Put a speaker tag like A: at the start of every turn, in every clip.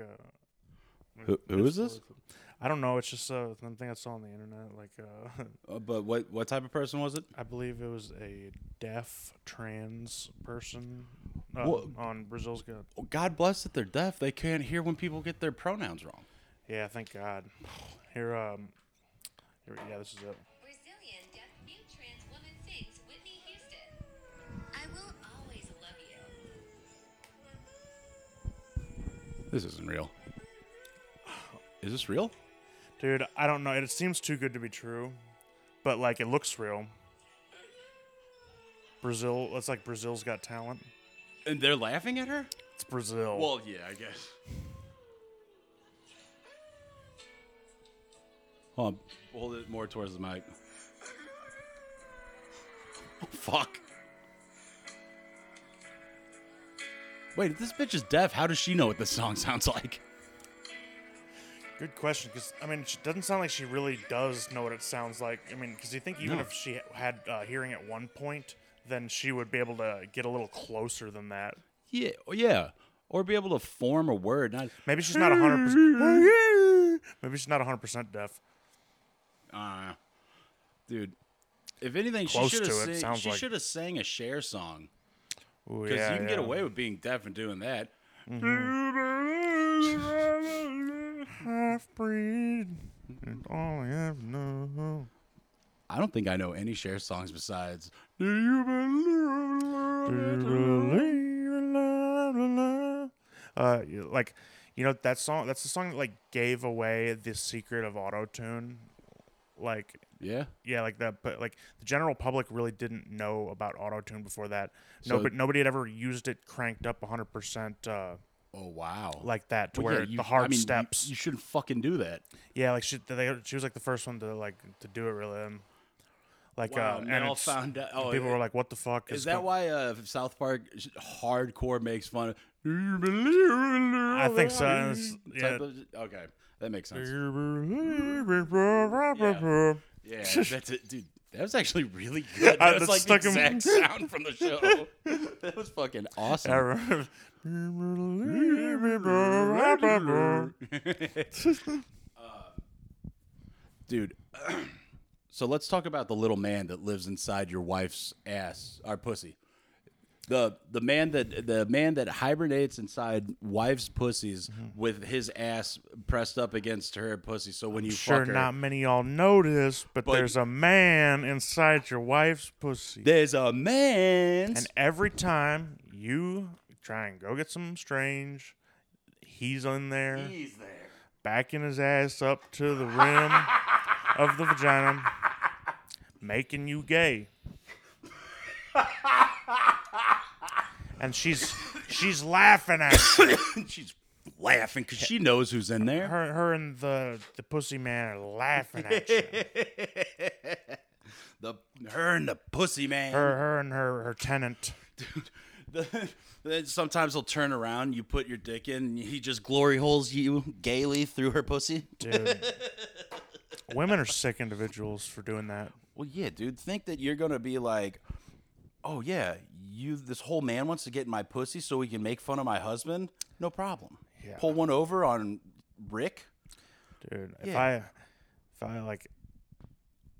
A: Uh,
B: Who- who is this?
A: I don't know. It's just uh, something I saw on the internet. Like, uh,
B: Uh, but what what type of person was it?
A: I believe it was a deaf trans person uh,
B: Wha-
A: on Brazil's Got.
B: Oh, God bless that they're deaf. They can't hear when people get their pronouns wrong.
A: Yeah, thank God. Here, um, here, yeah, this is it.
C: Brazilian deaf mute trans woman sings Whitney Houston. I will always love you.
B: This isn't real. Is this real?
A: Dude, I don't know. It seems too good to be true, but like it looks real. Brazil, it's like Brazil's Got Talent.
B: And they're laughing at her?
A: It's Brazil.
D: Well, yeah, I guess.
B: Hold on. Hold it more towards the mic. Oh, fuck. Wait, if this bitch is deaf, how does she know what this song sounds like?
A: Good question, because I mean, it doesn't sound like she really does know what it sounds like. I mean, because you think even
B: No.
A: if she had uh, hearing at one point, then she would be able to get a little closer than that.
B: Yeah, oh, yeah. Or be able to form a word. Not,
A: Maybe she's not hundred percent. Maybe she's not hundred percent deaf.
B: uh, dude. If anything,
A: Close
B: she should
A: to
B: have
A: it,
B: sang,
A: sounds
B: she
A: like.
B: should have sang a share song
A: Ooh,
B: because
A: yeah,
B: you can get
A: yeah.
B: away with being deaf and doing that.
A: Half breed, and all I have known.
B: I don't think I know any share songs besides. Do you believe?
A: Uh, you- like, you know that song. That's the song that like gave away the secret of auto tune. Like,
B: Yeah.
A: yeah, like the but like the general public really didn't know about auto tune before that.
B: So-
A: No, but nobody had ever used it cranked up 100 percent uh,
B: Oh wow.
A: like that to
B: Well,
A: where
B: yeah, you-
A: the hard
B: I mean, you-
A: steps.
B: You, shouldn't fucking do that.
A: yeah, like she they, she was like the first one to like to do it really. And, like uh,
B: Wow, and
A: and
B: they all
A: it's-
B: found out-
A: and
B: oh,
A: people
B: yeah.
A: were like, "What the fuck
B: Is that
A: go-"
B: why uh, South Park sh- hardcore makes fun of? Do you believe? I
A: think so, and it's- yeah.
B: okay, that makes sense.
A: Yeah.
B: Yeah, that's it, dude. That was actually really good.
A: I-
B: That was
A: that
B: like the
A: stuck in-
B: exact sound from the show. that was fucking awesome. dude. so let's talk about the little man that lives inside your wife's ass or pussy. The the man that the man that hibernates inside wives' pussies
A: Mm-hmm.
B: with his ass pressed up against her pussy. So when you
A: Sure,
B: fuck her,
A: not many y'all notice, but,
B: But-
A: there's a man inside your wife's pussy.
B: there's a man.
A: and every time you try and go get some strange, he's in there. He's there. Backing his ass up to the rim of the vagina, making you gay. and she's she's laughing at you.
B: she's laughing because she knows who's in there.
A: her her and the the pussy man are laughing at you.
B: The her and the pussy man.
A: Her her and her her tenant.
B: The- then sometimes he'll turn around, you put your dick in, and he just glory holes you gaily through her pussy.
A: Dude. Women are sick individuals for doing that.
B: Well, yeah, dude. Think that you're gonna be like, oh yeah, you. This whole man wants to get in my pussy so he can make fun of my husband. No problem.
A: Yeah.
B: Pull one over on Rick.
A: Dude, if
B: Yeah.
A: I if I like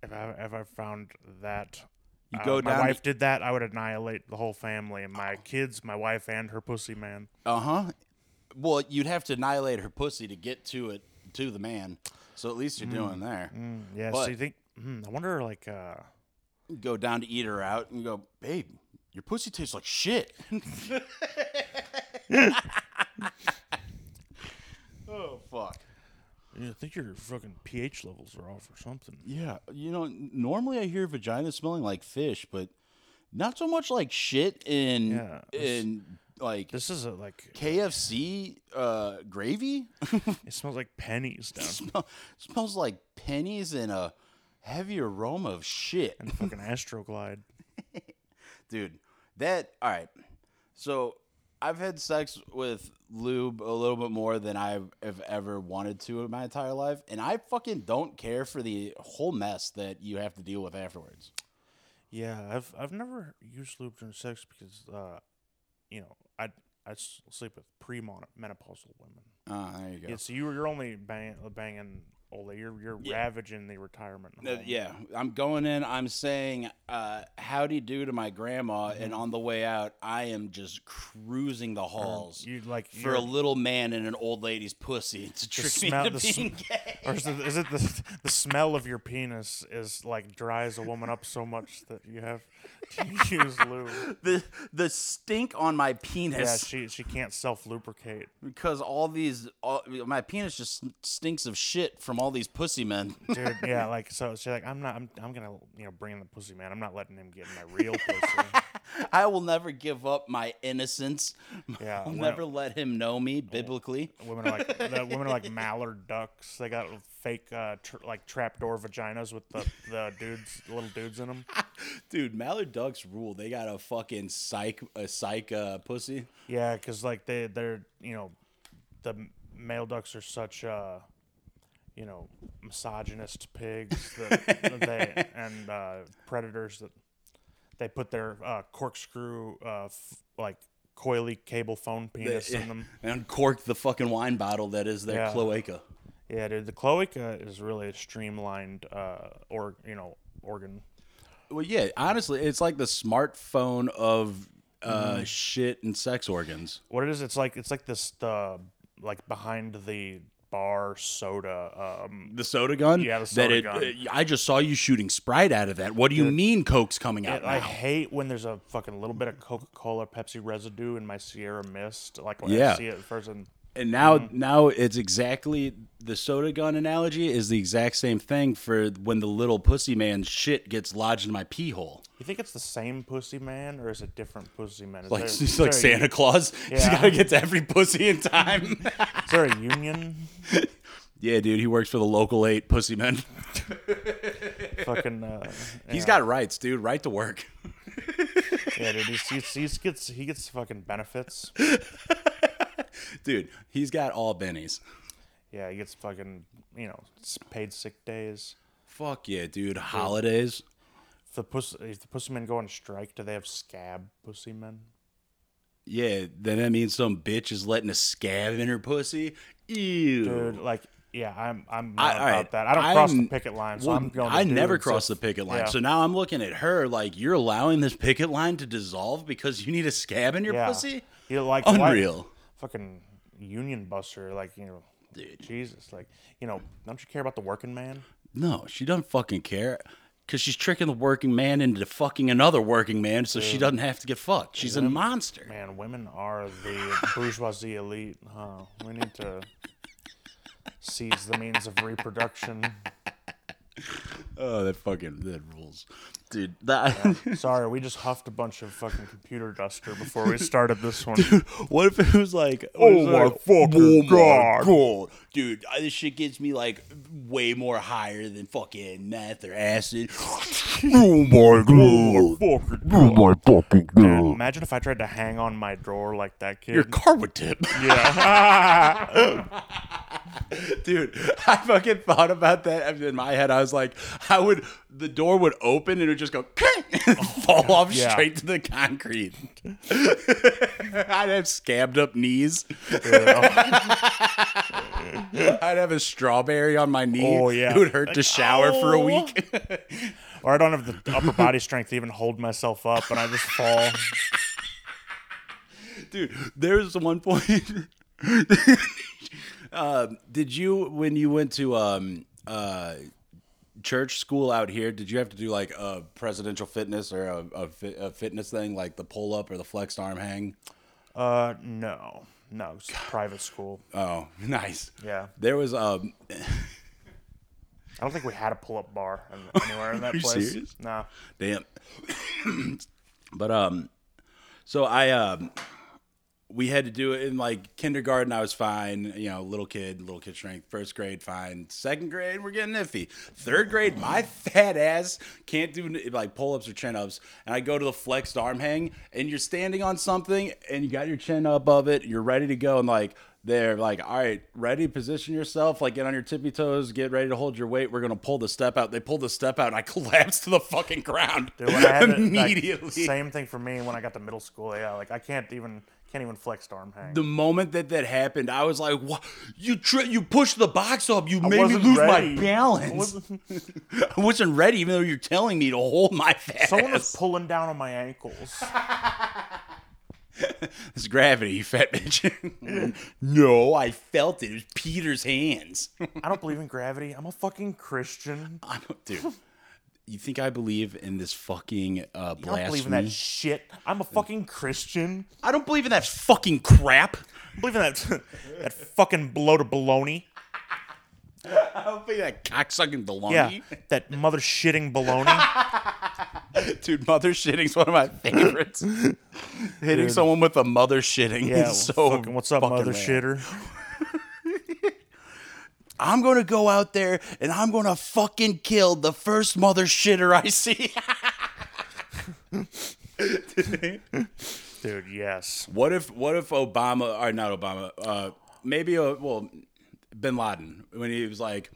A: if I if I found that
B: You
A: uh,
B: go
A: my
B: down. Oh.
A: wife did that, I would annihilate the whole family and my kids, my wife and her pussy man.
B: Uh huh. Well, you'd have to annihilate her pussy to get to it to the man. So at least you're
A: Mm-hmm.
B: doing there.
A: Yeah, so
B: But-
A: you think mm, I wonder like uh
B: Go down to eat her out and go, babe. Your pussy tastes like shit. oh fuck.
A: I think your fucking pH levels are off or something.
B: Yeah, you know, n- normally I hear vagina smelling like fish, but not so much like shit in
A: Yeah, it's-
B: in like
A: This is a like
B: KFC uh, gravy.
A: it smells like pennies down
B: Smell- smells like pennies and a heavy aroma of shit,
A: and fucking astroglide.
B: dude. That all right. So I've had sex with lube a little bit more than I have ever wanted to in my entire life, and I fucking don't care for the whole mess that you have to deal with afterwards.
A: Yeah, I've I've never used lube during sex because, uh, you know, I I s- sleep with premenopausal women.
B: Ah, there you go.
A: Yeah, so you were you're only bang, uh, banging Ola. You're you're ravaging the retirement home.
B: Uh, yeah, I'm going in. I'm saying uh, howdy do to my grandma,
A: Mm-hmm.
B: and on the way out, I am just cruising the halls
A: You like
B: for
A: you're-
B: a little man and an old lady's pussy to trick
A: smell-
B: me
A: the
B: into
A: sm-
B: being gay.
A: Or is it, is it the the smell of your penis is like dries a woman up so much that you have to use lube?
B: The the stink on my
A: Yeah,
B: penis
A: she she can't self lubricate.
B: because all these all, my penis just stinks of shit from all these pussy men.
A: Dude, yeah, like so she's like, I'm not I'm, I'm gonna you know bring in the pussy man. I'm not letting him get in my real pussy.
B: I will never give up my innocence.
A: Yeah,
B: I'll
A: when-
B: never let him know me biblically.
A: Women are like the women are like mallard ducks. They got fake uh, tr- like trapdoor vaginas with the, the dudes little dudes in them.
B: Dude, Mallard Ducks rule. They got a fucking psych, a psych uh, pussy.
A: Yeah, because like they they're you know the m- male ducks are such uh you know misogynist pigs that that they and uh, predators that they put their uh, corkscrew uh, f- like coily cable phone penis in them.
B: and cork the fucking wine bottle that is their
A: Yeah.
B: cloaca.
A: Yeah, dude, the cloaca is really a streamlined uh or you know organ.
B: Well, yeah, honestly, it's like the smartphone of uh,
A: Mm-hmm.
B: shit and sex organs.
A: What it is? It's like it's like this the like behind the bar soda um
B: The soda gun?
A: Yeah, the
B: that
A: soda
B: it,
A: gun.
B: uh, I just saw you shooting Sprite out of that. What do you mean Coke's coming out
A: And I
B: now?
A: hate when there's a fucking little bit of Coca Cola, Pepsi residue in my Sierra Mist. Like when I
B: Yeah.
A: see it first, and
B: And now,
A: Mm-hmm.
B: now it's exactly the soda gun analogy is the exact same thing for when the little pussy man shit gets lodged in my pee hole.
A: you think it's the same pussy man or is it different pussy man? Is
B: Like,
A: there-
B: it's
A: is
B: like
A: there a-
B: Santa Claus. He's
A: Yeah.
B: got to get to every pussy in time.
A: Is there a union?
B: yeah, dude, he works for the local eight pussy men.
A: fucking. Uh,
B: He's got rights, dude. Right to work.
A: yeah, dude. He's, he's, he's gets he gets fucking benefits.
B: Dude, he's got all bennies.
A: Yeah, he gets fucking you know s- paid sick days.
B: Fuck yeah, dude. Holidays.
A: If the pussy if the pussy men go on strike, do they have scab pussy men?
B: Yeah, then that means some bitch is letting a scab in her pussy. Ew.
A: Dude, like. Yeah, I'm. I'm
B: I-
A: not
B: all
A: about
B: right,
A: that. I don't cross the
B: I'm-
A: picket line, so
B: well,
A: I'm going. To
B: I never
A: dudes if-
B: cross the picket line,
A: yeah.
B: so now I'm looking at her like you're allowing this picket line to dissolve because you need a scab in your pussy.
A: You know, like why-
B: Unreal.
A: fucking union buster, like you know,
B: Dude.
A: Jesus, like you know, don't you care about the working man?
B: No, she doesn't fucking care. Cause she's tricking the working man into fucking another working man, so she doesn't have to get fucked. She's a monster.
A: Man, women are the bourgeoisie elite, huh? We need to seize the means of reproduction.
B: Oh, that fucking that rules, dude. That
A: Sorry, we just huffed a bunch of fucking computer duster before we started this one.
B: What if it was like,
A: was like, "Oh my
B: god, dude, I- this shit gets me like way more higher than fucking meth or acid. oh my god,
E: Oh my fucking god.
A: Imagine if I tried to hang on my drawer like that kid.
B: your car would tip,
A: yeah.
B: dude. I fucking thought about that. I mean, in my head, I was like, I would, the door would open and it would just go and fall off
A: Oh Yeah.
B: straight to the concrete. I'd have scabbed up knees. I'd have a strawberry on my knee.
A: Oh, yeah.
B: It would hurt to shower for a
A: "Oh."
B: week.
A: or I don't have the upper body strength to even hold myself up, and I just fall.
B: Dude, there's one point. um, did you when you went to um uh church school out here? Did you have to do like a presidential fitness or a, a, fi- a fitness thing like the pull up or the flexed arm hang?
A: Uh, no, no, it's private school.
B: Oh, nice.
A: Yeah.
B: There was um
A: I don't think we had a pull-up bar in- anywhere in that
B: Are you
A: place.
B: serious?
A: No.
B: Damn. but um so I um we had to do it in like kindergarten I was fine, you know, little kid, little kid strength. First grade fine. Second grade we're getting iffy. Third grade my fat ass can't do like pull-ups or chin-ups and I go to the flexed arm hang and you're standing on something and you got your chin up of it, you're ready to go and like they're like, all right, ready, position yourself, like get on your tippy toes, get ready to hold your weight. We're gonna pull the step out. They pulled the step out, and I collapsed to the fucking ground
A: Dude, when I had it, like,
B: immediately.
A: same thing for me when I got to middle school. Yeah, like I can't even Can't even flex arm hang.
B: The moment that that happened, I was like, "What? You tri- you pushed the box up. You made me
A: wasn't
B: lose
A: ready.
B: my
A: I
B: balance. I wasn't,
A: wasn't-
B: ready, even though you're telling me to hold my fast.
A: Someone was pulling down on my ankles.
B: It's gravity, you fat bitch. no, I felt it. It was Peter's hands.
A: I don't believe in gravity. I'm a fucking Christian.
B: I don't, dude. You think I believe in this fucking uh,
A: I don't
B: blasphemy?
A: believe in that shit. I'm a fucking Christian.
B: I don't believe in that fucking crap.
A: I believe in that that fucking blow to baloney.
B: I don't believe that cocksucking
A: Yeah,
B: baloney.
A: that mother shitting baloney.
B: Dude, mother shitting's one of my favorites. Hitting someone with a mother shitting
A: Yeah,
B: is so
A: fucking, what's up,
B: fucking
A: mother
B: rad.
A: shitter?
B: I'm going to go out there and I'm going to fucking kill the first mother shitter I see.
A: Dude, yes.
B: What if what if Obama or not Obama? Uh, maybe uh, well, Bin Laden when he was like,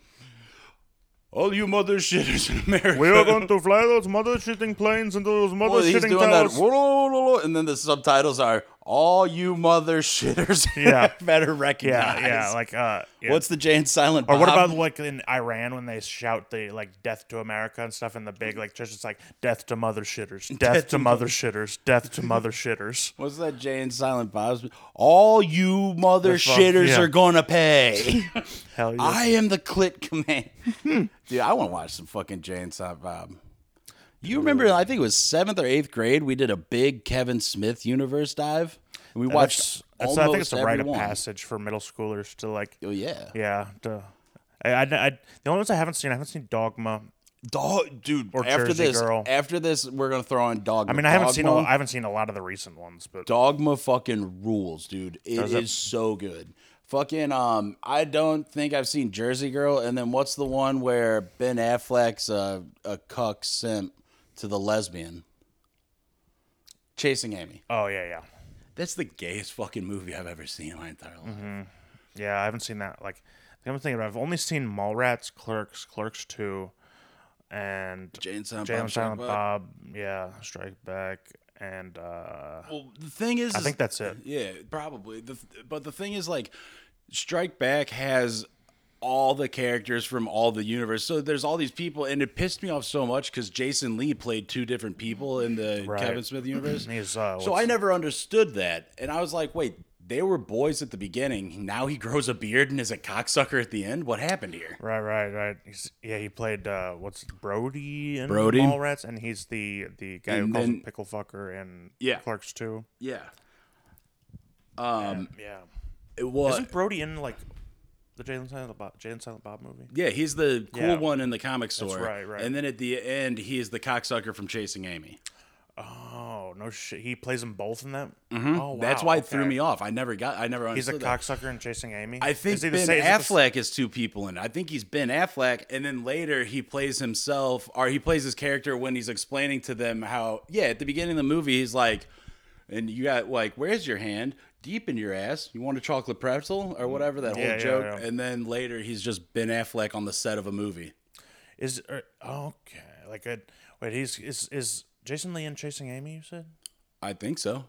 B: "All you mother shitters in America."
A: We are going to fly those mother shitting planes into those mother
B: Well, he's
A: shitting
B: doing that,
A: towers.
B: "Whoa, whoa, whoa, whoa," and then the subtitles are "All you mother shitters."
A: Yeah.
B: better recognize.
A: Yeah, yeah, like uh, yeah.
B: What's the Jay and Silent Bob?
A: or what about like in Iran when they shout the like death to America and stuff in the big like church? It's like death to mother shitters, death, to, mother shitters, death to mother shitters.
B: What's that Jay and Silent Bob's? All you mother
A: That's fun.
B: shitters
A: Yeah.
B: are gonna pay.
A: Hell yeah!
B: I am the clit command. Dude, I want to watch some fucking um, Jay and Silent Bob. You remember, I think it was seventh or eighth grade, we did a big Kevin Smith universe dive. And we watched
A: that's, that's-
B: almost
A: I think it's a
B: every
A: rite of
B: one.
A: passage for middle schoolers to like,
B: Oh, yeah.
A: yeah. To, I, I, I, the only ones I haven't seen, I haven't seen Dogma.
B: Dog, dude,
A: Or
B: after
A: Jersey
B: this,
A: Girl.
B: after this, we're going to throw in Dogma.
A: I mean, I haven't seen, a,
B: Dogma-
A: I haven't seen a lot of the recent ones, but
B: Dogma fucking rules, dude. It is
A: Does it?
B: so good. Fucking um, I don't think I've seen Jersey Girl, and then what's the one where Ben Affleck's a a cuck simp to the lesbian, chasing Amy.
A: oh yeah, yeah,
B: That's the gayest fucking movie I've ever seen in my entire life.
A: Mm-hmm. yeah. I haven't seen that. Like, I'm thinking, about it. I've only seen Mallrats, Clerks, Clerks Two, and
B: Jane Silent
A: Jay and
B: Bob Strike
A: Silent
B: Back.
A: Bob, yeah, Strike Back, and uh,
B: Well, the thing is,
A: I
B: is-
A: think that's it.
B: Yeah, probably. The, but the thing is, like, Strike Back has all the characters from all the universe. So there's all these people, and it pissed me off so much because Jason Lee played two different people in the
A: Right.
B: Kevin Smith universe.
A: he's uh,
B: so
A: what's-
B: I never understood that, and I was like, wait. They were boys at the beginning. Now he grows a beard and is a cocksucker at the end. What happened here?
A: right, right, right. He's, yeah, he played uh, what's Brody in
B: Brody.
A: Mallrats, and he's the the guy
B: And
A: who calls
B: then-
A: him pickle fucker in
B: Yeah.
A: Clerks Two.
B: Yeah. Um.
A: Yeah,
B: It was.
A: isn't Brody in like the Jay and Silent Bob, Jay and Silent Bob movie?
B: Yeah, he's the cool
A: Yeah.
B: one in the comic store.
A: right, right.
B: And then at the end, he is the cocksucker from Chasing Amy.
A: Oh no shit, he plays them both in that. Oh, wow.
B: That's why it threw
A: okay.
B: me off. I never got. I never
A: He's a
B: understood. that.
A: cocksucker and chasing Amy.
B: I think
A: Is he
B: Ben
A: the sa- is it the s-
B: Affleck is two people in it. I think he's Ben Affleck, and then later he plays himself, or he plays his character when he's explaining to them how. Yeah, at the beginning of the movie, he's like, "And you got like, where's your hand? Deep in your ass. You want a chocolate pretzel or whatever that
A: Yeah,
B: whole
A: yeah,
B: joke."
A: yeah.
B: And then later he's just Ben Affleck on the set of a movie.
A: Is er, okay. Like a, wait, he's is is Jason Lee in Chasing Amy? You said,
B: I think so.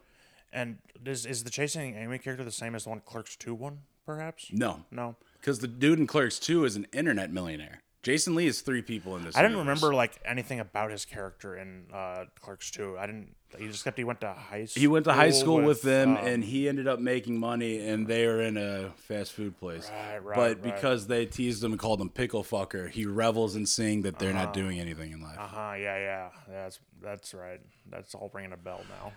A: and is is the Chasing Amy character the same as the one Clerks Two one? Perhaps.
B: No,
A: No,
B: Because the dude in Clerks 2 is an internet millionaire. Jason Lee is three people in this.
A: I didn't
B: universe.
A: remember like anything about his character in uh, Clerks Two. I didn't. He just kept he went to high. school
B: He went to high school with, them,
A: uh,
B: and he ended up making money, and they are in a fast food place.
A: Right, right,
B: but
A: right.
B: because they teased him and called him pickle fucker, he revels in seeing that they're not doing anything in life.
A: uh-huh, yeah, yeah, that's that's right. That's all ringing a bell now.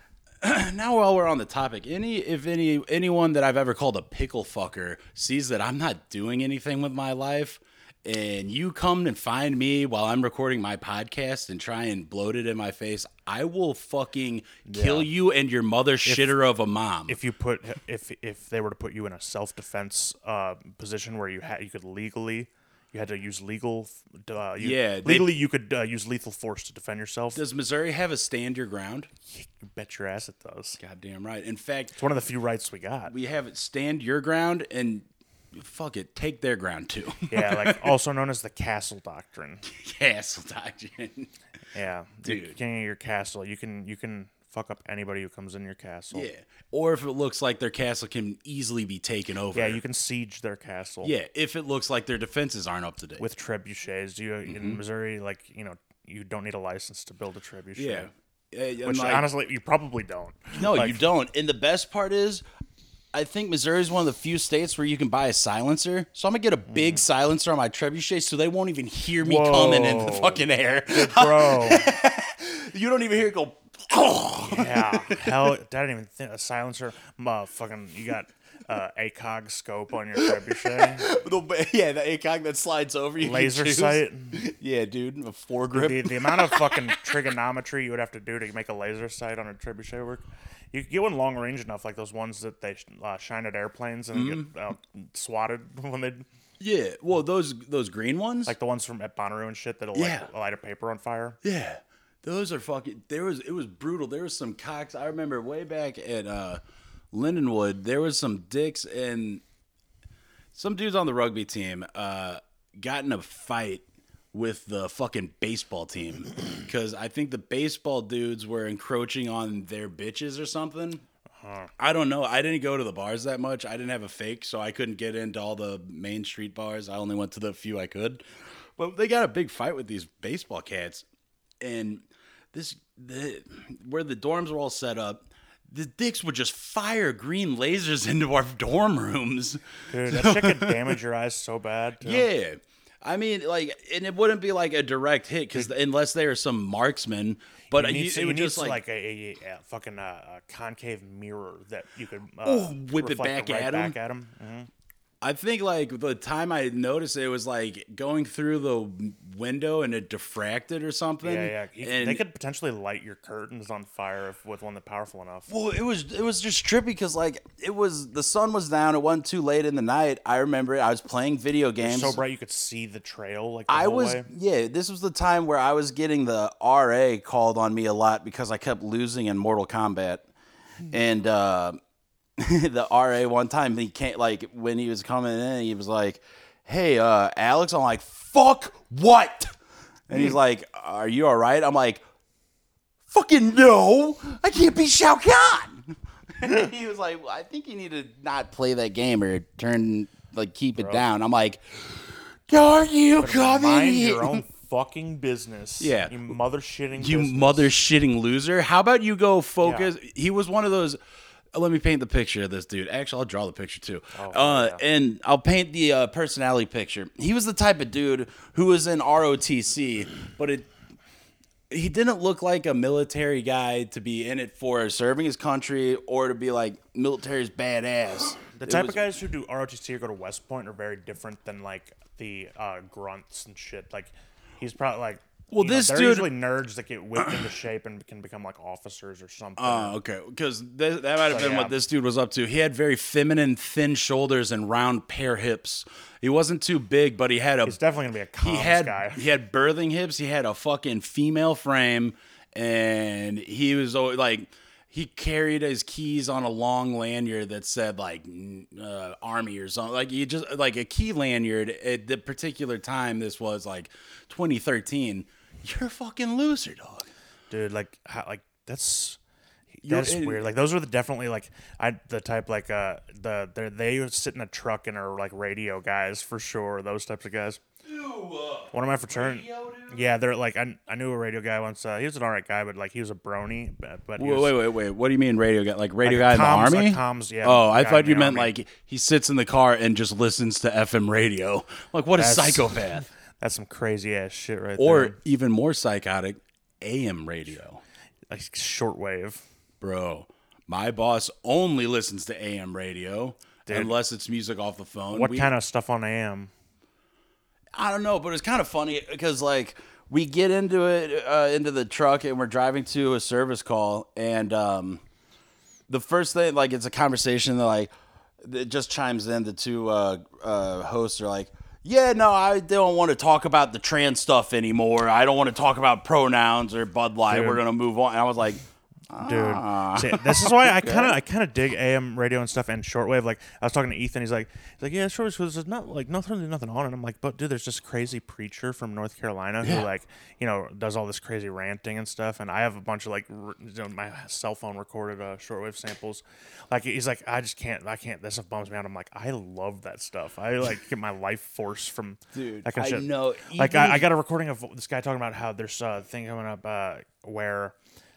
B: Now, while we're on the topic, any if any anyone that I've ever called a pickle fucker sees that I'm not doing anything with my life, and you come and find me while I'm recording my podcast and try and bloat it in my face, I will fucking kill you and your mother shitter of a mom.
A: If you put if if they were to put you in a self defense uh, position where you had you could legally. You had to use legal, uh, you,
B: Yeah, they-
A: Legally, you could uh, use lethal force to defend yourself.
B: Does Missouri have a stand your ground?
A: You bet your ass it does.
B: Goddamn right. In fact,
A: It's one of the few rights we got.
B: we have it stand your ground and fuck it, take their ground too.
A: yeah, like also known as the castle doctrine.
B: Castle doctrine.
A: Yeah,
B: Dude.
A: Dude. king of your castle. You can you can fuck up anybody who comes in your castle.
B: Yeah. Or if it looks like their castle can easily be taken over.
A: Yeah, you can siege their castle.
B: Yeah, if it looks like their defenses aren't up to date.
A: With trebuchets, you
B: Mm-hmm.
A: in Missouri, like you know, you don't need a license to build a trebuchet.
B: yeah. Uh, and
A: Which
B: like-
A: honestly, you probably don't.
B: no,
A: Like,
B: you don't. And the best part is, I think Missouri is one of the few states where you can buy a silencer. So I'm gonna get a
A: Mm.
B: big silencer on my trebuchet, so they won't even hear me coming in the
A: Whoa.
B: fucking air.
A: bro.
B: you don't even hear it go. Oh.
A: yeah, hell, I didn't even think a silencer. Motherfucking, you got uh, ACOG scope on your trebuchet,
B: The- yeah, the ACOG that slides over you. can
A: laser
B: choose.
A: sight.
B: Yeah, dude, a foregrip.
A: The, the amount of fucking trigonometry you would have to do to make a laser sight on a trebuchet work. You could get one long range enough, like those ones that they sh- uh, shine at airplanes and get uh, swatted when they,
B: Yeah, well, those those green ones.
A: like the ones from at Bonnaroo and shit that'll
B: Yeah.
A: like light a paper on fire.
B: Yeah. Those are fucking there was it was brutal. There was some cocks. I remember way back at uh Lindenwood, there was some dicks and some dudes on the rugby team uh got in a fight with the fucking baseball team cuz I think the baseball dudes were encroaching on their bitches or something. I don't know. I didn't go to the bars that much. I didn't have a fake, so I couldn't get into all the main street bars. I only went to the few I could. But they got a big fight with these baseball cats, and this the where the dorms were all set up. The dicks would just fire green lasers into our dorm rooms.
A: Dude, that shit could damage your eyes so bad. too.
B: Yeah. I mean, like, and it wouldn't be like a direct hit because unless they are some marksman, but
A: You
B: you
A: need,
B: it
A: you
B: would
A: need
B: just
A: to,
B: like,
A: like, a, a, a fucking uh, a concave mirror that you could uh,
B: Ooh, whip it
A: reflect
B: back at 'em.
A: back at him. Mhm.
B: I think like the time I noticed it was like going through the window and it diffracted or something.
A: Yeah, yeah. You-
B: and
A: they could potentially light your curtains on fire if, with one that's powerful enough.
B: Well, it was it was just trippy because like it was the sun was down. It wasn't too late in the night. I remember it. I was playing video games.
A: so bright you could see the trail. Like the
B: I
A: whole
B: was
A: way.
B: yeah. This was the time where I was getting the RA called on me a lot because I kept losing in Mortal Kombat,
A: Hmm.
B: and uh, the RA one time he can't like when he was coming in he was like, "Hey, uh, Alex," I'm like, "Fuck what?" And he's like, "Are you all right?" I'm like, "Fucking no, I can't be Shao Kahn." he was like, well, "I think you need to not play that game or turn like keep it down." I'm like. Are you
A: mind
B: coming?
A: your own fucking business.
B: Yeah.
A: you mother shitting.
B: you
A: business.
B: mother shitting loser. How about you go focus? He was one of those. uh, Let me paint the picture of this dude. Actually, I'll draw the picture too.
A: Oh,
B: uh, And I'll paint the uh, personality picture. He was the type of dude who was in ROTC, but it he didn't look like a military guy to be in it for serving his country or to be like military's badass.
A: The type of guys who do ROTC or go to West Point are very different than like the uh, grunts and shit. Like he's probably like.
B: Well,
A: you know,
B: this
A: they're
B: dude-
A: usually nerds that get whipped into shape and can become like officers or something.
B: Oh, okay. Because that might have
A: So,
B: been
A: yeah.
B: what this dude was up to. He had very feminine, thin shoulders and round, pear hips. He wasn't too big, but he had a
A: He's definitely gonna be a comms
B: he had
A: guy.
B: he had birthing hips. He had a fucking female frame, and he was always like he carried his keys on a long lanyard that said like n- uh, army or something. Like he just like a key lanyard at the particular time. This was like 2013. You're a fucking loser, dog.
A: dude like how, like that's
B: You're
A: that's
B: in-
A: weird like those are the definitely like i the type like uh the they're, they sit in a truck and are like radio guys for sure those types of guys one of my fraternity yeah they're like I, I knew a radio guy once uh, he was an all right guy but like he was a brony but, but he
B: Wait,
A: was,
B: wait, wait, wait. What do you mean radio guy? Like radio
A: Like a
B: guy in
A: comms-
B: the
A: a
B: army?
A: comms, yeah,
B: Oh, I
A: guy in
B: thought you
A: the
B: meant
A: army.
B: like he sits in the car and just listens to FM radio. Like what a
A: That's-
B: psychopath.
A: that's some crazy ass shit right
B: Or
A: there
B: even more psychotic, AM radio.
A: like shortwave
B: Bro, my boss only listens to AM radio unless it's music off the phone.
A: what
B: We-
A: kind of stuff on am
B: I don't know, but it's kind of funny because like we get into it uh, into the truck and we're driving to a service call, and um, the first thing like it's a conversation that like it just chimes in. The two uh, uh, hosts are like. Yeah, no, I don't want to talk about the trans stuff anymore. I don't want to talk about pronouns or Bud Light. We're gonna move on. And I was like,
A: dude.
B: Ah.
A: See, this is why I kind of I kind of dig AM radio and stuff and shortwave. Like I was talking to Ethan, he's like, he's like, yeah, shortwave. so There's not like nothing, there's nothing on it. I'm like, but dude, there's this crazy preacher from North Carolina who like you know does all this crazy ranting and stuff. And I have a bunch of like r- you know, my cell phone recorded uh, shortwave samples. Like he's like, I just can't, I can't. This stuff bums me out. I'm like, I love that stuff. I like get my life force from
B: Dude,
A: that kind of
B: I
A: shit.
B: know.
A: Like
B: Even
A: I, I
B: if-
A: got a recording of this guy talking about how there's a thing coming up uh, where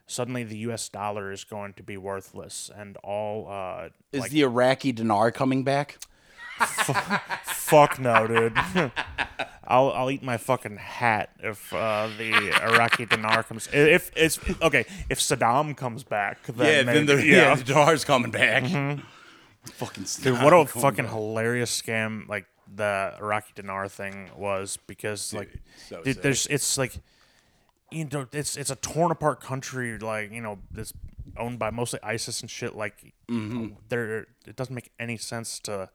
A: suddenly the U.S. dollar is going to be worthless and all. Uh,
B: Is
A: like,
B: the Iraqi dinar coming back?
A: fuck no, dude. I'll I'll eat my fucking hat if uh, the Iraqi dinar comes. i- If it's okay, if Saddam comes back, then maybe- yeah. Mm-hmm.
B: dinar's coming back. Fucking
A: Dude, what a fucking hilarious scam! Like the Iraqi dinar thing was because like,
B: so
A: dude,
B: sad.
A: there's it's like, you know, it's it's a torn apart country like you know that's owned by mostly ISIS and shit. Like, there it doesn't make any sense to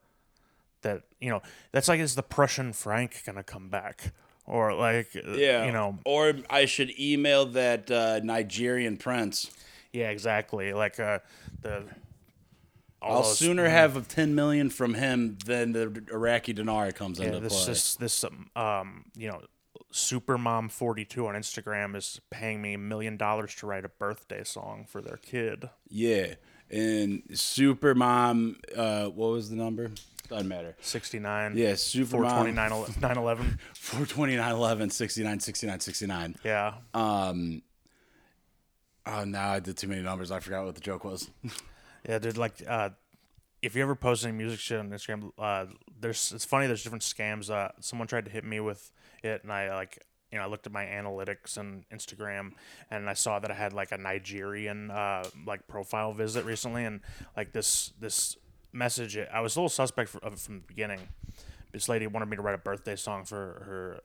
A: that you know that's like is the Prussian franc gonna come back or like
B: yeah,
A: yeah you know
B: Or I should email that uh, Nigerian prince.
A: yeah exactly like uh the all
B: I'll
A: those-
B: sooner have a ten million from him than the Iraqi dinar comes
A: Yeah,
B: into
A: this
B: play.
A: this this um, um you know supermom42 on instagram is paying me a million dollars to write a birthday song for their kid
B: yeah, and super mom. Uh, what was the number? Doesn't matter.
A: 69
B: Yeah, super mom.
A: 429
B: Four twenty nine eleven sixty nine sixty nine sixty nine.
A: yeah
B: Um. Oh, now I did too many numbers. I forgot what the joke was.
A: yeah dude like uh if you ever post any music shit on instagram uh there's it's funny there's different scams uh someone tried to hit me with it and i like you know, I looked at my analytics and Instagram, and I saw that I had like a Nigerian uh, like profile visit recently, and like this this message. I was a little suspect for, of it from the beginning. This lady wanted me to write a birthday song for her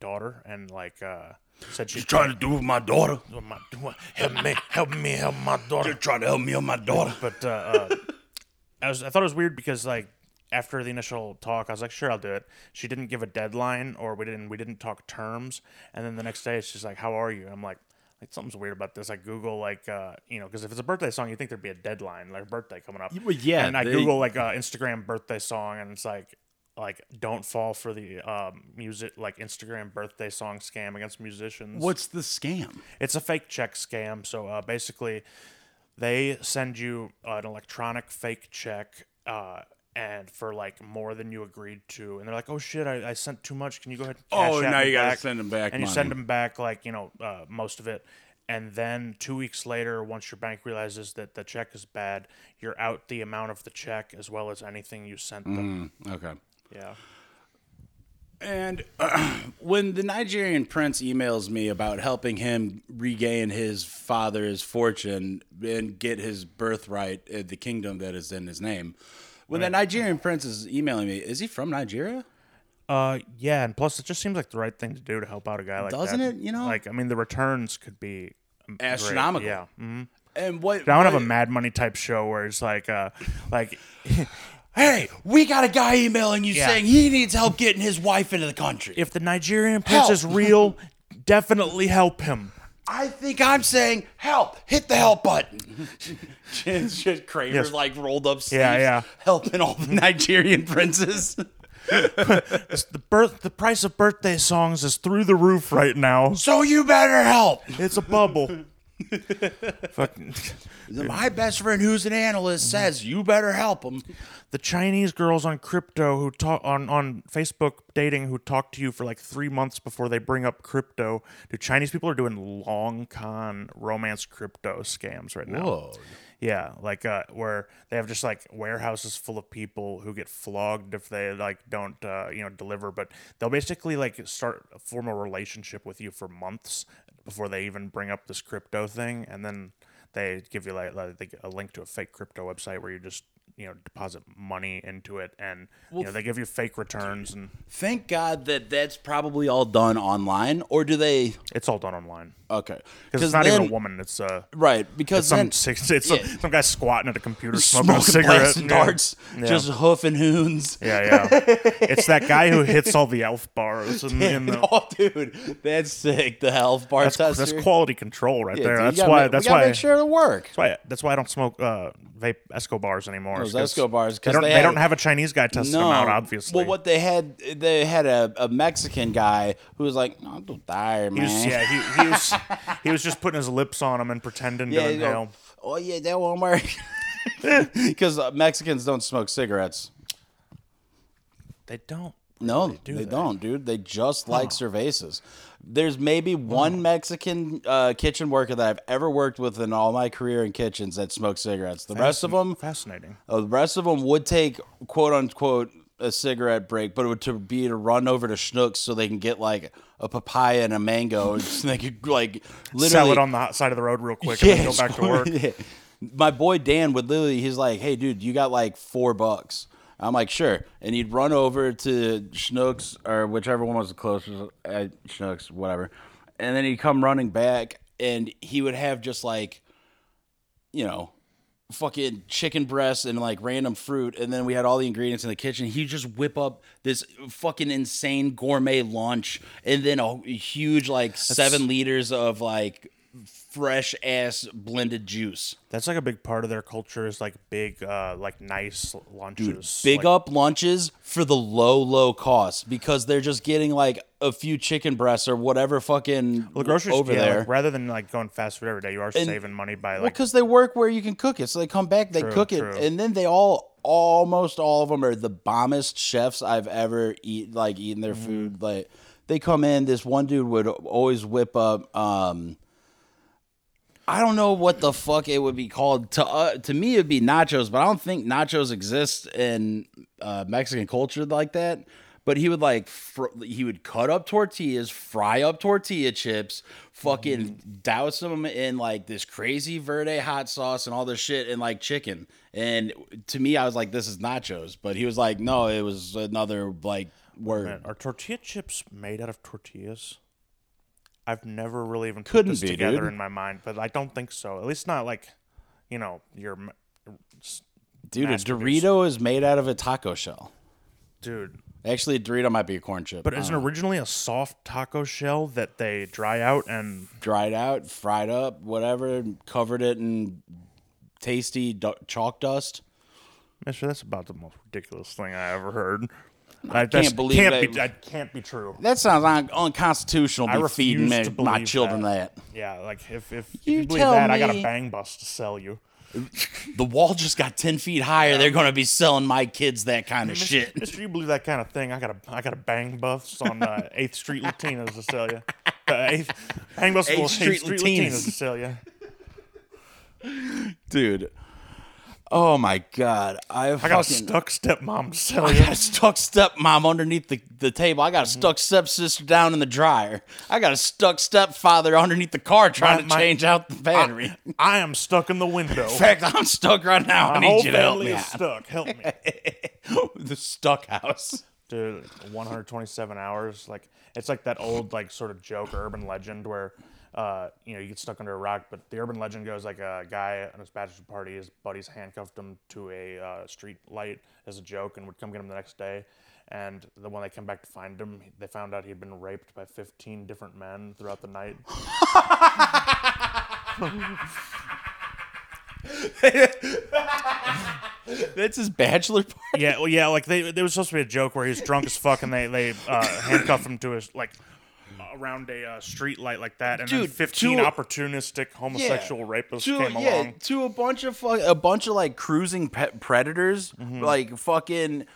A: daughter, and like uh, said she's
B: to do with my daughter.
A: my, help me, help me, help my daughter.
B: trying to help me on my daughter.
A: But uh, uh, I was I thought it was weird because like after the initial talk, I was like, sure, I'll do it. She didn't give a deadline, or we didn't we didn't talk terms. And then the next day, she's like, "How are you?" And I'm like. Like something's weird about this. I Google like uh, you know because if it's a birthday song, you think there'd be a deadline, like a birthday coming up.
B: well, yeah,
A: And I
B: they-
A: Google like uh, Instagram birthday song, and it's like like don't fall for the um, music like Instagram birthday song scam against musicians.
B: What's the scam?
A: It's a fake check scam. So uh, basically, they send you an electronic fake check, uh, and for like more than you agreed to, and they're like, "Oh shit, I, I sent too much. Can you go ahead?" And cash
B: Oh,
A: app
B: now
A: me
B: you gotta send 'em back
A: And you
B: money.
A: send them back like you know uh, most of it. And then two weeks later, once your bank realizes that the check is bad, you're out the amount of the check as well as anything you sent them.
B: Mm. Okay.
A: Yeah.
B: And when the Nigerian prince emails me about helping him regain his father's fortune and get his birthright, uh, the kingdom that is in his name, when the Nigerian prince is emailing me, is he from Nigeria?
A: Uh, yeah, and plus it just seems like the right thing to do to help out a guy like
B: Doesn't
A: that.
B: it, you know?
A: like I mean, the returns could be um, great,
B: Astronomical.
A: Yeah, mm-hmm.
B: And what?
A: I want to have
B: what-
A: a Mad Money type show where it's like, uh, like,
B: Hey, we got a guy emailing you
A: Yeah.
B: saying he needs help getting his wife into the country.
A: if the Nigerian prince is
B: Help.
A: real, definitely help him.
B: I think I'm saying help. Hit the help button. It's just Kramer
A: Yes.
B: like rolled up sleeves,
A: Yeah, yeah.
B: helping all the Nigerian princes.
A: It's the birth, the price of birthday songs is through the roof right now.
B: So you better help.
A: It's a bubble. Fucking,
B: My best friend, who's an analyst, says you better help him.
A: the Chinese girls on crypto who talk on on Facebook dating who talk to you for like three months before they bring up crypto. Dude, Chinese people are doing long con romance crypto scams right now. Yeah, like uh, where they have just like warehouses full of people who get flogged if they like don't uh, you know deliver, but they'll basically like start form a relationship with you for months before they even bring up this crypto thing, and then they give you like, like they get a link to a fake crypto website where you just you know deposit money into it, and you know they give you fake returns, and
B: Thank God that that's probably all done online, or do they?
A: it's all done online.
B: Okay.
A: Because it's not even
B: then-
A: a woman. It's uh,
B: Right, because
A: some
B: then
A: six, it's
B: yeah.
A: some, some guy squatting at a computer smoking,
B: smoking
A: a cigarette.
B: blasts and
A: Yeah.
B: darts,
A: Yeah.
B: just hoof and hoons.
A: Yeah, yeah. it's that guy who hits all the elf bars in, in the.
B: oh, dude, that's sick. The health bar
A: That's,
B: tester.
A: that's quality control right
B: Yeah,
A: there.
B: dude, you
A: That's
B: gotta
A: why.
B: make-
A: that's
B: we gotta
A: why.
B: Make sure it'll work.
A: That's why. That's why I don't smoke uh, vape Esco bars anymore. is
B: Those
A: 'cause
B: Esco bars,
A: they
B: 'cause
A: don't.
B: they
A: They,
B: had-
A: don't have a Chinese guy testing them out. Obviously.
B: Well, what they had, they had a, a Mexican guy who was like, "No, don't die, man."
A: He was, yeah, he, he was he was just putting his lips on them and pretending
B: Yeah,
A: to
B: you go,
A: inhale.
B: oh yeah, that won't work. Because uh, Mexicans don't smoke cigarettes.
A: They don't.
B: No, they,
A: do that.
B: don't, dude. They just like cervezas. There's maybe one Mexican uh, kitchen worker that I've ever worked with in all my career in kitchens that smokes cigarettes. The rest of them, uh,
A: Fascinating.
B: the rest of them would take quote unquote a cigarette break, but it would to be to run over to Schnucks so they can get like a papaya and a mango, and so they could like literally
A: Sell it on the hot side of the road real quick and then go back to work.
B: yeah. My boy Dan would literally, he's like, hey, dude, you got like four bucks. I'm like, sure. And he'd run over to Schnucks or whichever one was the closest at Schnucks, whatever. And then he'd come running back and he would have just like, you know, fucking chicken breasts and like random fruit. And then we had all the ingredients in the kitchen. He'd just whip up this fucking insane gourmet lunch and then a huge like seven liters of like fresh ass blended juice.
A: That's like a big part of their culture is like big, uh, like nice lunches.
B: Big
A: like,
B: up lunches for the low, low cost because they're just getting like a few chicken breasts or whatever fucking
A: Well, the grocery
B: over
A: yeah, like,
B: there.
A: rather than like going fast food every day, you are saving money by
B: Well,
A: like.
B: because they work where you can cook it, so they come back, they
A: True,
B: cook it,
A: true.
B: and then they all, almost all of them are the bombest chefs I've ever eat like eaten
A: Mm-hmm.
B: their food. Like they come in, this one dude would always whip up. um I don't know what the fuck it would be called. To uh, to me, it'd be nachos, but I don't think nachos exist in uh, Mexican culture like that. But he would like fr- he would cut up tortillas, fry up tortilla chips, fucking douse them in like this crazy verde hot sauce and all this shit and like chicken. And to me, I was like, this is nachos. But he was like, no, it was another like word.
A: man, are tortilla chips made out of tortillas? I've never really even put
B: Couldn't
A: this
B: be,
A: together
B: dude.
A: in my mind, but I don't think so. At least not like, you know, your m-
B: Dude, a
A: mass-produced.
B: Dorito is made out of a taco shell.
A: dude. Uh.
B: Actually, a Dorito might be a corn chip.
A: But isn't originally a soft taco shell that they dry out and
B: dried out, fried up, whatever, and covered it in tasty du- chalk dust.
A: Mister, that's about the most ridiculous thing I ever heard. I that's-
B: believe
A: can't
B: that-
A: Be, that can't be true.
B: That sounds un- unconstitutional. To
A: I
B: be feeding
A: refuse to
B: me, my
A: believe
B: children that.
A: Yeah, like if if
B: You
A: you, believe
B: tell
A: that, I got
B: me-
A: a bang bus to sell you.
B: The wall just got ten feet higher. They're going to be selling my kids that kind of shit.
A: Mister, you believe that kind of thing? I got a I got a bang bus on uh, Eighth Street Latinas to sell you. Uh, eighth, bang bus will-
B: 8th
A: Eighth
B: Street
A: Street, Latinas.
B: Latinas.
A: to sell you.
B: dude. Oh my god, I,
A: I got a stuck stepmom to sell
B: I
A: you.
B: got a stuck stepmom underneath the, the table. I got a stuck stepsister down in the dryer. I got a stuck stepfather underneath the car trying to
A: my-
B: change out the battery. in
A: I am stuck in the window.
B: fact, I'm stuck right now. I
A: My whole
B: need you to help
A: family
B: me
A: is
B: out.
A: stuck. Help me.
B: the stuck house.
A: Dude, 127 hours. Like it's like that old like sort of joke or urban legend where uh, you know you get stuck under a rock. But the urban legend goes like a guy at his bachelor party, his buddies handcuffed him to a uh, street light as a joke and would come get him the next day. And then when they came back to find him, they found out he'd been raped by 15 different men throughout the night.
B: That's his bachelor party.
A: yeah, well, yeah, like they there was supposed to be a joke where he was drunk as fuck and they they uh, handcuffed him to his like around a uh, street light like that and then
B: Dude,
A: 15
B: two-
A: opportunistic homosexual rapists
B: to,
A: came
B: yeah,
A: along.
B: to a bunch of fuck, a bunch of like cruising pe- predators,
A: Mm-hmm.
B: like fucking.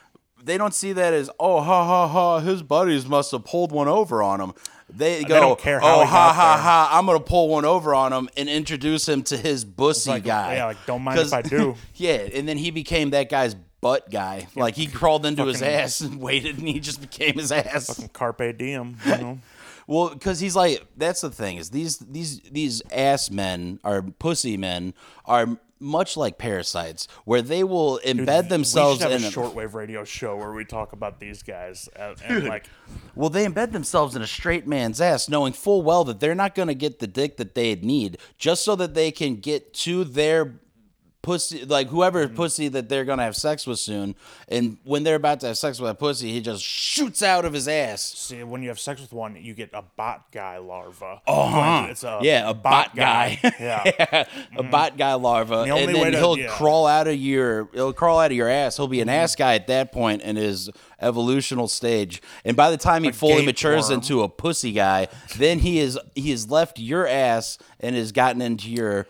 B: They don't see that as oh ha ha ha his buddies must have pulled one over on him. They go
A: don't care how
B: oh
A: he
B: ha
A: got
B: ha
A: there."
B: ha I'm gonna pull one over on him and introduce him to his bussy
A: like,
B: guy.
A: yeah, like, don't mind if
B: 'Cause-
A: I do.
B: yeah, and then he became that guy's butt guy. Like he crawled into his
A: fucking-
B: ass and waited, and he just became his ass.
A: Carpe diem, you know.
B: Well, because he's like, that's the thing is these these these ass men are pussy men are much like parasites, where they will embed
A: we
B: themselves
A: should have
B: in
A: a
B: a-
A: shortwave radio show where we talk about these guys and, and like
B: Well, they embed themselves in a straight man's ass, knowing full well that they're not going to get the dick that they need, just so that they can get to their pussy, like whoever
A: Mm-hmm.
B: pussy that they're going to have sex with soon. And when they're about to have sex with that pussy, he just shoots out of his ass.
A: see when you have sex with one, you get a bot guy larva.
B: Uh-huh.
A: It's a
B: yeah, a bot, guy.
A: yeah.
B: a bot guy larva,
A: Mm-hmm. The only
B: and
A: way
B: then
A: to-
B: he'll
A: yeah.
B: crawl out of your he'll crawl out of your ass. He'll be an ass guy at that point in his evolutional stage. And by the time he fully
A: gape
B: matures
A: worm.
B: into a pussy guy, then he is he has left your ass and has gotten into your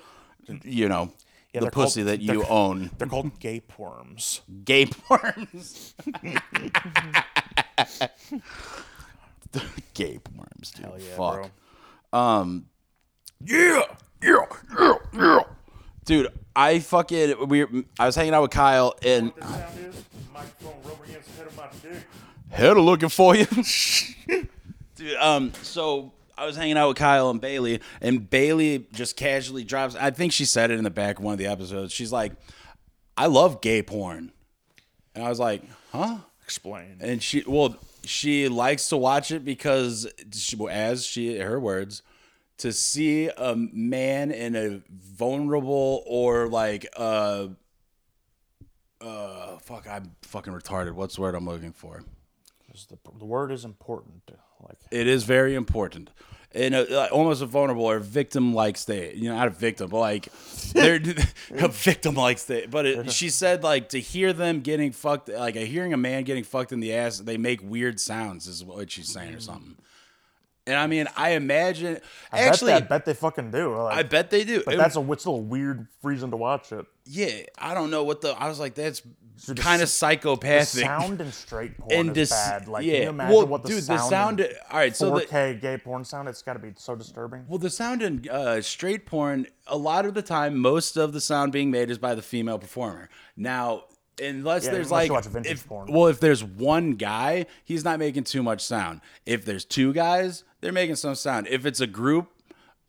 B: you know
A: Yeah,
B: the
A: they're called-
B: pussy that
A: they're-
B: you own.
A: They're called gape worms.
B: Gape worms. Gape worms, dude.
A: yeah,
B: Fuck. Um,
A: bro.
B: Yeah, yeah, yeah, yeah. Dude, I fucking we I was hanging out with Kyle and head of looking for you. Dude, um, so I was hanging out with Kyle and Bailey, and Bailey just casually drops. I think she said it in the back of one of the episodes. She's like, "I love gay porn," and I was like, "Huh?"
A: Explain.
B: And she, well, she likes to watch it because, she, as she, her words, to see a man in a vulnerable or like, uh, uh, fuck, I'm fucking retarded. What's the word I'm looking for?
A: The, the word is important. Like
B: It is very important. In a, like, almost a vulnerable or victim-like state, you know, not a victim, but like they're a victim-like state. But it, she said, like to hear them getting fucked, like hearing a man getting fucked in the ass, they make weird sounds, is what she's saying or something. And I mean, I imagine actually,
A: bet they, Mm. I bet they fucking do. Like,
B: I bet they do.
A: But
B: It-
A: that's a it's a little weird reason to watch it.
B: yeah, I don't know what the. I was like, that's
A: the
B: kind of
A: s-
B: psychopathic.
A: Sound and straight porn
B: and
A: is
B: dis-
A: bad. Like,
B: yeah.
A: can you imagine
B: Well,
A: what the
B: dude, the
A: sound?
B: sound-
A: in
B: all right, so the-
A: 4K gay porn sound. It's got to be so disturbing.
B: Well, the sound in uh, straight porn, a lot of the time, most of the sound being made is by the female performer. Now, unless
A: Yeah,
B: there's
A: unless
B: like,
A: you watch vintage
B: if,
A: porn.
B: well, if there's one guy, he's not making too much sound. If there's two guys, they're making some sound. If it's a group,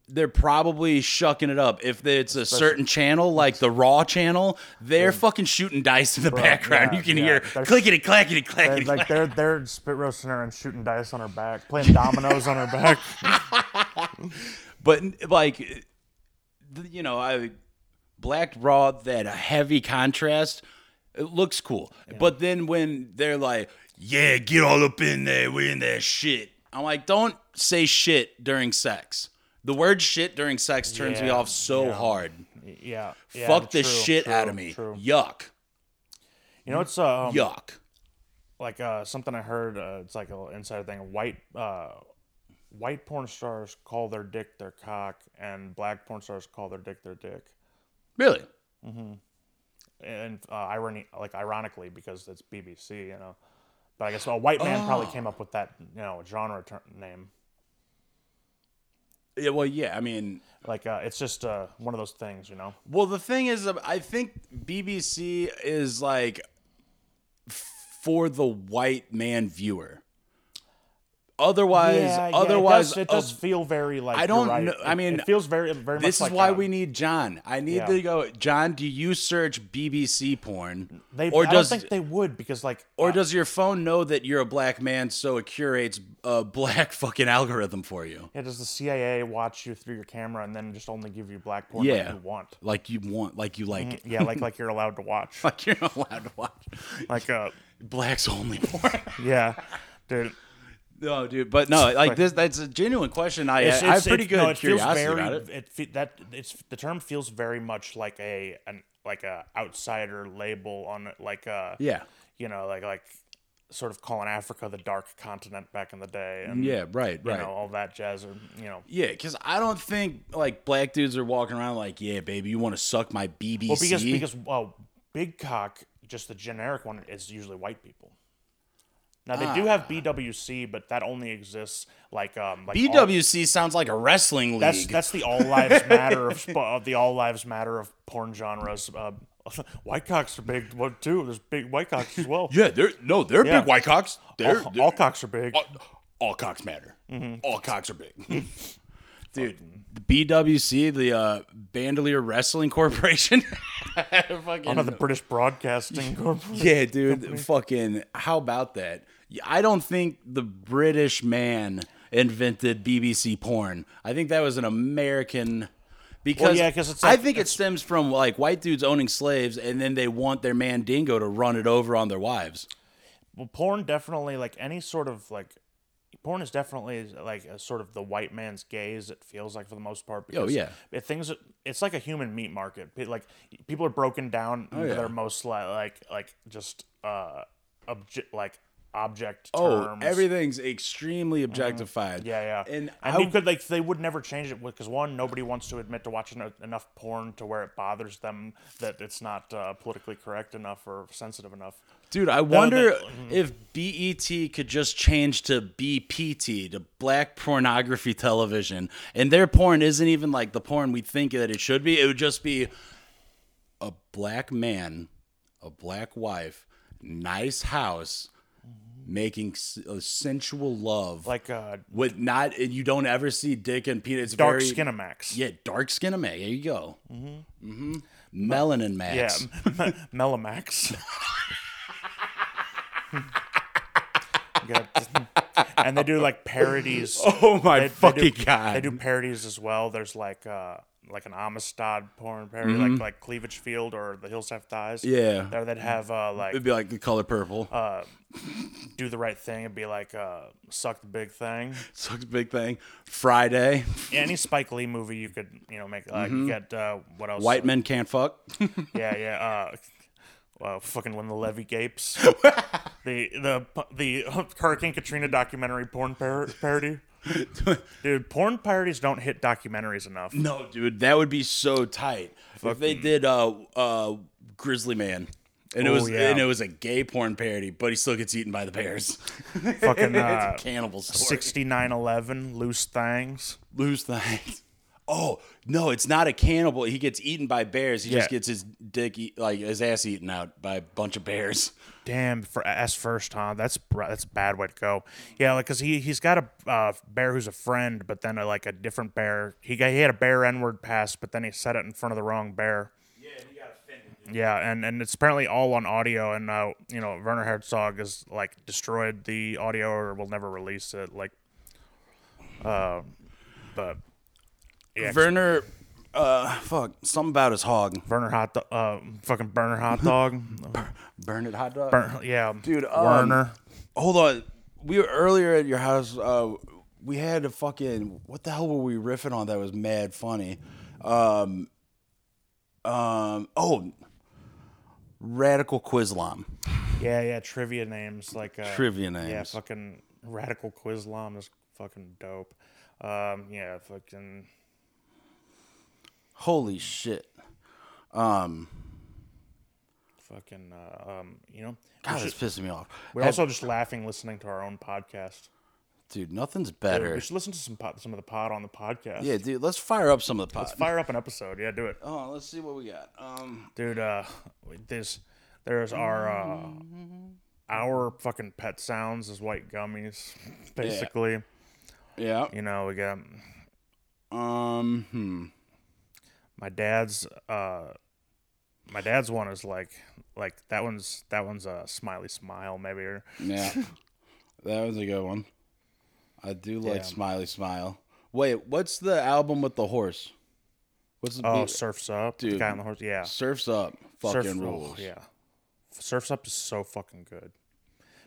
B: they're probably shucking it up. If it's a certain channel, like the Raw channel, they're fucking shooting dice in the background.
A: yeah,
B: you can
A: yeah.
B: hear
A: They're-
B: clickety clackety
A: They-
B: clackety.
A: like they're they're spit roasting her and shooting dice on her back, playing dominoes on her back.
B: but like th- you know i black raw that heavy contrast it looks cool but then when they're like yeah get all up in there we're in that shit i'm like don't say shit during sex the word shit during sex turns me
A: Yeah,
B: off so hard
A: Yeah, yeah,
B: fuck the
A: true,
B: shit
A: true,
B: out of me
A: True.
B: yuck
A: You know, it's um,
B: yuck
A: like uh, something I heard. Uh, it's like an insider thing. White uh, white porn stars call their dick their cock, and black porn stars call their dick their dick.
B: really
A: And uh, irony, like ironically, because it's BBC, you know. But I guess a white man probably came up with that, you know, genre ter- name.
B: yeah well yeah i mean
A: Like uh, it's just uh, one of those things, you know.
B: Well, the thing is, um, I think BBC is like for the white man viewer. Otherwise, otherwise, oh,
A: it does, it does
B: of-
A: feel very like.
B: I
A: you're
B: don't
A: right.
B: know- I
A: It-
B: mean,
A: it feels very, very.
B: this is
A: much like,
B: why
A: um,
B: we need John. I need
A: yeah.
B: to go. John, do you search BBC porn,
A: They,
B: or
A: I
B: does
A: don't think they would because like
B: or does your phone know that you're a black man, so it curates a black fucking algorithm for you,
A: Yeah, does the CIA watch you through your camera and then just only give you black porn
B: Yeah.
A: that you want?
B: like you want, like you like it,
A: Yeah, like like you're allowed to watch.
B: like you're not allowed to watch
A: Like uh
B: blacks only porn.
A: yeah. Dude,
B: No, dude, but no, like this. That's a genuine question. I,
A: it's,
B: I have
A: it's-
B: pretty
A: it's-
B: good
A: no, it feels
B: curiosity
A: very,
B: about it.
A: fe- that it's the term feels very much like a an like a outsider label on it, like uh
B: Yeah,
A: you know like like sort of calling Africa the dark continent back in the day and
B: yeah, right,
A: you
B: right.
A: know all that jazz or you know
B: Yeah, because I don't think like black dudes are walking around like, yeah, baby, you want to suck my BBC?
A: well because because well big cock just the generic one is usually white people. Now they do have
B: Ah.
A: BWC, but that only exists like um like all-
B: BWC sounds like a wrestling league.
A: that's that's the all lives matter of, sp- of the all lives matter of porn genres. Uh, white cocks are big one too. There's big white cocks as well.
B: yeah, they're no, they're
A: Yeah.
B: big white cocks. They're
A: all, Mm-hmm.
B: they're-
A: all cocks are big.
B: all, all cocks matter. All cocks are big.
F: Dude,
B: BWC, the uh, Bandelier Wrestling Corporation.
A: Under the British Broadcasting Corporation.
B: yeah, dude. Fucking, how about that? I don't think the British man invented BBC porn. I think that was an American. Because
A: yeah, 'cause it's
B: I
A: like-
B: think it stems from like white dudes owning slaves, and then they want their man Dingo to run it over on their wives.
A: Well, porn definitely like any sort of like porn is definitely like a sort of the white man's gaze. It feels like for the most part. Because
B: Oh, yeah.
A: It things it's like a human meat market. Pe- Like people are broken down. into
B: Oh, yeah.
A: Their most li- like like just uh object like object.
B: Oh,
A: terms. Mm-hmm.
B: everything's extremely objectified.
A: Yeah, yeah.
B: And
A: I
B: I-
A: mean, could like they would never change it because one, nobody wants to admit to watching a- enough porn to where it bothers them that it's not uh, politically correct enough or sensitive enough.
B: Dude, I wonder
A: that-
B: if BET could just change to BPT, to Black Pornography Television, and their porn isn't even like the porn we think that it should be. It would just be a black man, a black wife, nice house, making s- uh, sensual love.
A: Like uh,
B: with not, and you don't ever see dick and penis. It's
A: dark
B: very-
A: skinamax.
B: Yeah, dark skin of There you go. Mm-hmm. mm-hmm. Melanin
A: yeah,
B: max.
A: Melamax. Good. and they do like parodies.
B: Oh my
A: they- they do-
B: fucking god!
A: They do parodies as well. There's like uh like an Amistad porn parody, like like Cleavage Field or The Hills Have Thighs.
B: Mm-hmm. Yeah.
A: there they'd have uh like
B: It'd be like the color purple.
A: Uh. do the right thing and be like, uh, suck the big thing.
B: Sucks big thing. Friday.
A: Any Spike Lee movie you could, you know, make. Like, you get, uh, what else?
B: Mm-hmm. White men can't fuck.
A: Yeah, yeah. Uh, well, fucking when the levy gapes. the the the Hurricane Katrina documentary porn par- parody. Dude, porn parodies don't hit documentaries enough.
B: no, dude, that would be so tight. if they did uh uh Grizzly Man. And it
A: Oh,
B: was
A: yeah.
B: and it was a gay porn parody, but he still gets eaten by the bears.
A: Fucking uh,
B: Cannibal story.
A: sixty nine eleven loose things.
B: Lose things. Oh no, it's not a cannibal. He gets eaten by bears. He just
A: Yeah.
B: gets his dick, eat, like his ass, eaten out by a bunch of bears.
A: Damn, for S first, huh? That's br- that's a bad way to go. Yeah, like because he he's got a uh, bear who's a friend, but then a, like a different bear. He got he had a bear N word pass, but then he said it in front of the wrong bear. Yeah, and, and it's apparently all on audio, and uh, you know Werner Herzog has like destroyed the audio or will never release it. Like, uh, but yeah, 'cause
B: Werner, uh, fuck, something about his hog.
A: Werner hot do- uh fucking burner hot dog,
B: Burn it hot dog.
A: Burn- yeah, dude,
B: um,
A: Werner.
B: Hold on. We were earlier at your house. Uh, we had a fucking. What the hell were we riffing on that was mad funny? Um, um, oh, Radical Quizlam.
A: Yeah, yeah, trivia names like uh,
B: Trivia
A: Yeah,
B: names.
A: fucking radical quizlam is fucking dope. Um, yeah, fucking
B: Holy shit.
A: fucking uh, um, you know,
B: God, it's pissing me off.
A: we're also just laughing listening to our own podcast.
B: Dude, nothing's
A: We
B: better.
A: should listen to some pod, some of the pod on the podcast.
B: Yeah, dude, let's fire up some of the pot.
A: fire up an episode. Yeah, do it,
B: Hold on, let's see what we got. Um,
A: dude. Uh, this there's our uh, our fucking pet sounds is white gummies, basically.
B: yeah.
A: You know, we got
B: Um, hmm.
A: my dad's uh my dad's one is like like that one's that one's a smiley smile maybe or
B: Yeah. that was a good one. I do like Smiley Smile. Wait, what's the album with the horse? What's the
A: oh
B: beat?
A: surfs up
B: Dude.
A: guy on the horse yeah
B: Surf's Up. Fucking
A: Surf- oh,
B: rules.
A: yeah surfs up is so fucking good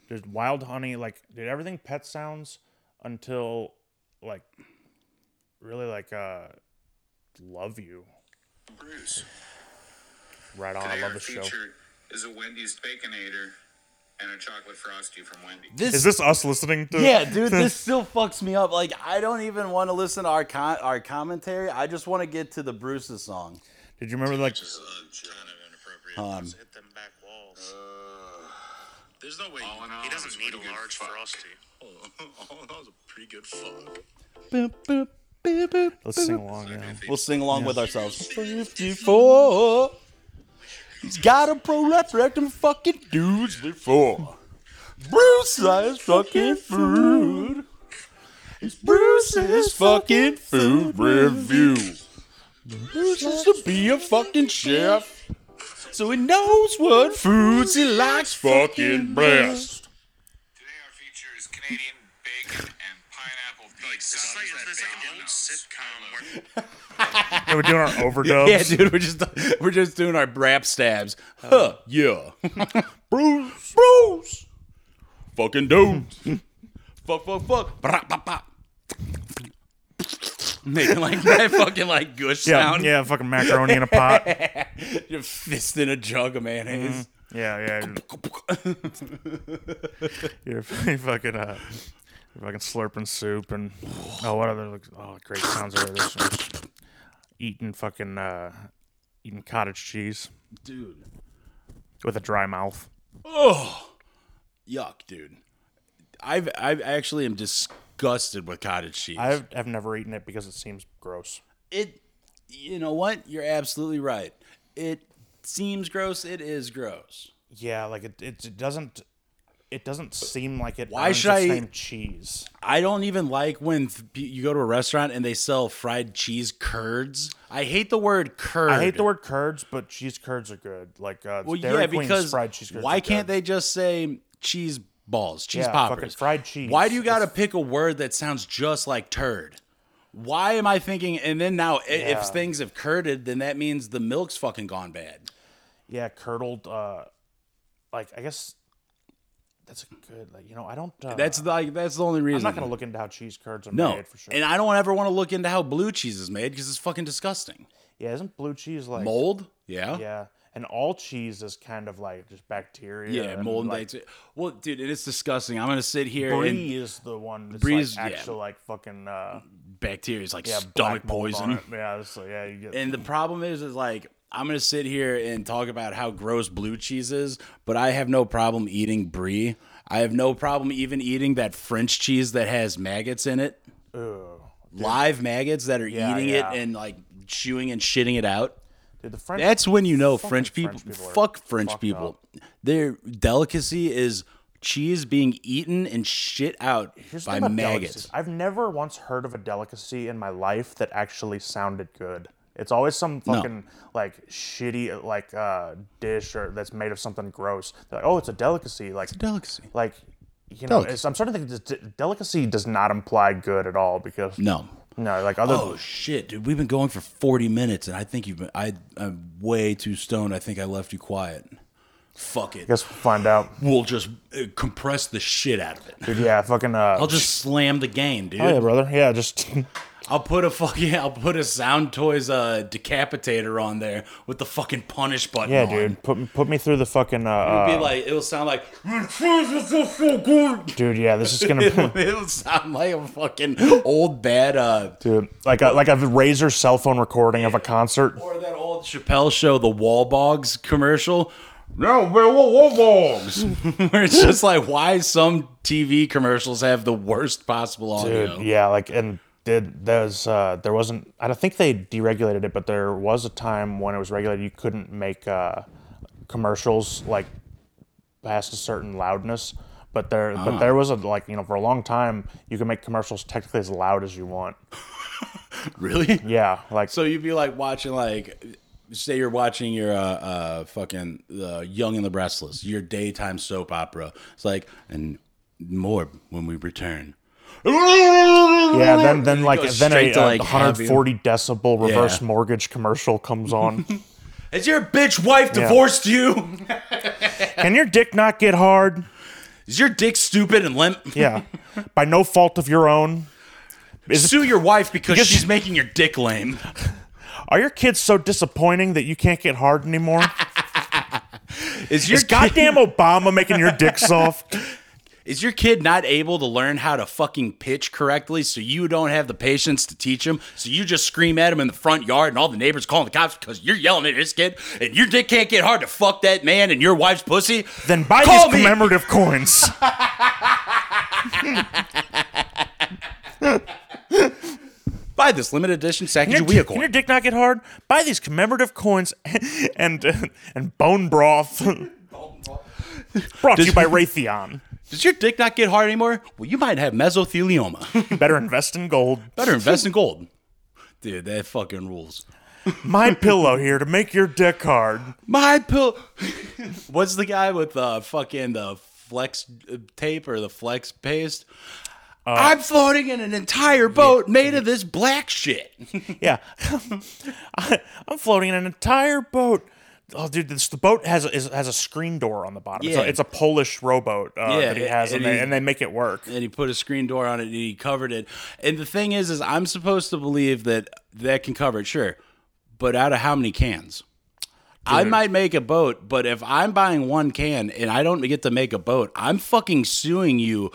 A: there's wild honey like dude everything pet sounds until like really like uh love you
G: Bruce.
A: right on Oh, i
G: Today
A: love
G: our
A: the show
G: feature is a Wendy's Baconator and a chocolate frosty from Wendy's.
B: This,
A: is this us listening to
B: Yeah, dude, this still fucks me up. Like I don't even want to listen to our con- our commentary. I just want to get to the Bruce's song.
A: did you remember like
G: is kind of inappropriate. Uh,
B: Um,
H: hit them back walls. There's no way
G: All in all,
H: he
G: it's
H: doesn't need
G: pretty
H: a
G: good
H: large
G: fuck.
H: frosty. Oh, that was a pretty good fuck.
B: Boop, boop, boop, boop.
A: let's sing along yeah.
B: We'll sing along with ourselves. 54. He's got a prolapse rectum fucking dudes before. Bruce lies fucking food. It's Bruce's fucking food review. Bruce used to be a fucking chef, so he knows what foods he likes fucking best.
G: Today our feature is Canadian bacon and pineapple pizza. It's like this old sitcom where
A: Yeah, we're doing our overdubs.
B: Yeah, dude, we're just we're just doing our brap stabs. Huh? Yeah. Bruce, Uh-huh. Bruce, fucking dude. fuck, fuck, fuck. Brap, brap, brap. Making like that fucking like gush
A: yeah,
B: sound.
A: yeah, fucking macaroni in a pot. Yeah,
B: Your fist in a jug of mayonnaise.
A: yeah.
B: Mm-hmm.
A: You're fucking uh, you're fucking slurping soup and oh, what other oh great sounds are this one? Eating fucking uh, eating cottage cheese
B: dude.
A: with a dry mouth.
B: Oh, yuck, dude. I've I've actually am disgusted with cottage cheese.
A: I've I've never eaten it because it seems gross.
B: it you know what you're absolutely right it seems gross it is gross
A: Yeah, like it it, it doesn't. It doesn't seem like it.
B: Why
A: earns
B: should
A: its
B: I-
A: name cheese?
B: i don't even like when th- you go to a restaurant and they sell fried cheese curds i hate the word curd
A: I hate the word curds, but cheese curds are good. Like uh,
B: well
A: Dairy
B: yeah
A: Queen's
B: because
A: fried cheese curds.
B: why
A: are
B: can't
A: good.
B: they just say cheese balls cheese
A: Yeah, fucking
B: poppers
A: fried cheese.
B: why do you gotta
A: It's-
B: pick a word that sounds just like turd why am i thinking and then now i
A: Yeah.
B: if things have curded then that means the milk's fucking gone bad
A: Yeah, curdled. Uh, like I guess that's a good. Like you know, I don't. Uh,
B: that's like that's the only
A: I'm
B: reason
A: not gonna look into how cheese curds are
B: No,
A: made for sure.
B: and I don't ever want to look into how blue cheese is made because it's fucking disgusting.
A: yeah, isn't blue cheese like
B: Mold, yeah,
A: Yeah, and all cheese is kind of like just bacteria.
B: yeah,
A: and,
B: mold.
A: Like,
B: that's- well, dude, and it's disgusting. I'm gonna sit here
A: Brie is the one. That's
B: Brie's- yeah.
A: like actual like fucking uh,
B: and bacteria is like
A: yeah,
B: stomach
A: black mold on
B: poison.
A: it. Yeah, it's like, yeah, you get.
B: And the problem is, is like I'm gonna sit here and talk about how gross blue cheese is, but I have no problem eating brie. I have no problem even eating that French cheese that has maggots in it,
A: Ugh.
B: live maggots that are
A: Yeah,
B: eating
A: yeah.
B: it and like chewing and shitting it out.
A: Dude, the French.
B: That's when you know
A: Fucking
B: French people,
A: French people are
B: fuck French
A: fucked
B: people. Their delicacy is cheese being eaten and shit out
A: Here's the
B: by
A: thing about
B: maggots.
A: delicacies. I've never once heard of a delicacy in my life that actually sounded good. It's always some fucking like shitty like uh, dish or that's made of something gross. They're like, oh, it's a delicacy. Like
B: Delicacy.
A: like you know, it's, I'm starting to think that de- delicacy does not imply good at all because
B: No.
A: no, like other
B: Oh shit, dude! We've been going for forty minutes, and I think you've been. I, I'm way too stoned. I think I left you quiet. Fuck it.
A: I guess we'll find out.
B: We'll just uh, compress the shit out of it.
A: Dude, yeah, fucking. Uh,
B: I'll just slam the game, dude.
A: oh, yeah, brother. Yeah, just
B: I'll put a fucking. I'll put a Sound Toys uh, decapitator on there with the fucking punish button.
A: yeah,
B: on.
A: dude. Put me- put me through the fucking. Uh,
B: It'll
A: uh,
B: be like it'll sound like it
A: dude, yeah, this is gonna.
B: will sound like a fucking old bad uh
A: Dude, like a, like a razor cell phone recording of a concert.
B: or that old Chappelle show the wall bogs commercial. No, we're wall bogs. Where it's just like why some TV commercials have the worst possible
A: Dude,
B: audio.
A: yeah, like and did there's uh there wasn't I don't think they deregulated it, but there was a time when it was regulated you couldn't make uh commercials like past a certain loudness. But there
B: Ah.
A: but there was a like, you know, for a long time you can make commercials technically as loud as you want.
B: Really?
A: Yeah. Like
B: So you'd be like watching like say you're watching your uh, uh fucking uh, Young and the Restless, your daytime soap opera. It's like and more when we return.
A: yeah, then then like
B: goes
A: then a,
B: straight to,
A: uh,
B: like,
A: 140 decibel reverse
B: Yeah.
A: mortgage commercial comes on.
B: Has your bitch wife divorced you?
A: Can your dick not get hard?
B: Is your dick stupid and limp?
A: Yeah. By no fault of your own.
B: Sue your wife because,
A: Because-
B: she's making your dick lame.
A: Are your kids so disappointing that you can't get hard anymore?
B: Is your
A: Is goddamn Obama making your dick soft?
B: is your kid not able to learn how to fucking pitch correctly? So you don't have the patience to teach him. So you just scream at him in the front yard, and all the neighbors calling the cops because you're yelling at his kid, and your dick can't get hard to fuck that man and your wife's pussy.
A: Then buy
B: Call
A: these
B: me.
A: commemorative coins.
B: Buy this limited edition
A: Can
B: Sacagawea
A: your,
B: coin.
A: can your dick not get hard? Buy these commemorative coins and and, bone broth. Brought to you by Raytheon.
B: Does your dick not get hard anymore? Well, you might have mesothelioma.
A: Better invest in gold.
B: Better invest in gold. Dude, that fucking rules.
A: My pillow here to make your dick hard.
B: My pill. What's the guy with uh, fucking the flex uh, tape or the flex paste? I'm floating in an entire boat made of this black shit.
A: Yeah, I, I'm floating in an entire boat. Oh, dude, this the boat has a, is, has a screen door on the bottom. It's,
B: Yeah.
A: a, it's a Polish rowboat uh,
B: Yeah,
A: that he has, and,
B: and
A: they,
B: he-
A: and they make it work.
B: and he put a screen door on it and he covered it. And the thing is, is I'm supposed to believe that that can cover it, sure, but out of how many cans? I might make a boat, but if I'm buying one can and I don't get to make a boat, I'm fucking suing you,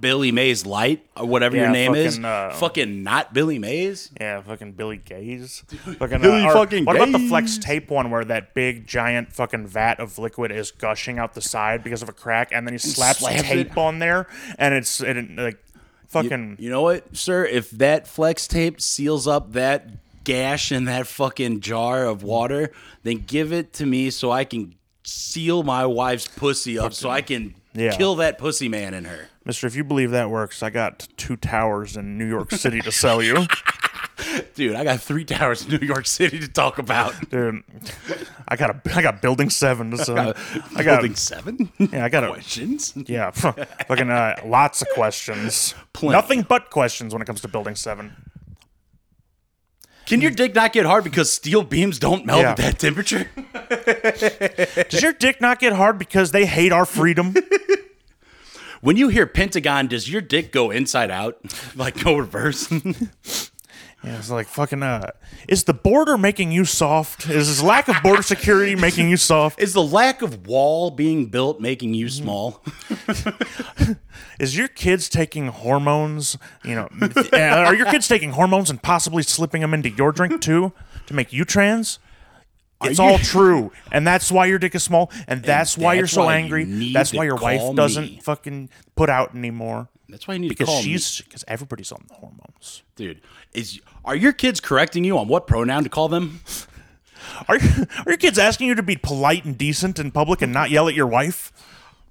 B: Billy Mays Light or whatever
A: Yeah,
B: your name is.
A: fucking, uh,
B: fucking not Billy Mays.
A: Yeah, fucking Billy Gaze. Fucking, uh,
B: Billy
A: or
B: fucking
A: What about the flex
B: Gaze.
A: tape one where that big giant fucking vat of liquid is gushing out the side because of a crack, and then he slaps,
B: slaps
A: tape
B: it.
A: on there, and it's it, it, like fucking
B: You know what, sir? If that flex tape seals up that gash in that fucking jar of water, then give it to me so I can seal my wife's pussy up so I can
A: Yeah.
B: kill that pussy man in her.
A: Mister. If you believe that works, I got two towers in New York City to sell you.
B: Dude, I got three towers in New York City to talk about.
A: Dude, I got a, I got building seven. So Uh, I got,
B: Building seven?
A: yeah, I got a,
B: Questions?
A: yeah, fucking uh, lots of questions.
B: Plenty.
A: Nothing but questions when it comes to building seven.
B: Can your dick not get hard because steel beams don't melt
A: Yeah.
B: at that temperature?
A: Does your dick not get hard because they hate our freedom?
B: When you hear Pentagon, does your dick go inside out? Like go reverse?
A: yeah, it's like fucking. Uh, is the border making you soft? Is this lack of border security making you soft?
B: Is the lack of wall being built making you small?
A: Is your kids taking hormones? You know, uh, are your kids taking hormones and possibly slipping them into your drink too to make you trans? It's all true, and that's why your dick is small, and that's why you're
B: that's
A: so
B: why you
A: angry.
B: need
A: that's
B: to
A: why your wife
B: call
A: doesn't
B: me.
A: fucking put out anymore
B: That's why you need to
A: because
B: call me.
A: she's because everybody's on the hormones.
B: dude is are your kids correcting you on what pronoun to call them
A: Are you, are your kids asking you to be polite and decent in public and not yell at your wife?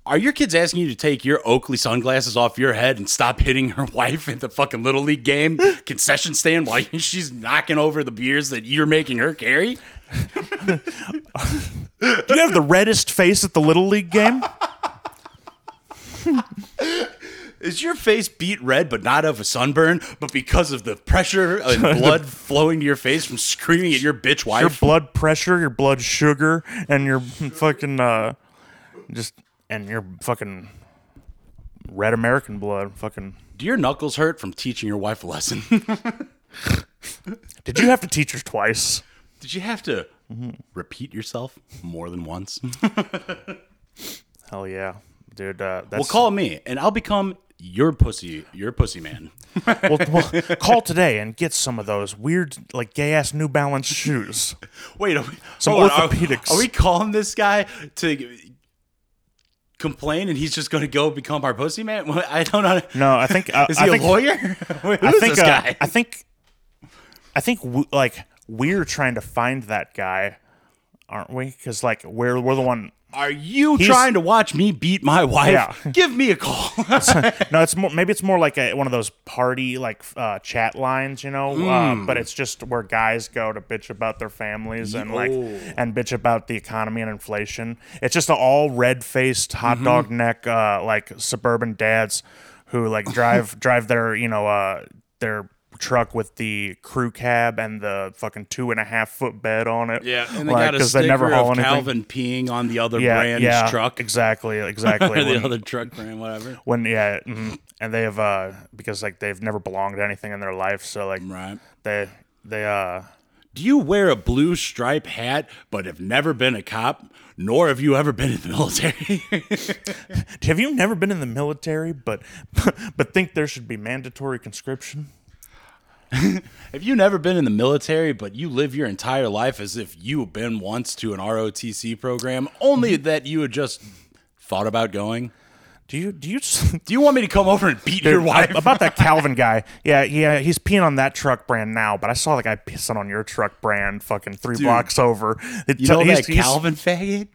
B: are your kids asking you to take your oakley sunglasses off your head and stop hitting her wife at the fucking little league game concession stand while she's knocking over the beers that you're making her carry
A: Do you have the reddest face at the little league game?
B: is your face beat red but not of a sunburn but because of the pressure and blood flowing to your face from screaming at your bitch
A: Your
B: wife
A: blood pressure, your blood sugar, and your fucking uh, just and your fucking red American blood. Fucking.
B: do your knuckles hurt from teaching your wife a lesson
A: Did you have to teach her twice?
B: did you have to
A: Mm-hmm.
B: repeat yourself more than once
A: Hell yeah, dude. Uh, that's,
B: Well, call me, and I'll become your pussy, your pussy man.
A: well, well, call today and get some of those weird, like gay ass New Balance shoes.
B: Wait, are we,
A: Some
B: hold on,
A: orthopedics.
B: Are, are we calling this guy to complain, and he's just going to go become our pussy man? Well, I don't know.
A: No, I think uh,
B: Is
A: I
B: he a
A: think,
B: lawyer? Who's
A: I think
B: this
A: uh,
B: guy?
A: I think I think w- like we're trying to find that guy, aren't we? Because like we're we're the one.
B: are you trying to watch me beat my wife?
A: Yeah.
B: Give me a call.
A: No, it's more maybe it's more like a, one of those party like f- uh, chat lines, you know.
B: Mm.
A: Uh, but it's just where guys go to bitch about their families and like
B: oh.
A: and bitch about the economy and inflation. It's just a all red faced
B: Mm-hmm.
A: hot dog neck uh, like suburban dads who like drive drive their you know uh, their truck with the crew cab and the fucking two and a half foot bed on it.
B: and they
A: Like,
B: got a sticker
A: haul
B: of
A: anything.
B: Calvin peeing on the other
A: Yeah,
B: brand's
A: yeah,
B: truck.
A: Exactly, exactly.
B: Or the
A: When-
B: other truck brand, whatever.
A: when yeah mhm. and they have uh because like they've never belonged to anything in their life so like
B: Right.
A: they they uh
B: Do you wear a blue stripe hat but have never been a cop, nor have you ever been in the military?
A: have you never been in the military but but think there should be mandatory conscription
B: have you never been in the military but you live your entire life as if you've been once to an ROTC program, only that you had just thought about going?
A: do you do you s-
B: Do you want me to come over and beat your
A: Dude,
B: wife?
A: about that Calvin guy? Yeah, yeah, he's peeing on that truck brand now, but I saw the guy pissing on your truck brand, fucking three blocks over. It
B: you
A: te-
B: know
A: he's-
B: that
A: he's-
B: Calvin faggot?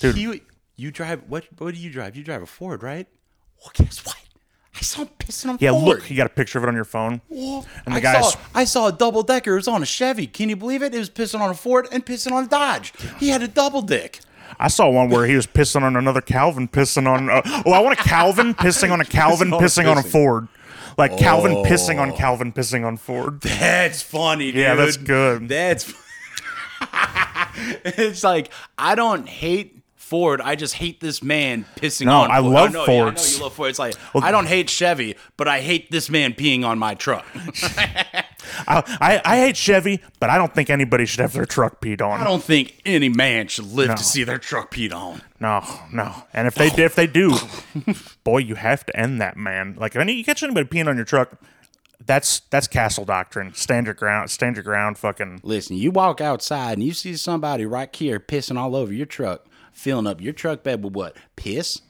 B: He- you drive what? What do you drive? You drive a Ford, right? Well, guess what? I saw him pissing on
A: Yeah,
B: forward.
A: look, you got a picture of it on your phone. And the
B: I
A: guy's-
B: saw, I saw a double decker. It was on a Chevy. Can you believe it? It was pissing on a Ford and pissing on a Dodge. He had a double dick.
A: I saw one where he was pissing on another Calvin, pissing on. Uh, oh, I want a Calvin pissing on a Calvin,
B: on a
A: pissing on a
B: pissing. Oh.
A: Ford. Like Calvin pissing on Calvin, pissing on Ford.
B: That's funny, dude.
A: Yeah, that's good.
B: That's. it's like I don't hate Ford. I just hate this man pissing
A: No,
B: on.
A: I
B: Ford.
A: love
B: know, yeah, I know
A: Fords.
B: you love Ford. It's like I don't hate Chevy, but I hate this man peeing on my truck.
A: I, I hate Chevy, but I don't think anybody should have their truck peed on.
B: I don't think any man should live
A: No.
B: to see their truck peed on.
A: No, no. And if they do- if they do, boy, you have to end that man. Like if any you catch anybody peeing on your truck, that's that's castle doctrine. Stand your ground. Stand your ground. Fucking.
B: Listen, you walk outside and you see somebody right here pissing all over your truck, filling up your truck bed with what? Piss?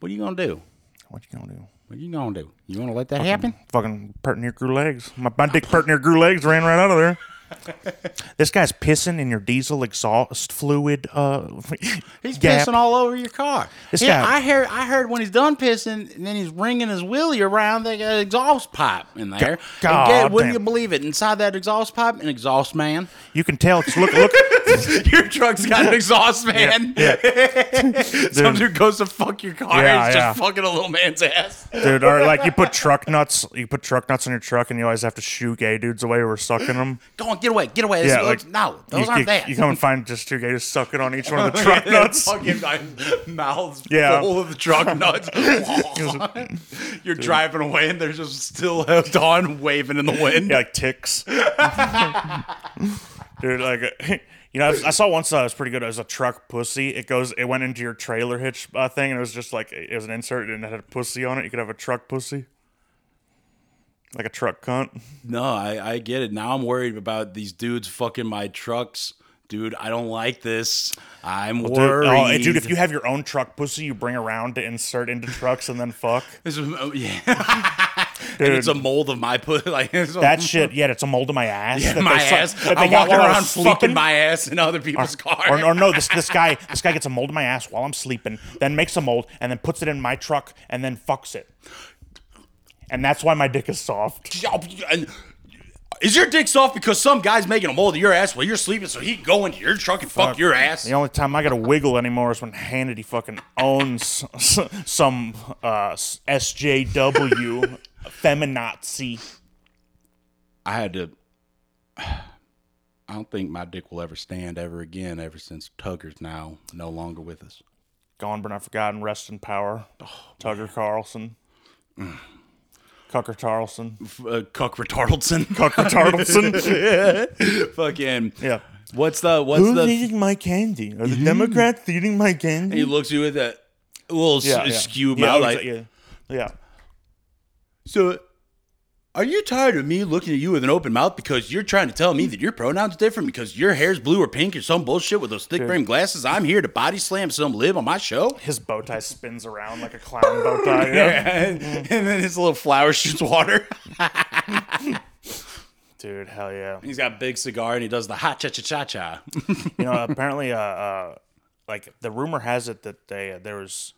B: What are you gonna do?
A: What you gonna do?
B: What are you gonna do? You wanna let that happen?
A: Fucking pert near grew legs. My, my dick pert near grew legs ran right out of there. this guy's pissing in your diesel exhaust fluid. Uh,
B: He's
A: gap.
B: pissing all over your car.
A: This
B: yeah,
A: guy-
B: I heard. I heard when he's done pissing, and then he's wringing his willy around the uh, exhaust pipe in there.
A: Go-
B: and
A: God
B: wouldn't
A: damn.
B: you believe it? Inside that exhaust pipe, an exhaust man.
A: You can tell. 'cause Look, look.
B: your truck's got an exhaust man.
A: yeah.
B: Some dude goes to fuck your car.
A: Yeah,
B: he's
A: yeah.
B: just fucking a little man's ass.
A: dude. Or like you put truck nuts, you put truck nuts in your truck, and you always have to shoo gay dudes away who are sucking them.
B: Go on, get away, get away. This
A: Yeah,
B: is-
A: like,
B: no, those
A: you,
B: aren't
A: you,
B: that.
A: You come and find just two guys sucking on each one of the truck nuts.
B: Fucking like, mouths
A: Yeah.
B: full of the truck nuts. You're driving away, and they're just still hooked on, waving in the wind.
A: Yeah, like ticks. Dude, like you know, I, was- I saw one that was pretty good. It was a truck pussy. It goes, it went into your trailer hitch uh, thing, and it was just like it was an insert and it had a pussy on it. You could have a truck pussy, like a truck cunt.
B: No, I, I get it. Now I'm worried about these dudes fucking my trucks. Dude, I don't like this. I'm
A: Dude, oh,
B: worried.
A: and dude, if you have your own truck pussy, you bring around to insert into trucks and then fuck.
B: This is, oh, yeah. and it's a mold of my put like it's a-
A: That shit, yeah, it's a mold of my ass. that they
B: my
A: su-
B: ass.
A: that they
B: I'm
A: got
B: walking
A: while I
B: around
A: was sleeping.
B: fucking my ass in other people's cars.
A: Or, or no, this this guy this guy gets a mold in my ass while I'm sleeping, then makes a mold and then puts it in my truck and then fucks it. And that's why my dick is soft.
B: And is your dick soft because some guy's making a mold of your ass while you're sleeping so he can go into your truck and fuck, your ass?
A: The only time I gotta wiggle anymore is when Hannity fucking owns s- some uh, s- SJW feminazi.
B: I had to. I don't think my dick will ever stand ever again ever since Tugger's now no longer with us.
A: Gone but not forgotten, rest in power. Tugger Carlson. Cucker Tarlson.
B: uh, Cuck Retardaldson.
A: Cucker Tarlson.
B: Fucking.
A: yeah.
B: What's the what's the?
A: my candy? Are the Democrats eating my candy?
B: He looks you with a little s- skew
A: yeah,
B: mouth.
A: exa-
B: Like,
A: yeah. yeah.
B: So, are you tired of me looking at you with an open mouth because you're trying to tell me that your pronouns different because your hair's blue or pink or some bullshit with those thick frame glasses? I'm here to body slam some lib on my show.
A: His bow tie spins around like a clown bow tie. Yeah.
B: and, and then his little flower shoots water.
A: Dude, hell yeah.
B: He's got a big cigar and he does the ha cha cha cha cha.
A: You know, apparently, uh, uh, like the rumor has it that they uh, there was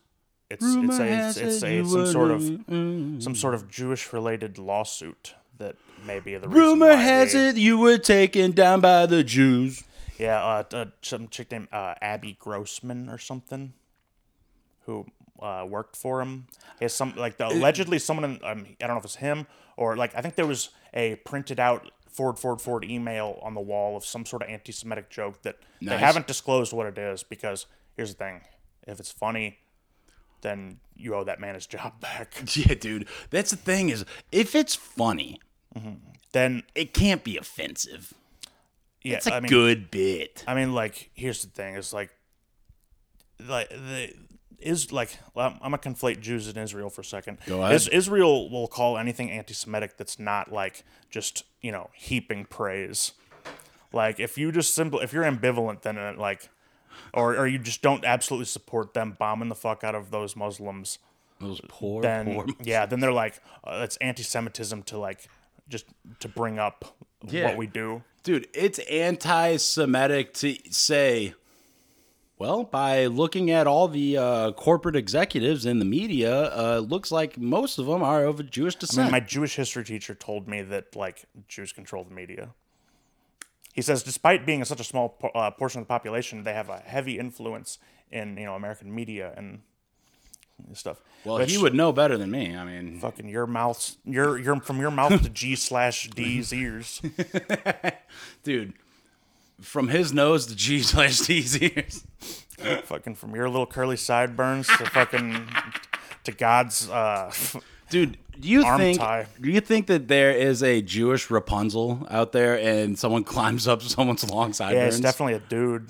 A: it's it's a it's, it's a some sort of some sort of Jewish related lawsuit that may be the reason
B: Rumor
A: why
B: has
A: they-
B: it you were taken down by the Jews.
A: Yeah, uh, t- uh, some chick named uh, Abby Grossman or something, who uh, worked for him. Is some like
B: Uh,
A: the, allegedly someone in, um, I don't know if it's him or like I think there was a printed out Ford Ford Ford email on the wall of some sort of anti-Semitic joke that they
B: Nice.
A: haven't disclosed what it is because here's the thing: if it's funny, then you owe that man his job back.
B: Yeah, dude. That's the thing is, if it's funny,
A: Then
B: it can't be offensive.
A: yeah,
B: It's a
A: I mean,
B: good bit.
A: I mean, like, here's the thing: is like, like the is like well, I'm, I'm gonna conflate Jews and Israel for a second. Go
B: ahead.
A: Israel will call anything anti-Semitic that's not like just you know heaping praise. Like, if you just simple, if you're ambivalent, then uh, like, or or you just don't absolutely support them bombing the fuck out of those Muslims,
B: Those poor,
A: then
B: poor.
A: yeah, then they're like, uh, it's anti-Semitism to like just to bring up
B: Yeah.
A: what we do.
B: Dude, it's anti Semitic to say Well, by looking at all the uh, corporate executives in the media, uh, looks like most of them are of Jewish
A: I
B: descent.
A: mean, my Jewish history teacher told me that like Jews control the media. He says, despite being such a small po- uh, portion of the population, they have a heavy influence in you know American media and stuff.
B: well,
A: Which-
B: he would know better than me. I mean,
A: fucking your mouth, your your from your mouth to G slash D's ears.
B: dude, from his nose to G slash D's ears.
A: fucking from your little curly sideburns to fucking to God's. Uh,
B: Dude, do you
A: Arm
B: think
A: tie.
B: do you think that there is a Jewish Rapunzel out there and someone climbs up someone's long
A: yeah,
B: sideburns?
A: it's definitely a dude.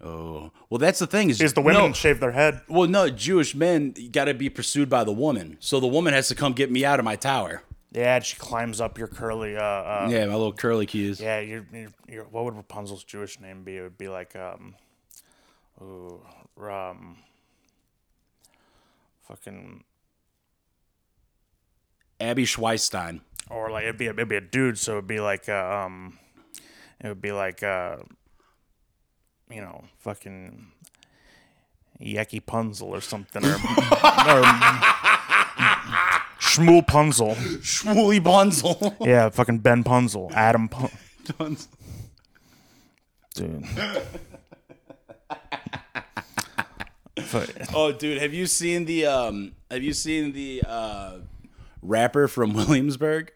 B: Oh. Well, that's the thing is,
A: Is the women
B: no,
A: shave their head?
B: well, no, Jewish men got to be pursued by the woman. So the woman has to come get me out of my tower.
A: Yeah, and she climbs up your curly. Uh, uh, yeah,
B: Yeah, my little curly cues.
A: your, your, your what would Rapunzel's Jewish name be? It would be like um, ooh, um, fucking
B: Abby Schweistein.
A: or like it'd be a, it'd be a dude, so it'd be like uh, um, it would be like uh, you know, fucking Yeki Punzel or something, or, or Shmuel Punzel,
B: Schmooly Bunzel.
A: yeah, fucking Ben Punzel, Adam Pun, dude. Fuck.
B: oh, dude, have you seen the um have you seen the uh rapper from Williamsburg?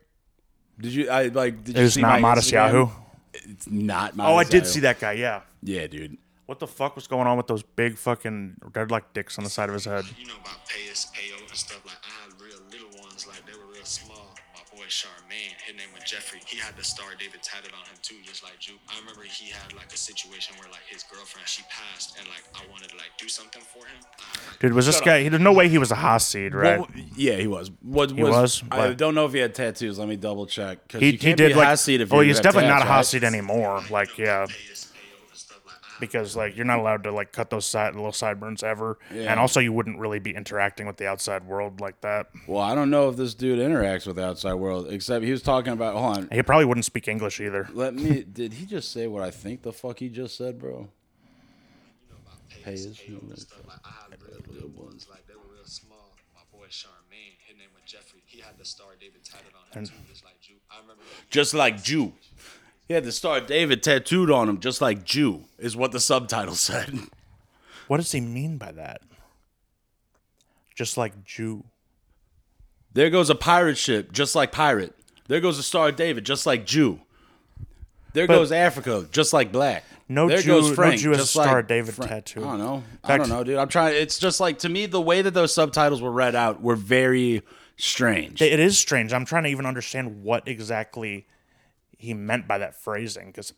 B: Did you I like did you
A: It was
B: see
A: not
B: my
A: Modest
B: Instagram?
A: Yahoo.
B: It's not
A: Oh,
B: Modest
A: I did
B: Yahoo.
A: see that guy. Yeah.
B: Yeah, dude.
A: What the fuck was going on with those big fucking? They're like dicks on the side of his head.
H: You know about payas, payo, and stuff like I had real little ones, like they were real small. My boy Charmaine, his name was Jeffrey. He had the Star David tatted on him too, just like Juke. I remember he had like a situation where like his girlfriend she passed, and like I wanted to like do something for him. I had, like,
A: Dude, was this guy? He, there's no way he was a Haas seed, right?
B: Well, yeah, he was. What
A: He
B: was?
A: was?
B: I
A: What?
B: don't know if he had tattoos. Let me double check. 'cause
A: he,
B: you
A: he
B: can't be
A: did
B: a
A: like
B: hot seat if
A: well
B: you
A: he's
B: have
A: definitely
B: tats,
A: not a hot
B: right?
A: seat anymore like yeah
H: payas, payo, and stuff like I had
A: because like you're not allowed to like cut those side little sideburns ever and also you wouldn't really be interacting with the outside world like that
B: Well, I don't know if this dude interacts with the outside world, except he was talking about. Hold on,
A: he probably wouldn't speak english either
B: let me. Did he just say what I think the fuck he just said, bro?
H: payas, payo, and stuff like I had real little ones, like they were real small. My boy Charmaine, his name was Jeffrey. He had the Star David tatted on him too, just like Juke. I remember.
B: Just like Jew. He had the Star David tattooed on him, just like Jew, is what the subtitle said.
A: what does he mean by that just like jew
B: There goes a pirate ship, just like pirate. There goes a Star David, just like Jew. There goes Africa, just like black.
A: No
B: there
A: Jew- no Jew has a Star David tattoo.
B: I don't know. I
A: fact-
B: don't know, dude. I'm trying. It's just like to me, the way that those subtitles were read out were very strange.
A: it is strange i'm trying to even understand what exactly he meant by that phrasing because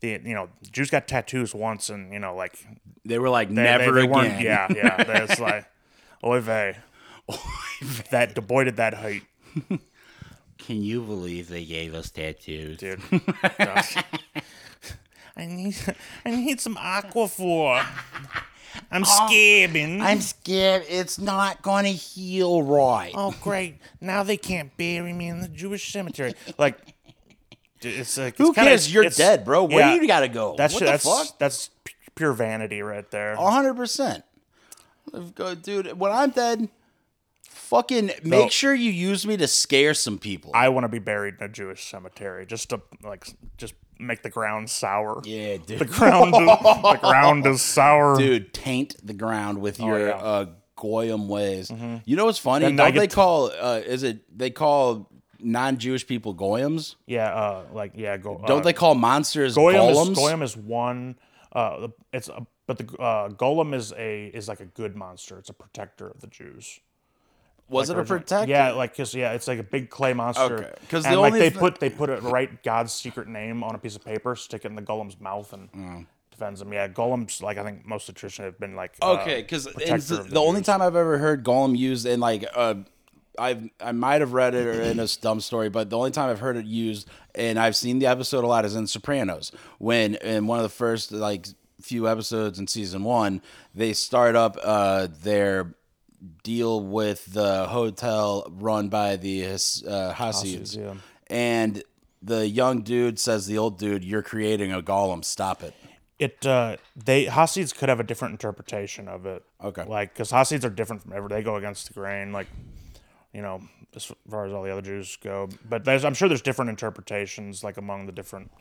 A: the you know jews got tattoos once and you know like
B: They were like
A: They-
B: never
A: they, they
B: again.
A: weren't- Yeah, yeah. That's like, oy vey. That deboided that height,
B: Can you believe they gave us tattoos?
A: dude. I need, I need some aquaphor. I'm
B: Oh,
A: scabbing.
B: scared. It's not gonna heal right.
A: oh, great. Now they can't bury me in the Jewish cemetery. Like, dude, it's like
B: Who
A: it's kinda-
B: cares? You're
A: it's-
B: dead, bro. Where
A: yeah.
B: do you gotta go?
A: That's
B: what the
A: that's
B: fuck?
A: that's p- pure vanity right there.
B: hundred percent. Dude, when I'm dead, fucking make sure you use me to scare some people.
A: I want to be buried in a Jewish cemetery just to like s- just make the ground sour.
B: yeah, dude.
A: The ground, is, the ground is sour.
B: dude, taint the ground with your
A: Oh, yeah. Mm-hmm.
B: uh, goyim ways. You know what's funny?
A: Then I
B: Don't
A: get
B: they
A: to-
B: call? Uh, is it they call non-Jewish people goyim's?
A: Yeah, uh, like yeah, go.
B: Don't
A: uh,
B: they call monsters
A: Goyim
B: golems?
A: is Goyim is one. Uh, it's a, but the uh, golem is a is like a good monster. It's a protector of the Jews.
B: Was it a
A: Originally-
B: protector?
A: Yeah, like cause yeah, it's like a big clay monster.
B: Okay, 'cause
A: and
B: the
A: like
B: only
A: they
B: thi-
A: put they put it write God's secret name on a piece of paper, stick it in the golem's mouth, and
B: Oh.
A: defends him. Yeah, golems like I think most of the tradition have been like uh,
B: Okay, because
A: protector
B: the,
A: of
B: the only
A: Jews.
B: time I've ever heard Gollum used in like uh, I've I might have read it or in a dumb story, but the only time I've heard it used and I've seen the episode a lot is in Sopranos when in one of the first like few episodes in season one they start up uh, their deal with the hotel run by the Hasids, uh, Hasids
A: yeah.
B: and the young dude says the old dude, "You're creating a Gollum. Stop it."
A: it uh they Hasids could have a different interpretation of it.
B: Okay.
A: Like cuz Hasids are different from ever they go against the grain like you know as far as all the other Jews go, but there's I'm sure there's different interpretations like among the different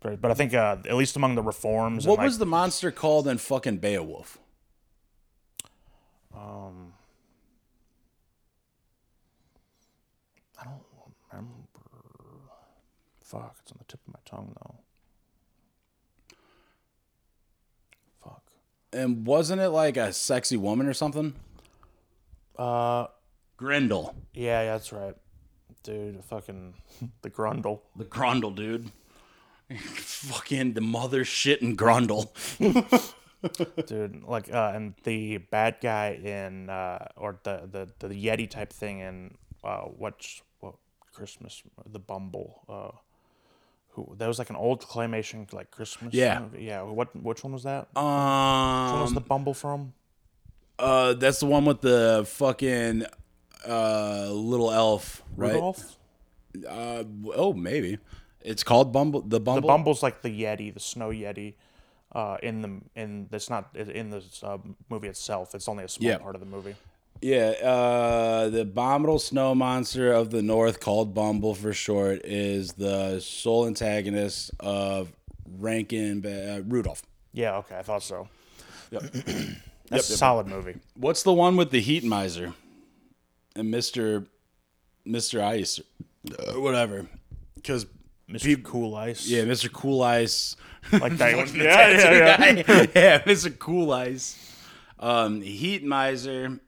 A: but but I think uh, at least among the reforms and
B: What
A: like,
B: was the monster called in fucking Beowulf?
A: fuck it's on the tip of my tongue though. Fuck.
B: And wasn't it like a sexy woman or something?
A: Uh
B: Grendel.
A: yeah, yeah, that's right. Dude, fucking the grundle.
B: The Grundle, dude. fucking the mother shit and Grundle.
A: dude like uh and the bad guy in uh or the the, the yeti type thing in uh what's what christmas the bumble uh who that was like an old claymation like christmas
B: Yeah.
A: movie. yeah Um, what which one was that which one was
B: Um,
A: the bumble from
B: uh, that's the one with the fucking uh little elf, right?
A: Rudolph?
B: Uh, oh, maybe. It's called Bumble. The Bumble.
A: the bumble's like the yeti the snow yeti uh, in the in that's not in the uh, movie itself. It's only a small
B: Yeah.
A: part of the movie.
B: Yeah, uh, the abominable snow monster of the north, called Bumble for short, is the sole antagonist of Rankin uh, Rudolph.
A: Yeah, okay, I thought so. Yep, that's a solid movie.
B: What's the one with the heat miser and Mister Mister Ice, or whatever? Because
A: Mr. cool Ice.
B: yeah, Mister Cool Ice,
A: like that one. yeah, yeah, yeah.
B: yeah, Mister Cool Ice, um, heat miser.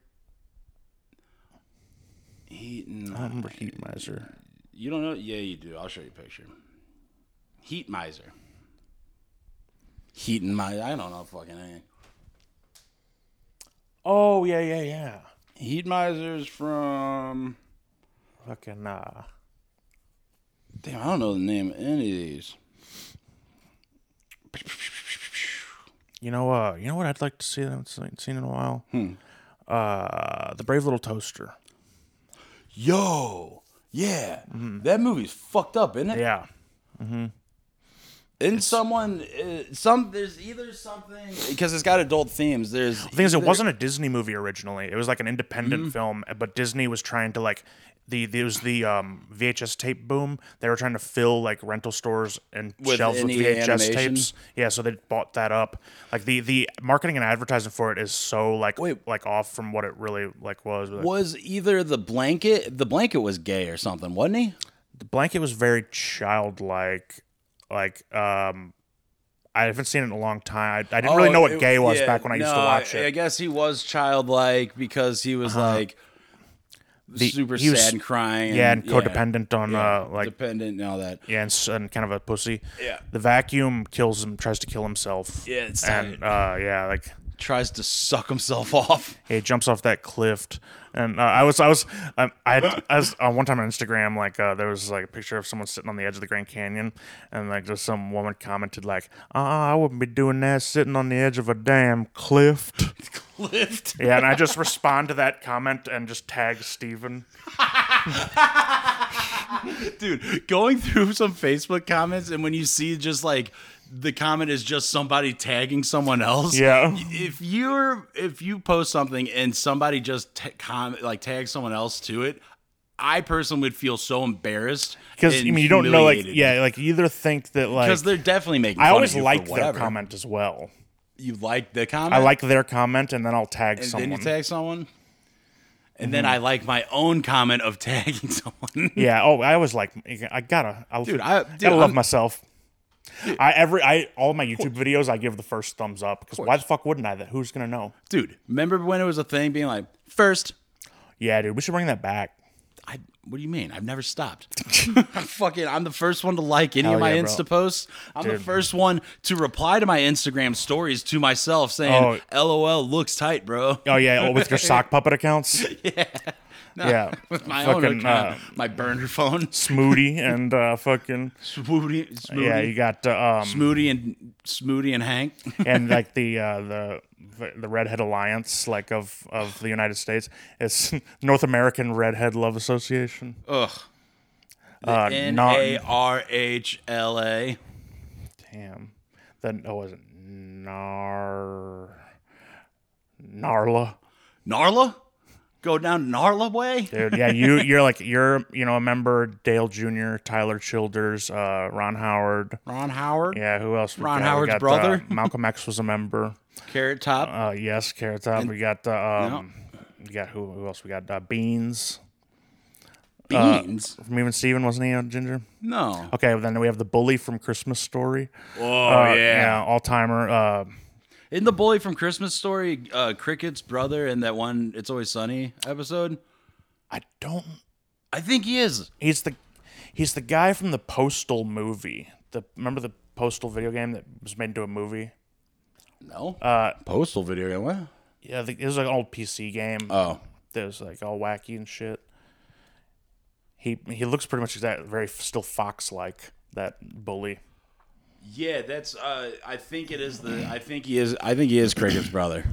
B: Heat and
A: I remember Heat Miser.
B: You don't know? Yeah, you do. I'll show you a picture. Heat miser. Heat and miser. I don't know fucking anything.
A: Oh yeah, yeah, yeah.
B: Heat miser's from.
A: Fucking uh,
B: Damn, I don't know the name of any of these.
A: you know, uh, you know what I'd like to see that I haven't seen in a while. Uh, the Brave Little Toaster.
B: Yo, yeah, that movie's fucked up, isn't it?
A: Mm-hmm. Yeah,
B: And someone, uh, some there's either something because it's got adult themes. There's
A: the thing is, it wasn't a Disney movie originally. It was like an independent
B: Mm-hmm.
A: film, but Disney was trying to like the there was the um, VHS tape boom. They were trying to fill like rental stores and
B: With
A: shelves with
B: any
A: VHS
B: animation?
A: tapes. Yeah, so they bought that up. Like the the marketing and advertising for it is so like
B: Wait.
A: like off from what it really like was. Like,
B: was either the blanket. The blanket was gay or something, wasn't he?
A: the blanket was very childlike like um i haven't seen it in a long time i, I didn't really
B: Oh,
A: know what
B: it-
A: gay was
B: yeah,
A: back when i used to
B: no,
A: watch
B: I
A: it Uh-huh.
B: guess he was childlike because he was like super
A: he was-
B: sad and crying.
A: yeah and codependent on uh like
B: dependent and all that.
A: yeah and, s- and kind of a pussy
B: Yeah.
A: the vacuum kills him tries to kill himself
B: Yeah, it's
A: and
B: sad.
A: uh yeah like
B: Tries to suck himself off.
A: he jumps off that cliff and uh, i was i was um, i had, I was uh, one time on instagram like uh, there was like a picture of someone sitting on the edge of the grand canyon and like just some woman commented like uh, i wouldn't be doing that sitting on the edge of a damn cliff
B: Lift.
A: yeah and i just respond to that comment and just tag steven
B: Dude, going through some Facebook comments and when you see just like the comment is just somebody tagging someone else.
A: Yeah.
B: If you're if you post something and somebody just t- com- like tags someone else to it, I personally would feel so embarrassed
A: because i
B: and
A: mean you don't know like
B: humiliated.
A: yeah like you either think that like
B: because they're definitely making.
A: i
B: fun
A: always
B: of you
A: like their
B: for whatever.
A: comment as well
B: You like the comment.
A: i like their comment and then i'll tag
B: and
A: someone Mm-hmm.
B: then you tag someone, and then I like my own comment of tagging someone.
A: Yeah. Oh, I always like. I gotta. I,
B: Dude, I-
A: I
B: dude,
A: gotta love
B: I'm-
A: myself. I every I all my YouTube videos I give the first thumbs up because why the fuck wouldn't I? That who's gonna know?
B: Dude, remember when it was a thing being like first?
A: Yeah, dude, we should bring that back.
B: I what do you mean? I've never stopped. Fucking, I'm the first one to like any
A: Hell
B: of my
A: yeah, bro.
B: Insta posts. I'm the
A: Dude.
B: first one to reply to my Instagram stories to myself saying, "LOL looks tight, bro."
A: Oh yeah, oh, with your sock puppet accounts. yeah. yeah.
B: With my own
A: fucking
B: account,
A: uh,
B: my burner phone,
A: Smooty and uh, fucking
B: Smooty, Smooty,
A: yeah, you got uh, um
B: Smooty, and Smooty and Hank.
A: and like the uh, the the redhead alliance like of of the United States. It's North American Redhead Love Association.
B: Ugh.
A: Uh,
B: N
A: not-
B: A R H L A.
A: Damn. Then oh, was it Nar Narla.
B: Narla? Go down Narla way?
A: Dude, yeah, you you're like you're you know, a member Dale Jr., Tyler Childers, uh, Ron Howard.
B: Ron Howard?
A: Yeah, who else? we
B: Ron
A: got? We
B: Howard's
A: got, uh,
B: brother?
A: Malcolm X was a member.
B: Carrot Top?
A: Uh, yes, Carrot Top. we got the um, we got who, who else? We got uh, Beans uh,
B: Beans?
A: from Even Steven, wasn't he on Ginger?
B: no.
A: Okay, then we have the bully from Christmas Story.
B: Oh,
A: Uh, all timer. Uh,
B: In the Bully from Christmas story, uh, Cricket's brother in that one It's Always Sunny episode?
A: I don't.
B: I think he is.
A: He's the he's the guy from the Postal movie. The remember the Postal video game that was made into a movie.
B: No? Uh, Postal video game. What?
A: Yeah, I think it was like an old PC game
B: Oh.
A: that was like all wacky and shit. He he looks pretty much exact, very still fox like that bully.
B: Yeah, that's. Uh, I think it is the. I think he is. I think he is Cricket's brother.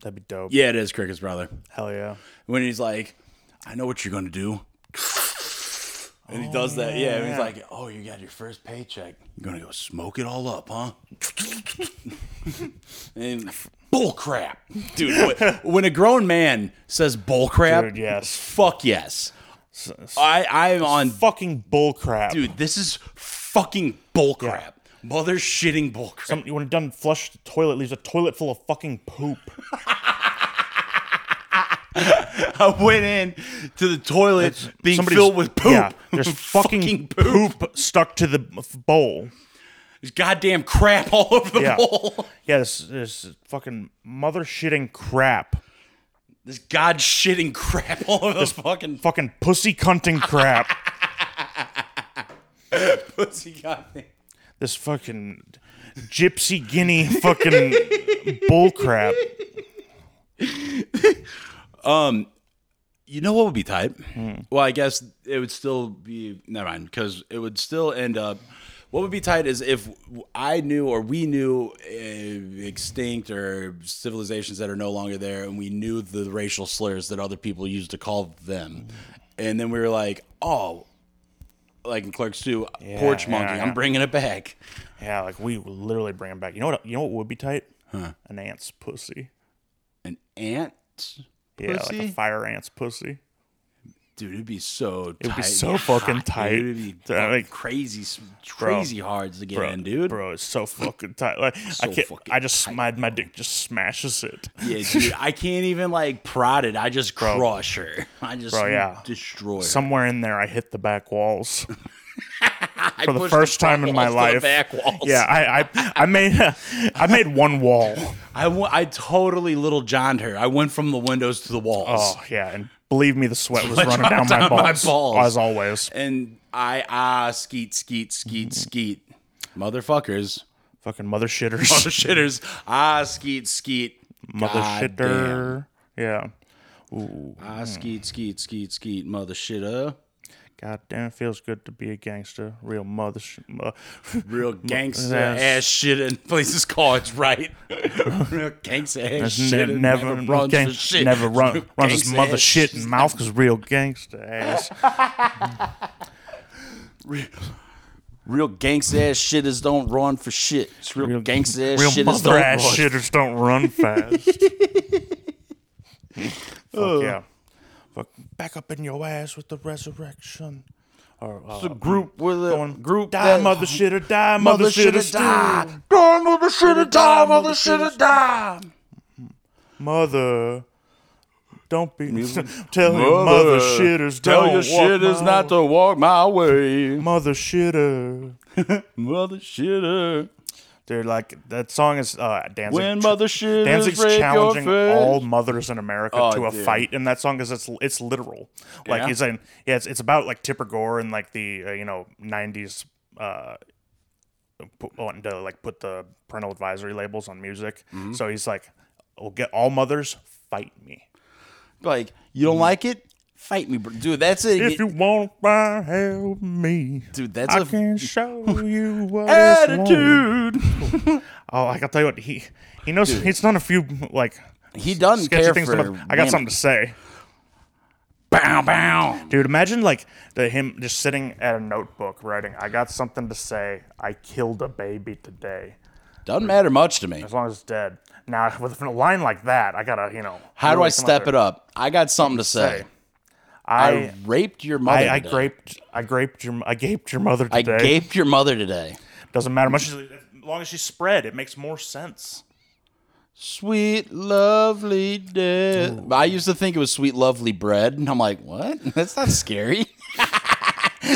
A: That'd be dope.
B: Yeah, it is Cricket's brother.
A: Hell yeah.
B: When he's like, "I know what you're gonna do," and he does that. Yeah, and he's like, "Oh, you got your first paycheck. You're gonna go smoke it all up, huh?" and bull crap, dude. wh- when a grown man says bull crap,
A: Dude, yes.
B: fuck yes. I I'm on
A: Fucking bull crap.
B: dude. This is fucking bull crap. Mother shitting bull crap.
A: Some, when it done flush the toilet, leaves a toilet full of fucking poop.
B: I went in to the toilet being
A: Somebody's-
B: filled with poop.
A: Yeah, there's fucking, poop. stuck to the f- bowl.
B: There's goddamn crap all over the
A: Yeah.
B: bowl.
A: Yeah, this, this fucking mother shitting crap.
B: There's god shitting crap all over this fucking
A: Fucking pussy cunting crap.
B: pussy goddamn.
A: this fucking gypsy guinea fucking bull crap.
B: You know what would be tight?
A: Hmm.
B: Well, I guess it would still be never mind because it would still end up. What would be tight is if I knew or we knew uh, extinct or civilizations that are no longer there, and we knew the racial slurs that other people used to call
A: Hmm.
B: them, and then we were like, oh, like in Clerks Two, porch
A: yeah,
B: monkey,
A: yeah.
B: I'm bringing it back.
A: Yeah, like we will literally bring him back. You know what? You know what would be tight? An ant's pussy.
B: An ant, pussy,
A: Yeah, like a fire ant's pussy.
B: dude, it'd be so.
A: It would be so fucking tight.
B: Dude, it'd be
A: Dude, I think-
B: crazy, crazy hard to get
A: bro,
B: in, dude.
A: Bro, it's so fucking tight. Like I
B: So
A: can't.
B: fucking
A: I just my my dick just smashes it.
B: Yeah, dude, I can't even like prod it. I just crush her. I just
A: Bro, yeah.
B: destroy her.
A: Somewhere in there, I hit the back walls.
B: I
A: for the
B: pushed
A: first time in
B: walls
A: my
B: to the
A: life.
B: back walls.
A: Yeah, I, I, I made I made one wall.
B: I, wa- I totally little johned her. I went from the windows to the walls,
A: Oh yeah, and believe me, the sweat was running
B: dropped
A: down my
B: down
A: balls,
B: my balls.
A: as always.
B: and I ah skeet skeet
A: Mm-hmm.
B: skeet skeet, motherfuckers,
A: Fucking mother shitters,
B: mother shitters, ah skeet skeet,
A: mother
B: God damn.
A: shitter. Yeah, Mm.
B: ah skeet skeet skeet skeet, mother shitter,
A: God damn, it feels good to be a gangster, real mother. Sh- mo-
B: real gangster
A: That's-
B: ass shit in places cards right, real gangster ass
A: That's ne-
B: shit and
A: never,
B: runs
A: gang-
B: for shit,
A: never run, runs his
B: Gangsta
A: mother
B: ass
A: shit in mouth because real gangster ass.
B: Real gangsta ass shitters don't run for shit. It's real, gangsta ass
A: real
B: shitters
A: mother
B: don't
A: ass
B: run.
A: shitters don't run fast. Fuck yeah. Fuck, back up in your ass with the resurrection. Or, uh,
B: The group with a
A: going,
B: group
A: die,
B: that
A: mother shitter, die, mother,
B: mother
A: shitter,
B: shitter die.
A: stew.
B: Die mother shitter die mother
A: shitter,
B: shitter die.
A: Mother, don't be. tell your mother shitters,
B: tell
A: don't
B: your shitters
A: walk my
B: not to walk my way.
A: Mother shitter.
B: Mother shitter,
A: Dude, like that song is uh, Danzig.
B: when
A: tr-
B: mother shitters
A: Danzig's
B: break
A: challenging
B: your face.
A: all mothers in America
B: Oh,
A: to a
B: dude.
A: fight in that song because it's it's literal. Like
B: Yeah?
A: he's in yeah, it's, it's about like Tipper Gore and like the uh, you know '90s uh, pu- wanting to like put the parental advisory labels on music.
B: Mm-hmm.
A: So he's like, "Well, get all mothers fight me
B: Like you don't like it, fight me, bro. dude. That's it.
A: Mm-hmm. if you want to help me."
B: dude, that's
A: I
B: a
A: can show you what It's wrong.
B: attitude.
A: Oh, like I'll tell you what he he knows. He's done a few like
B: He doesn't
A: sketchy
B: care
A: things.
B: for.
A: to mother- I got
B: women.
A: something to say.
B: Bow bow.
A: Dude, imagine like the him just sitting at a notebook writing, I got something to say. I killed a baby today.
B: Doesn't matter much to me.
A: as long as it's dead. Now with a line like that, I gotta you know.
B: How do
A: really
B: I
A: come up
B: step
A: there.
B: it up? I got something to say. I,
A: I
B: raped your mother.
A: I, I
B: today.
A: graped I graped your I gaped your mother
B: I
A: today.
B: gaped your mother today.
A: Doesn't matter much as as long as she's spread, it makes more sense.
B: Sweet lovely death. I used to think it was sweet lovely bread, and I'm like, what? That's not scary.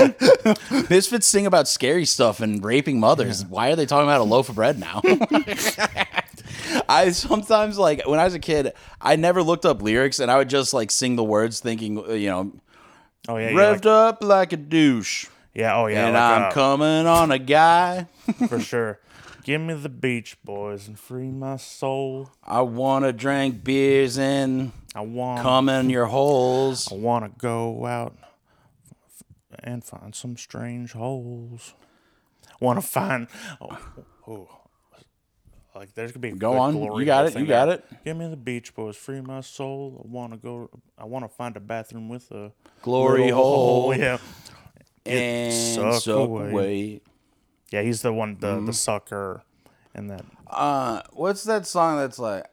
B: Misfits sing about scary stuff and raping mothers. Why are they talking about a loaf of bread now? I sometimes like when I was a kid, I never looked up lyrics, and I would just like sing the words, thinking, uh, you know,
A: Oh yeah, yeah,
B: revved
A: like,
B: up like a douche,
A: yeah oh yeah,
B: and
A: like,
B: I'm
A: uh,
B: coming on a guy.
A: for sure. Give me the Beach Boys and free my soul.
B: I wanna drink beers and
A: I want
B: come in your holes.
A: I want to go out f- and find some strange holes. Want to find. Oh, oh. Like there's gonna be a
B: Go
A: good
B: on.
A: glory
B: You got
A: hole
B: it. You
A: thing
B: got
A: there.
B: it.
A: Give me the Beach Boys, free my soul. I want to go. I want to find a bathroom with a
B: Glory
A: little
B: hole.
A: Yeah,
B: and
A: suck
B: suck
A: away.
B: away. Mm-hmm.
A: yeah. He's the one, the the sucker, and that
B: Uh, what's that song that's like?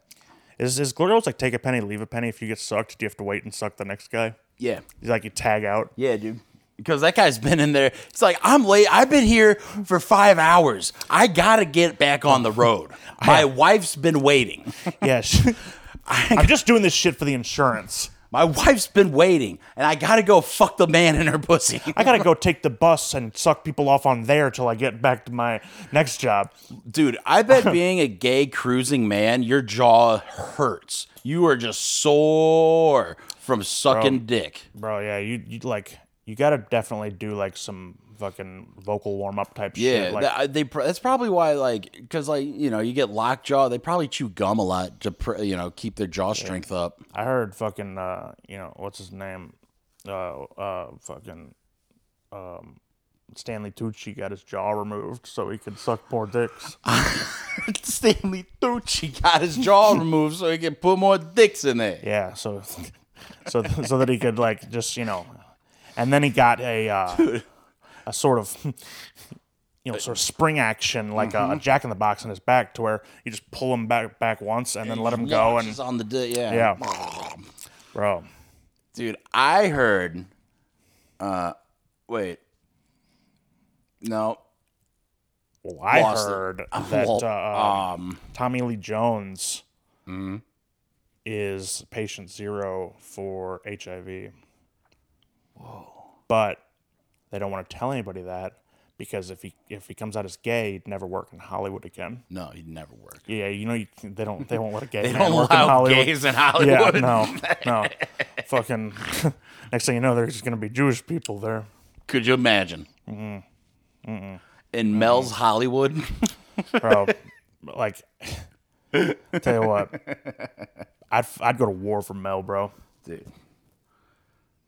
A: is his glory hole's like take a penny, leave a penny. If you get sucked, do you have to wait and suck the next guy?
B: Yeah,
A: He's like you tag out.
B: yeah, dude. Because that guy's been in there. It's like I'm late. I've been here for five hours. I gotta get back on the road. My wife's been waiting.
A: Yes, I'm just doing this shit for the insurance.
B: My wife's been waiting, and I gotta go fuck the man in her pussy.
A: I gotta go take the bus and suck people off on there till I get back to my next job.
B: Dude, I bet being a gay cruising man, your jaw hurts. You are just sore from sucking dick.
A: Bro, yeah, you, you like you gotta definitely do like some fucking vocal warm up type
B: Yeah,
A: shit. Like,
B: that- I- they. pr- That's probably why, like, because like you know, you get lockjaw. They probably chew gum a lot to pr- you know keep their jaw strength up.
A: I heard fucking uh, you know, what's his name? Uh uh fucking um Stanley Tucci got his jaw removed so he could suck more dicks.
B: Stanley Tucci got his jaw removed so he can put more dicks in there.
A: Yeah, so so so that he could like just you know, and then he got a uh, a sort of you know sort of spring action like uh, a,
B: Mm-hmm.
A: jack in the box in his back to where you just pull him back back once and then let him go and
B: Just on the dick. Yeah.
A: yeah, bro,
B: dude. I heard. Uh, wait. No,
A: well, I
B: Lost it.
A: heard that
B: Well,
A: uh,
B: um,
A: Tommy Lee Jones
B: Mm-hmm.
A: is patient zero for HIV. Whoa! But they don't want to tell anybody that because if he if he comes out as gay, he'd never work in Hollywood again.
B: no, he'd never work.
A: Yeah, you know you, they don't they won't let a gay
B: They
A: man
B: don't
A: work in
B: allow
A: Hollywood.
B: gays in Hollywood.
A: yeah, no, no, fucking. Next thing you know, there's gonna be Jewish people there.
B: Could you imagine? In Mel's Hollywood.
A: bro. like, tell you what, I'd I'd go to war for Mel, bro.
B: dude.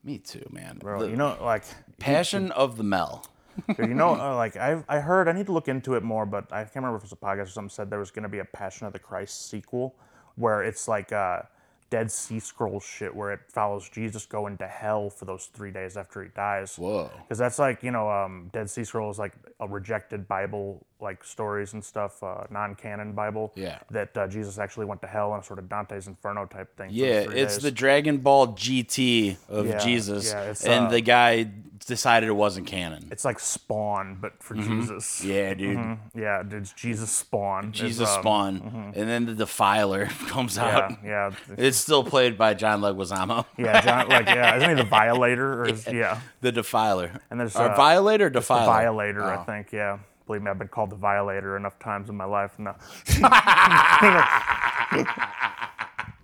B: Me too, man.
A: Bro,
B: The
A: you know, like,
B: Passion of the Mel.
A: dude, you know, uh, like I I heard I need to look into it more, but I can't remember if it was a podcast or something said there was gonna be a Passion of the Christ sequel where it's like uh Dead Sea Scroll shit, where it follows Jesus going to hell for those three days after he dies.
B: Whoa.
A: Because that's like you know, um, Dead Sea Scrolls like a rejected Bible like stories and stuff, uh, non-canon Bible.
B: Yeah.
A: That uh, Jesus actually went to hell in a sort of Dante's Inferno type thing. for
B: Yeah,
A: three
B: it's
A: days.
B: the Dragon Ball GT of
A: Yeah,
B: Jesus,
A: yeah, it's,
B: and
A: uh,
B: the guy decided it wasn't canon.
A: It's like Spawn, but for Jesus.
B: Mm-hmm. Yeah, dude.
A: Yeah, dude, it's Jesus Spawn. is,
B: Jesus
A: um,
B: Spawn, and then the Defiler comes out.
A: Yeah, yeah,
B: It's still played by John Leguizamo.
A: yeah. John, like, yeah, isn't he the Violator? Or is, yeah,
B: The Defiler.
A: And there's,
B: Or
A: uh,
B: Violator or
A: the
B: Defiler?
A: Violator.
B: Oh.
A: I think. Yeah, believe me, I've been called the Violator enough times in my life. No.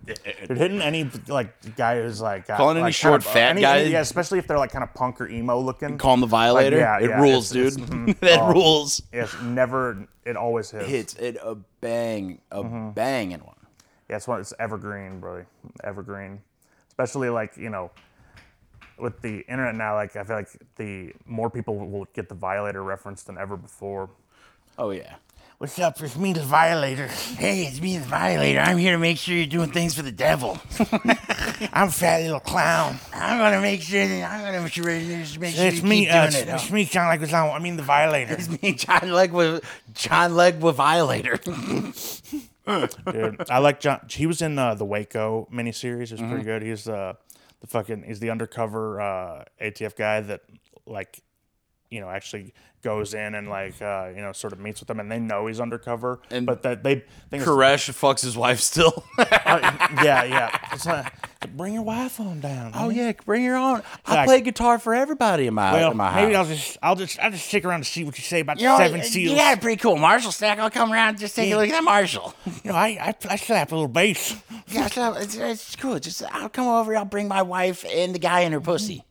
A: Dude, hitting any like guy who's like uh,
B: Calling any
A: like,
B: short
A: kind of-
B: fat
A: any-
B: guy-
A: yeah, especially if they're like kind of punk or emo looking.
B: Call him the Violator.
A: yeah,
B: it
A: yeah,
B: rules,
A: it's-
B: dude.
A: it's- mhm.
B: that
A: Oh.
B: rules.
A: Yes, never. It always hits.
B: Hits it a bang, a
A: Mm-hmm.
B: bang in one.
A: Yeah, it's one. It's evergreen, brother. Evergreen, especially like you know, with the internet now. Like I feel like the more people will get the violator reference than ever before.
B: Oh yeah.
I: What's up? It's me, the Violator.
J: Hey, it's me, the Violator. I'm here to make sure you're doing things for the devil.
I: I'm fat little clown.
J: I'm gonna make sure that I'm gonna make sure, just make sure you
I: It's
J: keep
I: me,
J: doing
I: uh, it's,
J: it.
I: it's me, John Leguizamo. I mean, the Violator.
J: It's me, John Leg with John Leg with Violator.
A: Dude, I like John. He was in uh, the Waco miniseries. It was
J: Mm-hmm.
A: pretty good. He's uh, the fucking he's the undercover uh, ATF guy that like you know actually goes in and like uh, you know sort of meets with them and they know he's undercover
B: And-
A: but that they think it's-
B: Koresh fucks his wife still.
A: yeah yeah It's not- bring your wife on down
B: oh
A: homie.
B: yeah, bring your own. I
A: Like-
B: play guitar for everybody in my
A: well
B: in my
A: maybe I'll
B: house.
A: just I'll just I'll just stick around to see what you say about
J: You
A: the
J: know, uh,
A: seven
J: you-
A: seals
J: You got it pretty cool. Marshall Stack, I'll come around and just take
A: Yeah.
J: a look at that Marshall.
A: you know I, I I slap a little bass
J: yeah, so it's, it's cool. Just I'll come over, I'll bring my wife and the guy and her pussy.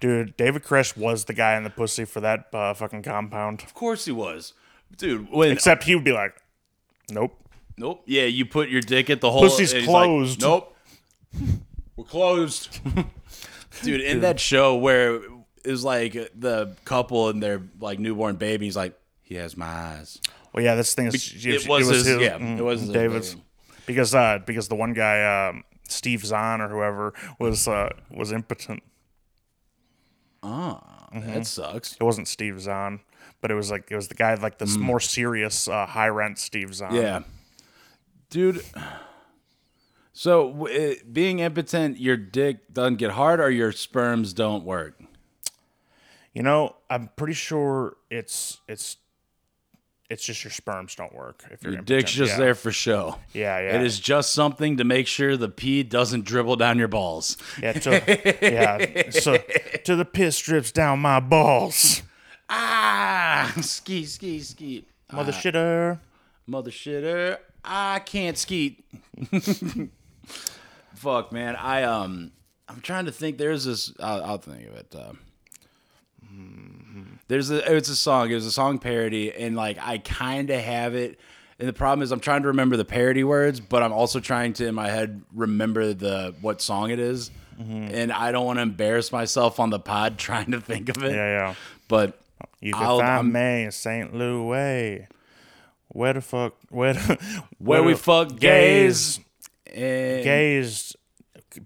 A: dude David Koresh was the guy in the pussy for that uh, fucking compound
B: Of course he was, dude. When
A: except he would be like nope
B: nope, yeah, you put your dick at the hole.
A: Pussy's
B: and he's like,
A: closed.
B: nope, we're closed, dude. In that show where it was like the couple and their like newborn baby's like he has my eyes.
A: Well, yeah, this thing is
B: Be- it was his- yeah, it was his
A: mm, David's
B: baby.
A: because uh because the one guy um, Steve Zahn or whoever was uh was impotent.
B: Ah, That sucks.
A: It wasn't Steve Zahn, but it was like it was the guy like this more serious uh, high rent Steve Zahn.
B: Mm. Yeah, dude. So w- uh, being impotent, your dick doesn't get hard, or your sperms don't work.
A: you know, I'm pretty sure it's it's. It's just your sperms don't work if you're
B: Your
A: impotent.
B: dick's just
A: yeah.
B: there for show.
A: Yeah, yeah.
B: It is just something to make sure the pee doesn't dribble down your balls.
A: Yeah, to, yeah. So to the piss drips down my balls,
B: Ah, ski, ski, ski.
A: mother shitter.
B: Mother shitter, I can't skeet. Fuck, man. I um, I'm trying to think. There's this. I'll, I'll think of it. Uh, there's a. It's a song. It was a song parody, and like I kind of have it. And the problem is, I'm trying to remember the parody words, but I'm also trying to in my head remember the what song it is. and I don't want to embarrass myself on the pod trying to think of it.
A: Yeah, yeah.
B: But
A: You can
B: I'll-
A: find
B: I'm-
A: me in St. Louis. Where the fuck? Where the,
B: where we
A: the
B: fuck gays, and
A: Gays,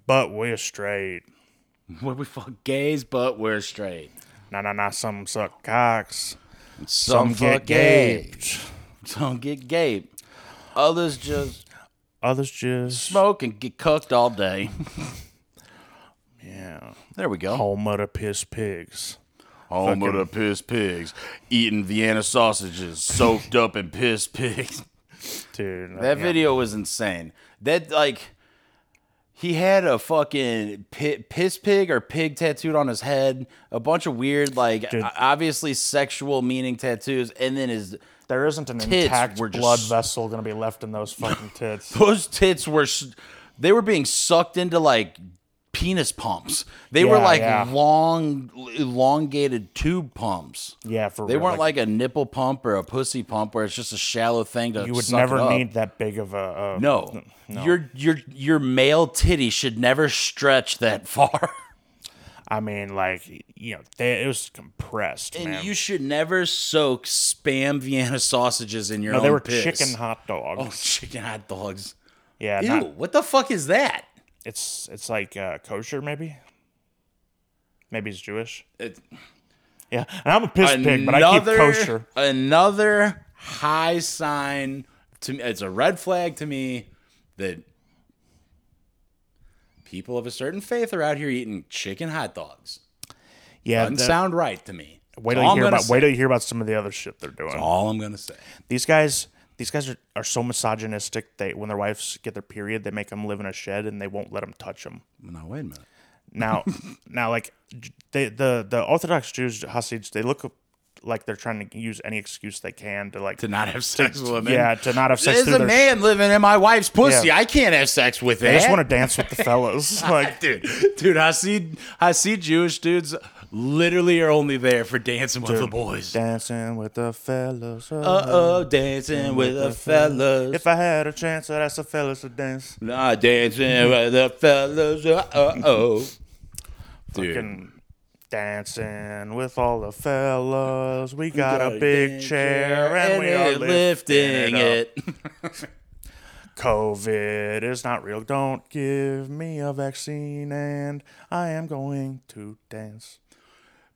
A: but we're straight.
B: where we fuck gays, but we're straight.
A: Nah, nah, nah. Some suck cocks.
B: Some,
A: Get
B: fuck gay.
A: gaped.
B: Some get gay. Others just
A: Others just
B: smoke and get cooked all day.
A: yeah.
B: There we go.
A: Home of the piss pigs.
B: Home
A: of the
B: piss pigs, eating Vienna sausages soaked up in piss pigs.
A: Dude,
B: That
A: yeah.
B: video was insane. That like he had a fucking pi- piss pig or pig tattooed on his head, a bunch of weird like
A: Dude.
B: o- obviously sexual meaning tattoos, and then his
A: There isn't an
B: Tits
A: intact
B: were just-
A: blood vessel gonna be left in those fucking tits.
B: those tits were s- they were being sucked into like penis pumps. They were
A: Yeah,
B: like
A: yeah.
B: long elongated tube pumps.
A: Yeah, for
B: They
A: real.
B: weren't like, a nipple pump or a pussy pump where it's just a shallow thing to
A: you would
B: suck it
A: never
B: up.
A: need that big of a. a
B: No. Your your your male titty should never stretch that far.
A: I mean, like you know, they, it was compressed,
B: and
A: man.
B: you should never soak spam Vienna sausages in your
A: no,
B: own
A: they were
B: piss.
A: chicken hot dogs.
B: Oh, chicken hot dogs.
A: yeah,
B: Ew,
A: not-
B: what the fuck is that?
A: it's it's like uh, kosher maybe maybe it's jewish
B: It-
A: yeah and i'm a piss pig but i keep kosher
B: Another high sign to me. It's a red flag to me that people of a certain faith are out here eating chicken hot dogs.
A: yeah
B: Doesn't
A: that-
B: sound right to me.
A: wait
B: That's
A: till you
B: all I'm
A: hear
B: gonna
A: about
B: say.
A: wait till you hear about some of the other shit they're doing
B: All I'm gonna say.
A: these guys these guys are, are so misogynistic they when their wives get their period they make them live in a shed and they won't let them touch them
B: No, wait a minute.
A: now now like j- they the the orthodox jews hasids they look like they're trying to use any excuse they can to like
B: To not have sex with women.
A: yeah to not have sex
B: There's
A: through
B: a
A: their
B: man living in my wife's pussy.
A: Yeah.
B: I can't have sex with
A: i
B: it.
A: just want to dance with the fellas like
B: dude, dude, I see, I see Jewish dudes literally are only there for dancing with the boys.
A: Dancing with the fellas. Uh
B: Uh oh, dancing with the fellas.
A: If I had a chance, I'd ask the fellas to dance.
B: Nah, dancing with the fellas. Uh oh. Dude,
A: Fucking Dancing with all the fellas, we got, a big chair and we are lifting it. up. COVID is not real. Don't give me a vaccine, and I am going to dance.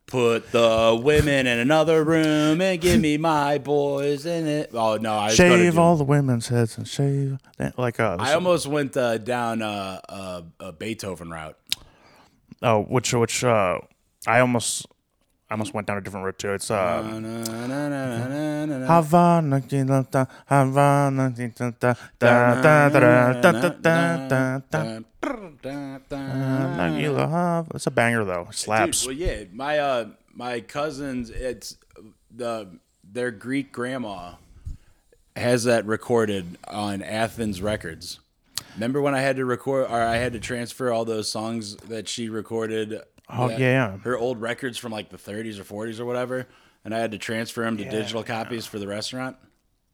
B: Put the women in another room and give me my boys in it. Oh no, I was gonna
A: Shave
B: do-
A: all the women's heads and shave like uh,
B: I almost went uh, down uh, uh, a Beethoven route.
A: oh, which which uh, I almost I almost went down a different route too. It's uh,
B: Uh,
A: Havana, Kilata, Havana, Kilata, da, da, da, da, da, da, da, da, da. Nagila Hav- It's a banger though. It Slaps.
B: Dude, well, yeah, my uh, my cousins, it's the their Greek grandma has that recorded on Athens Records. Remember when I had to record, or I had to transfer all those songs that she recorded?
A: Oh,
B: that-
A: yeah.
B: her old records from like the 30s or 40s or whatever, and I had to transfer them to digital copies for the restaurant.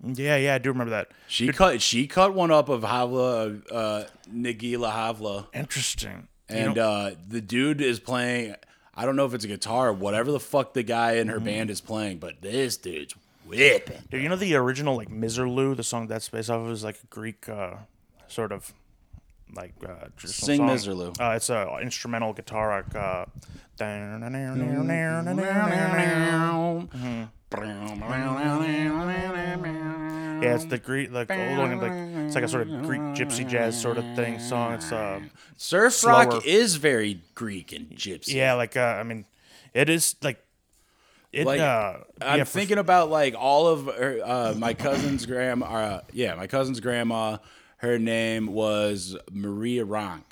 A: Yeah, yeah, I do remember that.
B: She cut she cut one up of Havla, uh, Nagila Havla.
A: Interesting.
B: And uh, the dude is playing. I don't know if it's a guitar or whatever the fuck the guy in her
A: Mm-hmm.
B: band is playing, but this dude's whipping.
A: Dude, you know the original like Miserlou, the song that's based off of is like a Greek uh, sort of like uh, traditional
B: Sing
A: song.
B: Miserlou.
A: Uh, it's a instrumental guitar like, uh,
B: Mm-hmm.
A: yeah, it's the Greek like old like it's like a sort of Greek gypsy jazz sort of thing song. It's uh,
B: Surf
A: Slower.
B: rock is very Greek and gypsy.
A: yeah, like uh, I mean, it is like it.
B: Like,
A: uh,
B: I'm
A: yeah, for-
B: thinking about like all of her, uh, my cousin's grandma. Uh, yeah, my cousin's grandma. Her name was Maria Ronk,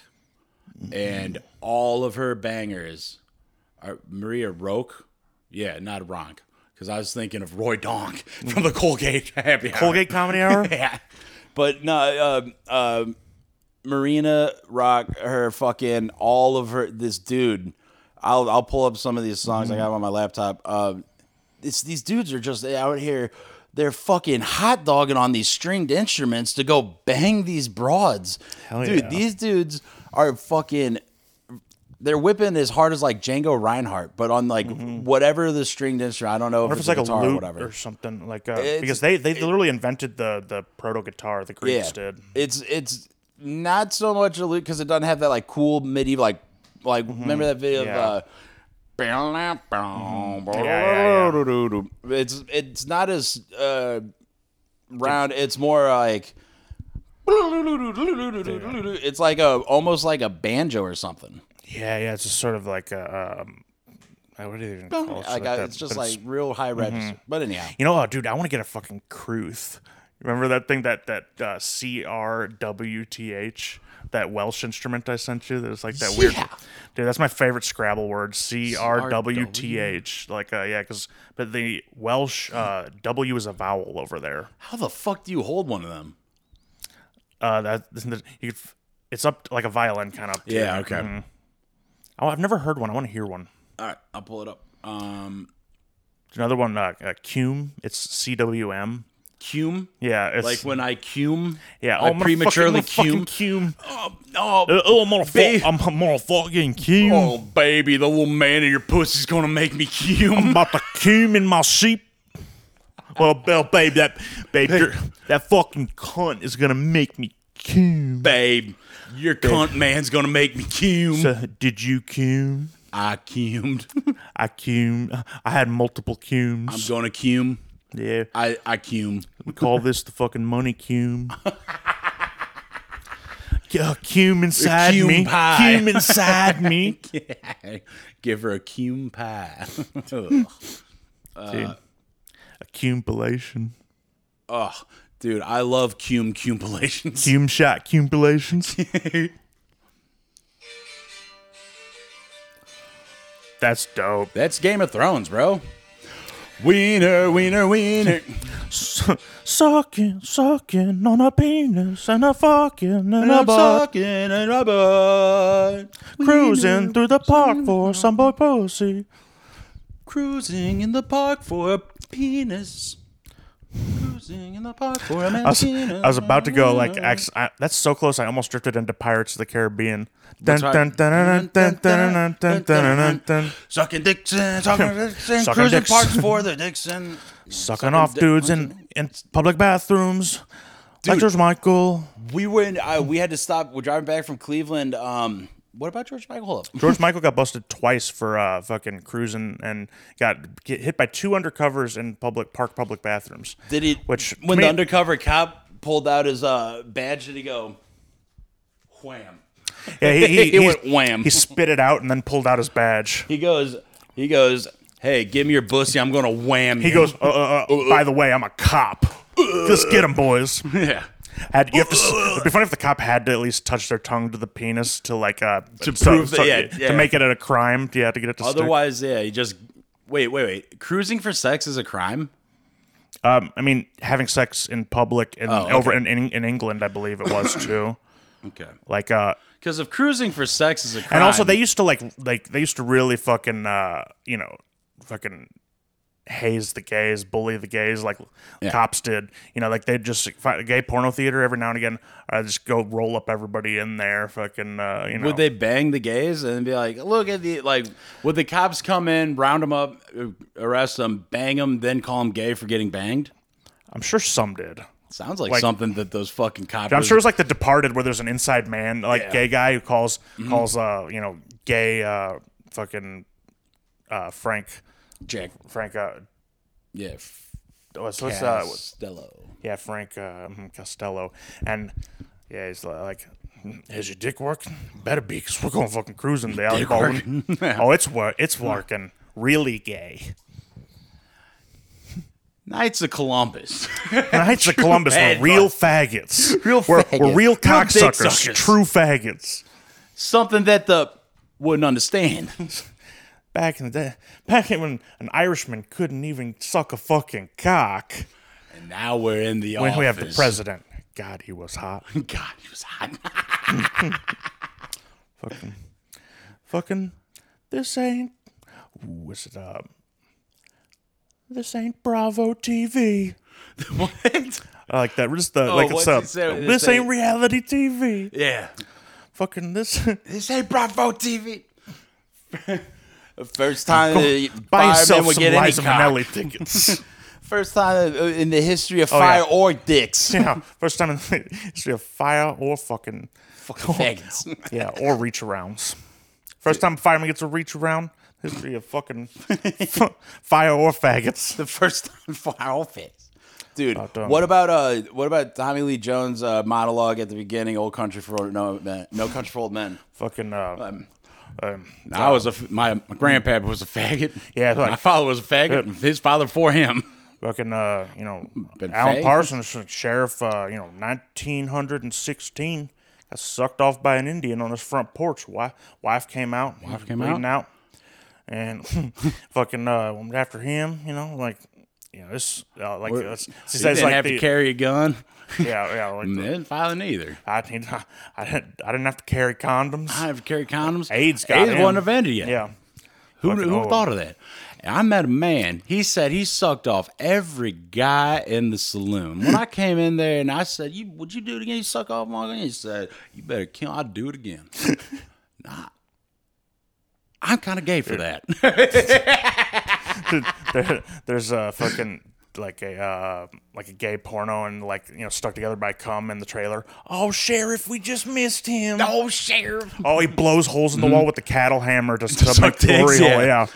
A: Mm-hmm.
B: and all of her bangers are Maria Roke. Yeah, not Ronk, because I was thinking of Roy Donk from the Colgate Happy Hour.
A: Colgate Comedy Hour.
B: Yeah. But no, um um Marina Rock, her fucking all of her. This dude, I'll I'll pull up some of these songs I got on my laptop. Um it's these dudes are just out here. They're fucking hot dogging on these stringed instruments to go bang these broads. Dude,
A: yeah.
B: these dudes are fucking. They're whipping as hard as like Django Reinhardt, but on like whatever the stringed instrument. I don't know if,
A: Or Mm-hmm. if it's like a
B: guitar or
A: lute
B: whatever.
A: or, something like uh,
B: It's-
A: because they they literally invented the the proto guitar the Greeks did.
B: It's it's not so much a loop because it doesn't have that like cool medieval like like remember that video
A: Yeah.
B: of uh
A: yeah,
B: it's it's not as uh round it's more like it's like a almost like a banjo or something
A: Yeah, yeah, it's just sort of like a um, uh, what do they even call it?
B: like
A: that,
B: uh it's just
A: but
B: like real high register but anyhow
A: you know, oh, dude, I want to get a fucking Kruth. Remember that thing that that uh, C R W T H that Welsh instrument I sent you? That was like that weird.
B: Yeah.
A: Dude, that's my favorite Scrabble word. C R W T H. Like, uh, yeah, because but the Welsh uh, W is a vowel over there.
B: how the fuck do you hold one of them
A: Uh, that you could, f- it's up like a violin kind of. up to you. Mhm. Oh, I've never heard one. I want to hear one.
B: All right i'll pull it up um
A: There's another one, uh, uh, Cume. It's C W M.
B: cume
A: Yeah, it's
B: like when i cume
A: yeah, oh,
B: I
A: I'm gonna
B: prematurely
A: fucking, I'm gonna fucking
B: cume
A: cume.
B: oh
A: Uh, oh, I'm gonna fuck.
B: Babe.
A: I'm, I'm gonna fucking cume.
B: Oh, baby, the little man in your pussy's gonna make me
A: I'm
B: cum.
A: about to cume in my sheep. Well, Bell, babe, that babe, you're- that fucking cunt is gonna make me cume.
B: Babe, your cunt man's gonna make me cum.
A: So, did you cume?
B: I cummed.
A: I cume. I had multiple cumes.
B: I'm gonna cum.
A: yeah,
B: I, I cum.
A: we call this the fucking money cume. Uh, cume inside
B: Cume
A: me.
B: pie.
A: Cume inside me.
B: Give her a cum pie.
A: Dude. Accumulation.
B: oh, dude, I love cum cumulations.
A: Cum shot accumulations. That's dope.
B: That's Game of Thrones, bro. Wiener, wiener, wiener.
A: Sucking, sucking on a penis and a fucking and a
B: I'm
A: butt.
B: sucking and I butt.
A: Cruising through the park for some boy pussy.
B: Cruising in the park for a penis. cruising in the park for a
A: I was,
B: Mantino.
A: I was about to go like acc- I, that's so close. I almost drifted into Pirates of the Caribbean. Dun,
B: right.
A: dun, dun, dun, dun, dun, dun, dun, dun, dun, dun, dun.
B: Sucking Dixon, sucking Dixon,
A: Sucking
B: cruising
A: dicks.
B: parks for the Dixon.
A: Sucking off dudes in, in public bathrooms. Like there's Michael.
B: We were in, uh, we had to stop. We're driving back from Cleveland. Um, what about George Michael? Hold up.
A: George Michael got busted twice for uh, fucking cruising and got get hit by two undercovers in public park public bathrooms.
B: Did he?
A: Which
B: when
A: me-
B: the undercover cop pulled out his uh, badge, did he go? Wham!
A: Yeah, he, he,
B: He
A: he-
B: went wham.
A: He spit it out and then pulled out his badge.
B: He goes. He goes. Hey, give me your bussy. I'm gonna wham you.
A: He goes, uh, uh, uh, by the way, I'm a cop. Just get him, boys.
B: Yeah.
A: Had you have to? s- It'd be funny if the cop had to at least touch their tongue to the penis to like uh to
B: prove that- yeah, yeah.
A: to make it a crime. Yeah, to get it to stick.
B: Otherwise, yeah. He just wait, wait, wait. Cruising for sex is a crime.
A: Um, I mean, having sex in public and
B: Oh, okay.
A: over in, in in England, I believe it was too.
B: Okay.
A: like uh,
B: Because if cruising for sex is a crime,
A: and also they used to like like they used to really fucking uh you know fucking haze the gays bully the gays like cops did you know like they'd just find a gay porno theater every now and again i just go roll up everybody in there fucking uh you know
B: would they bang the gays and be like, look at the like? Would the cops come in, round them up, uh, arrest them, bang them, then call them gay for getting banged?
A: i'm sure some did
B: Sounds like,
A: Like-
B: something that those fucking cops.
A: i'm sure it's like the departed where there's an inside man like gay guy who calls
B: Mm-hmm.
A: calls uh you know gay uh fucking uh frank
B: Jack.
A: frank uh
B: Yeah.
A: what's, what's uh
B: Castello.
A: Yeah, Frank uh, mm, Costello, and yeah, he's li- like, "Is your dick working? Better be, cause we're going fucking cruising, the Alec Baldwin. oh, it's wor- it's working. Really gay.
B: Knights of Columbus.
A: Knights of Columbus were
B: bad
A: real faggots.
B: Real
A: we're,
B: faggots.
A: We're real
B: Real dick
A: cocksuckers.
B: suckers.
A: true faggots.
B: something that the wouldn't understand.
A: Back in the day, back in when an Irishman couldn't even suck a fucking cock.
B: And now we're in the
A: When
B: office.
A: we have the president. God, he was hot.
B: God, he was hot.
A: fucking, fucking, this ain't, what's it up? This ain't Bravo TV.
B: what?
A: I like that. Just the like
B: what's
A: it's
B: he
A: up.
B: Oh, say?
A: This
B: This
A: ain't
B: ain't-
A: reality TV.
B: Yeah.
A: Fucking this.
B: This ain't Bravo TV. First time the
A: Buy
B: firemen
A: yourself
B: would
A: some
B: get any
A: Liza
B: cock.
A: Minnelli tickets.
B: First time uh, in the history of
A: Oh,
B: fire
A: yeah.
B: or dicks.
A: yeah, first time in the history of fire or fucking
B: Fucking faggots.
A: yeah or reach arounds. First time a fireman gets a reach around. History of fucking f- fire or faggots.
B: the first time for our outfits. Dude,
A: damn.
B: what about uh, what about Tommy Lee Jones' uh, monologue at the beginning? Old country for old, no men, no country for old men.
A: Fucking uh, um,
B: I was a f- my, my grandpap was a faggot.
A: Yeah, it's like-
B: my father was a faggot. and His father before him.
A: fucking uh, you know,
B: Been
A: Alan
B: fag.
A: Parsons, sheriff, uh, you know, nineteen hundred and sixteen, got sucked off by an Indian on his front porch. Wife, wife came out, wife
B: came
A: out, and fucking uh, went after him, you know, like. You know, this uh, like it's, she
B: He
A: says
B: didn't
A: like
B: have
A: the,
B: to carry a gun.
A: yeah yeah like
B: They
A: the,
B: didn't file it either.
A: I didn't I didn't I didn't have to carry condoms.
B: I didn't have to carry condoms.
A: AIDS got
B: AIDS
A: him.
B: wasn't invented yet.
A: yeah,
B: Who,
A: Fucking
B: who
A: old.
B: thought of that? I met a man. He said he sucked off every guy in the saloon. When I came in there and I said, "You would you do it again? You suck off my again?" He said, "You better kill. I'll do it again." nah, I'm kind of gay for that.
A: there, there's a fucking like a uh, like a gay porno and like you know stuck together by cum in the trailer. Oh sheriff, we just missed him.
B: oh, sheriff!
A: Oh, he blows holes in the wall with the cattle hammer to, to make
B: Mm-hmm. suck
A: the
B: dicks,
A: real.
B: yeah.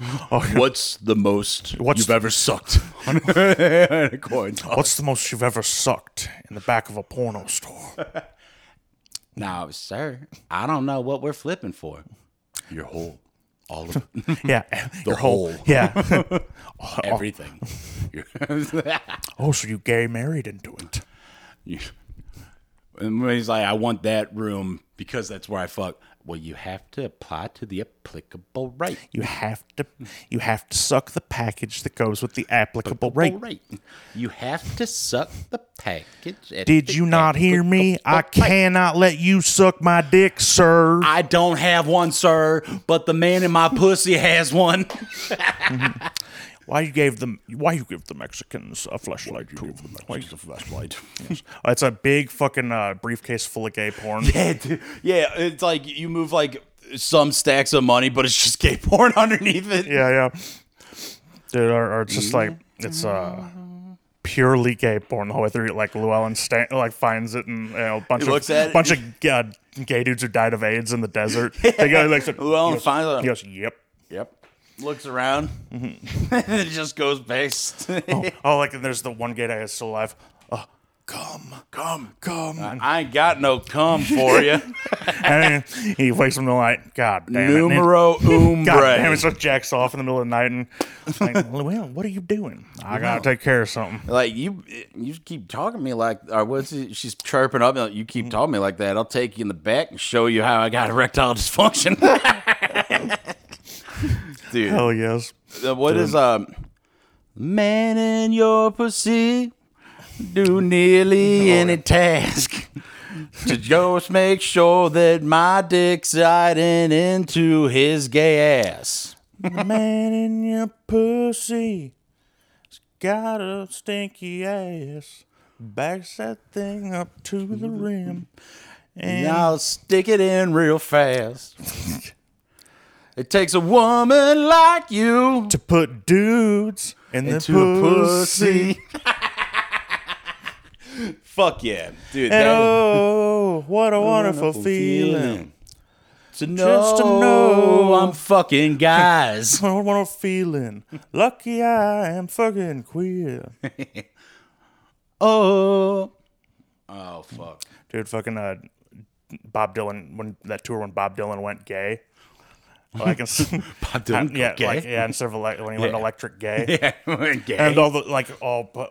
A: Yeah.
B: What's the most
A: What's
B: you've ever sucked? According to-
A: What's the most you've ever sucked in the back of a porno store?
B: now, sir, I don't know what we're flipping for. Your whole, all of
A: Yeah, your
B: hole.
A: Yeah.
B: everything. Your-
A: oh, so you gay married into it?
B: You- and when he's like, I want that room because that's where I fuck. Well, you have to apply to the applicable right.
A: You have to, you have to suck the package that goes with the applicable
B: Right.
A: rate.
B: You have to suck the package. at
A: Did
B: the
A: you not hear me?
B: applicable
A: I
B: rate.
A: cannot let you suck my dick, sir.
B: I don't have one, sir, but the man in my pussy has one.
A: Why you gave them? Why you give the Mexicans a flashlight? too? Why you-
B: flashlight.
A: Oh, It's a big fucking uh, briefcase full of gay porn.
B: yeah, dude. yeah, it's like you move like some stacks of money, but it's just gay porn underneath it.
A: yeah, yeah. Dude, or, or it's just like it's uh purely gay porn the whole way through. Like Llewellyn Stan- like finds it, and you know, a bunch of
B: looks at it.
A: bunch of uh, gay dudes who died of AIDS in the desert. They go like, said-
B: Llewellyn
A: he goes-
B: finds it.
A: He goes, "Yep."
B: Yep. Looks around,
A: Mm-hmm.
B: and it just goes based.
A: Oh, like and there's the one gay guy that's still alive. Oh, come, come, come!
B: I ain't got no cum for you.
A: and then he wakes up in the night. God damn it! And he-
B: Numero umbre.
A: God damn it! So jacks off in the middle of the night and like, Llewellyn, what are you doing? I gotta take care of something.
B: Like you, you keep talking to me like, or what's it, she's chirping up? Like, you
A: Mm.
B: keep talking to me like that. I'll take you in the back and show you how I got erectile dysfunction, dude.
A: Hell yes.
B: uh, What is um, man in your pussy do nearly any task to just make sure that my dick's sliding into his gay ass.
A: Man in your pussy's got a stinky ass. Backs that thing up to the rim. And
B: I'll stick it in real fast. it takes a woman like you
A: to put dudes in the
B: into a
A: pussy.
B: pussy. Fuck yeah, dude.
A: And
B: that is
A: oh, what a
B: a
A: wonderful feeling.
B: feeling. To know,
A: Just to know.
B: I'm fucking guys.
A: What a wonderful feeling. Lucky I am fucking queer.
B: oh. Oh fuck.
A: Dude, fucking uh, Bob Dylan, when that tour when Bob Dylan went gay. Like, it's-
B: Bob Dylan
A: yeah,
B: gay?
A: like, yeah, instead of elec- when he went
B: Yeah.
A: electric gay.
B: Yeah, gay.
A: and all the like all bu-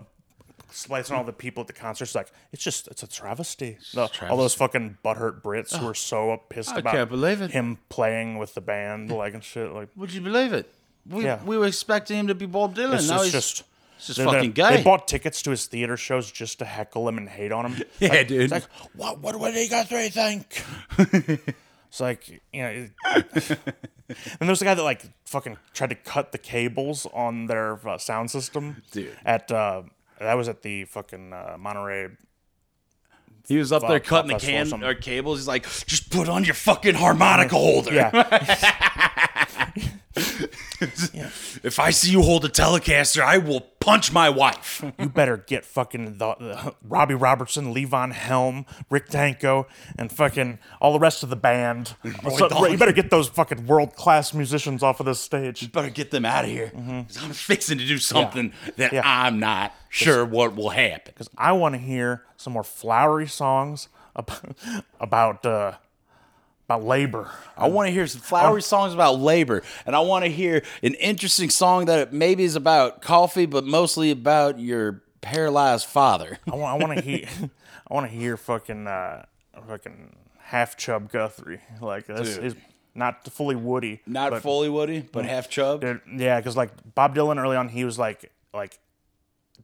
A: slicing all the people at the concerts like it's just it's a travesty. The- All those fucking butthurt Brits who were so pissed
B: I
A: about
B: can't believe it.
A: him playing with the band like and shit like
B: Would you believe it? We,
A: Yeah.
B: we were expecting him to be Bob Dylan.
A: it's,
B: now
A: it's
B: he's
A: just
B: it's just
A: they're- they're-
B: fucking gay.
A: They bought tickets to his theater shows just to heckle him and hate on him.
B: yeah,
A: Like,
B: dude.
A: It's like what what what do you guys really think? it's like you know. It, and there's a guy that like fucking tried to cut the cables on their uh, sound system.
B: Dude.
A: At uh, that was at the fucking uh, Monterey
B: he was up
A: Fuck,
B: there cutting the
A: Pop Festival or
B: can
A: something.
B: or cables. He's like, just put on your fucking harmonica holder.
A: Yeah.
B: If I see you hold a Telecaster, I will punch my wife.
A: you better get fucking the, the Robbie Robertson, Levon Helm, Rick Danko, and fucking all the rest of the band. So-
B: Dolly.
A: you better get those fucking world class musicians off of this stage.
B: Better get them out of here. 'cause I'm fixing to do something that
A: Yeah.
B: I'm not sure what will happen.
A: Because I want to hear some more flowery songs about about, uh, about labor.
B: I want to hear some flowery songs about labor, and I want to hear an interesting song that maybe is about coffee, but mostly about your paralyzed father.
A: I want I want to hear I want to hear fucking uh, fucking half chub Guthrie like this
B: Dude.
A: is not fully Woody,
B: Not
A: but-
B: fully Woody, but half chub.
A: Dude, yeah, because like Bob Dylan early on, he was like like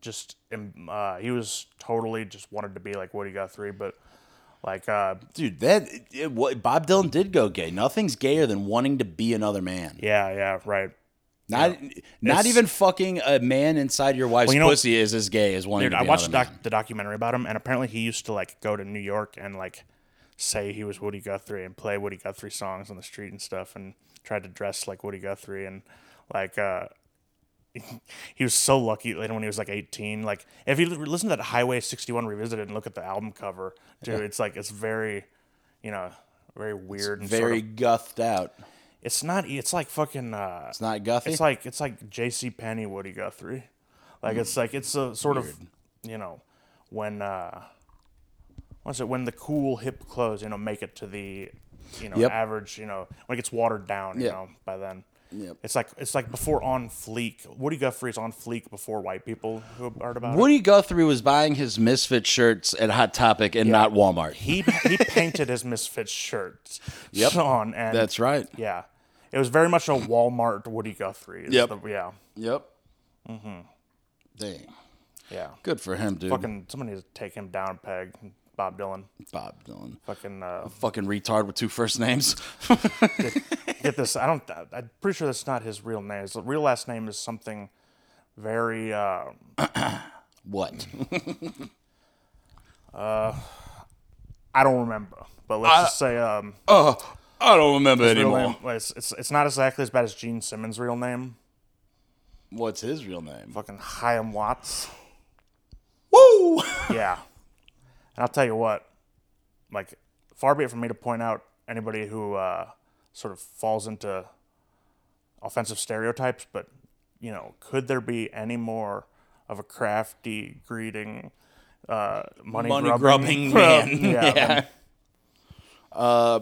A: just um, uh, he was totally just wanted to be like Woody Guthrie, but like uh,
B: Dude, that it, it, what, Bob Dylan did go gay. Nothing's gayer than wanting to be another man.
A: yeah, yeah, right.
B: Not, not
A: It's-
B: even fucking a man inside your wife's
A: Well, you know-
B: pussy is as gay as wanting
A: Dude,
B: to
A: I
B: be
A: watched the,
B: another man.
A: doc- the documentary about him, and apparently he used to like go to New York and like say he was Woody Guthrie and play Woody Guthrie songs on the street and stuff, and tried to dress like Woody Guthrie and like uh, he was so lucky later when he was like 18. Like if you l- listen to that Highway 61 Revisited and look at the album cover, dude, it's like it's very, you know, very weird and
B: Very
A: Sort of,
B: guthed out.
A: it's not. e, It's like fucking. Uh,
B: It's not guthy.
A: it's like it's like J.C. Penney, Woody Guthrie, like it's like it's a sort of you know when uh, what's it when the cool hip clothes you know make it to the you know
B: Yep.
A: average you know when it gets watered down you
B: Yeah.
A: know by then.
B: Yep.
A: It's like it's like before on fleek. Woody Guthrie is on fleek before white people who heard about it.
B: Woody Guthrie was buying his Misfit shirts at Hot Topic and not Walmart.
A: He he painted his misfit shirt
B: Yep.
A: on and
B: That's right.
A: Yeah, it was very much a Walmart Woody Guthrie. is
B: Yep.
A: the- yeah.
B: Yep. Mm-hmm. Dang.
A: Yeah.
B: Good for him, dude.
A: Fucking somebody needs to take him down a peg. Bob Dylan.
B: Bob Dylan.
A: Fucking uh,
B: Fucking retard with two first names.
A: get this. I don't. I'm pretty sure that's not his real name. His real last name is something very uh,
B: What?
A: I don't remember, but let's just say um,
B: I don't remember
A: his real
B: anymore.
A: name, it's, it's it's not exactly as bad as Gene Simmons' real name,
B: What's his real name?
A: fucking Chaim Watts.
B: Woo!
A: Yeah, and I'll tell you what, like far be it from me to point out anybody who uh, sort of falls into offensive stereotypes, but you know, could there be any more of a crafty, greeting, uh, money,
B: Money
A: grubbing,
B: grubbing man.
A: yeah,
B: yeah.
A: than
B: Uh,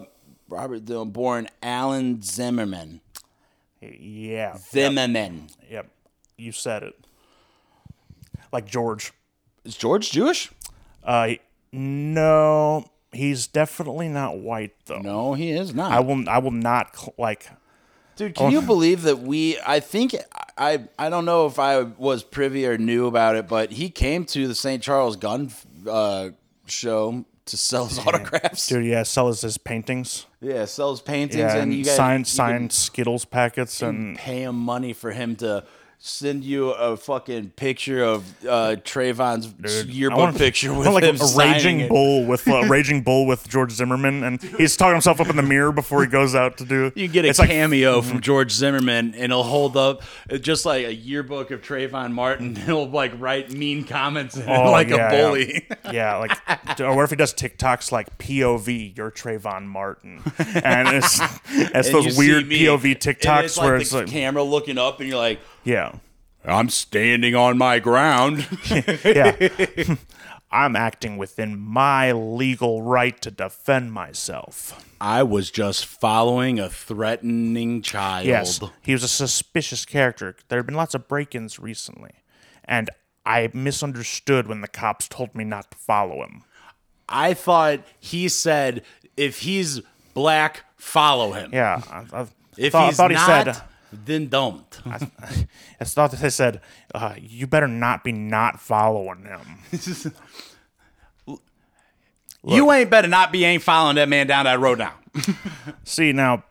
B: Robert Dillon, born Alan Zimmerman.
A: Yeah.
B: Zimmerman.
A: Yep. You said it. Like George.
B: Is George Jewish?
A: Uh no, he's definitely not white though.
B: No, he is not.
A: I will I will not cl- like
B: Dude, can you believe that we? I think I I don't know if I was privy or knew about it, but he came to the St. Charles Gun uh, show to sell his autographs.
A: dude, yeah, sell us his paintings.
B: Yeah, sells paintings
A: Yeah,
B: and,
A: and
B: you guys
A: sign
B: you
A: sign Skittles packets
B: can
A: and
B: pay him money for him to send you a fucking picture of uh, Trayvon's
A: I
B: yearbook
A: want-
B: picture
A: I
B: with
A: want, like
B: him
A: a
B: signing
A: raging
B: it.
A: bull with a raging bull with George Zimmerman, and he's talking himself up in the mirror before he goes out to do.
B: You get a
A: it's like Mm-hmm.
B: cameo from George Zimmerman, and he'll hold up uh, just like a yearbook of Trayvon Martin. He'll like write mean comments in it
A: Oh,
B: like
A: yeah,
B: a bully.
A: Yeah, like, or what if he does TikToks like POV, you're Trayvon Martin, and it's, it's
B: And
A: those
B: you see
A: weird
B: me,
A: POV
B: and
A: TikToks
B: it's
A: where
B: like
A: it's
B: the
A: like,
B: camera looking up, and you're like,
A: yeah,
B: "I'm standing on my ground."
A: yeah, I'm acting within my legal right to defend myself.
B: I was just following a threatening child.
A: Yes, he was a suspicious character. There have been lots of break-ins recently, and I misunderstood when the cops told me not to follow him.
B: I thought he said, "If he's black, follow him.
A: Yeah, I, I,
B: if
A: thought, I
B: he's
A: thought he
B: not,
A: said.
B: then don't."
A: I thought that they said, uh, "You better not be not following him."
B: you ain't better not be ain't following that man down that road now.
A: See now,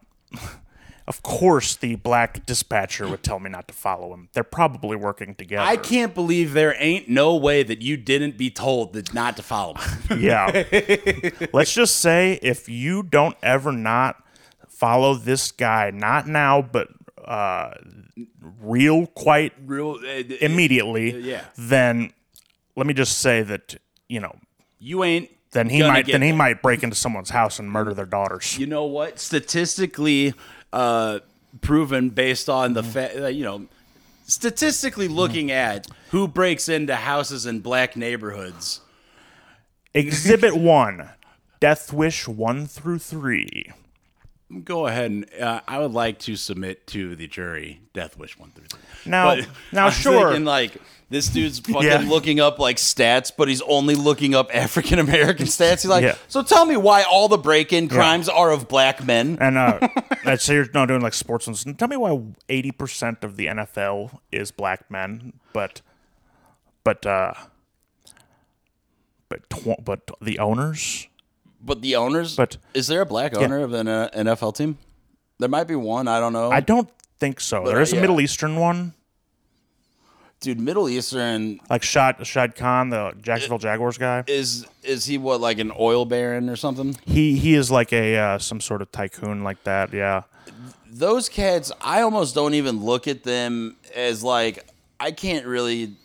A: of course, the black dispatcher would tell me not to follow him. They're probably working together.
B: I can't believe there ain't no way that you didn't be told that not to follow me.
A: Yeah. Let's just say if you don't ever not follow this guy, not now, but uh, real quite
B: Real, uh,
A: immediately,
B: yeah.
A: then let me just say that you know.
B: you ain't.
A: Then he
B: gonna
A: might.
B: get
A: Then he
B: there.
A: might break into someone's house and murder their daughters.
B: You know what? Statistically uh, proven based on the
A: Mm-hmm.
B: fact, uh, you know, statistically looking at who breaks into houses in black neighborhoods.
A: Exhibit one, Death Wish one through three.
B: Go ahead and uh, I would like to submit to the jury Death Wish 1 through 3.
A: Now, now,
B: I'm
A: sure,
B: Thinking, like, this dude's fucking
A: Yeah.
B: looking up like stats, but he's only looking up African American stats. He's like,
A: Yeah.
B: so tell me why all the break-in crimes are of black men.
A: and uh, let's say you're not doing like sports ones. And tell me why eighty percent of the NFL is black men, but, but, uh, but, tw- but the owners.
B: But the owners,
A: But-
B: is there a black owner of an uh, NFL team? There might be one. I don't know.
A: I don't think so. there is a
B: uh, yeah.
A: Middle Eastern one,
B: Dude, Middle Eastern
A: like Shad Shad Khan, the Jacksonville Jaguars guy.
B: is is he what like an oil baron or something?
A: He he is like a uh, some sort of tycoon like that. Yeah.
B: those cats, I almost don't even look at them as like I can't really.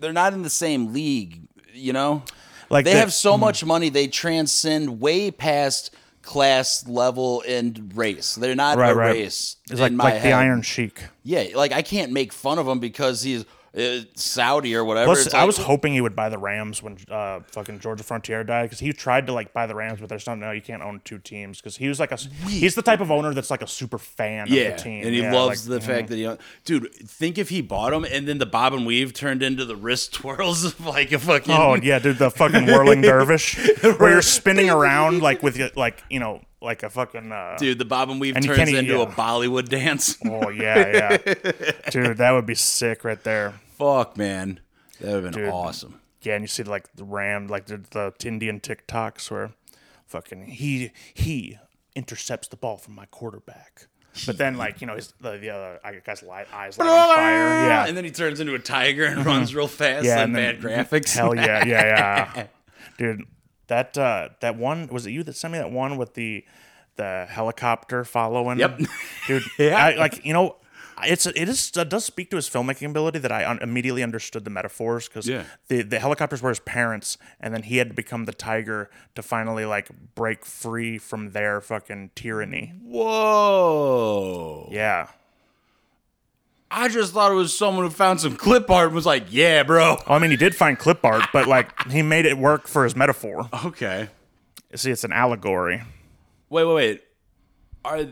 B: They're not in the same league, you know.
A: Like
B: They
A: the- Mm-hmm.
B: have so much money; they transcend way past class level and race. They're not
A: Right,
B: a
A: right.
B: race.
A: It's like
B: in my
A: like
B: head.
A: the Iron Sheik.
B: Yeah, like I can't make fun of him because he's uh, Saudi or whatever.
A: Plus,
B: It's
A: I
B: like-
A: was hoping he would buy the Rams when uh, fucking Georgia Frontier died because he tried to like buy the Rams, but there's no no, you can't own two teams because he was like a he's the type of owner that's like a super fan
B: yeah,
A: of the team,
B: and he
A: Yeah,
B: loves
A: like, mm-hmm.
B: the fact that he. Dude, think if he bought him and then the bob and weave turned into the wrist twirls of like a fucking.
A: Oh yeah, dude, the fucking whirling dervish where you're spinning around like with your- like you know like a fucking uh,
B: Dude, the bob and weave
A: And you
B: turns
A: can't eat-
B: into a
A: yeah.
B: Bollywood dance.
A: Oh yeah, yeah, dude, that would be sick right there.
B: Fuck, man. That would have been awesome.
A: Yeah, and you see like the Ram, like the, the Indian TikToks where fucking he he intercepts the ball from my quarterback. But then, like you know, his, the the other I guy's li- eyes light on fire. Yeah,
B: Oh,
A: Mm-hmm.
B: And then he turns into a tiger and runs real fast.
A: yeah,
B: Yeah,
A: and then-
B: bad graphics.
A: Hell yeah, yeah, yeah, dude. That uh, that one was it you that sent me that one with the the helicopter following?
B: Yep.
A: dude.
B: Yeah.
A: I, like you know, it's it is it does speak to his filmmaking ability that I un- immediately understood the metaphors because
B: Yeah.
A: the the helicopters were his parents, and then he had to become the tiger to finally like break free from their fucking tyranny.
B: Whoa.
A: Yeah.
B: I just thought it was someone who found some clip art and was like, yeah, bro.
A: Well, I mean, he did find clip art, but like he made it work for his metaphor.
B: Okay.
A: See, it's an allegory.
B: Wait, wait, wait. Are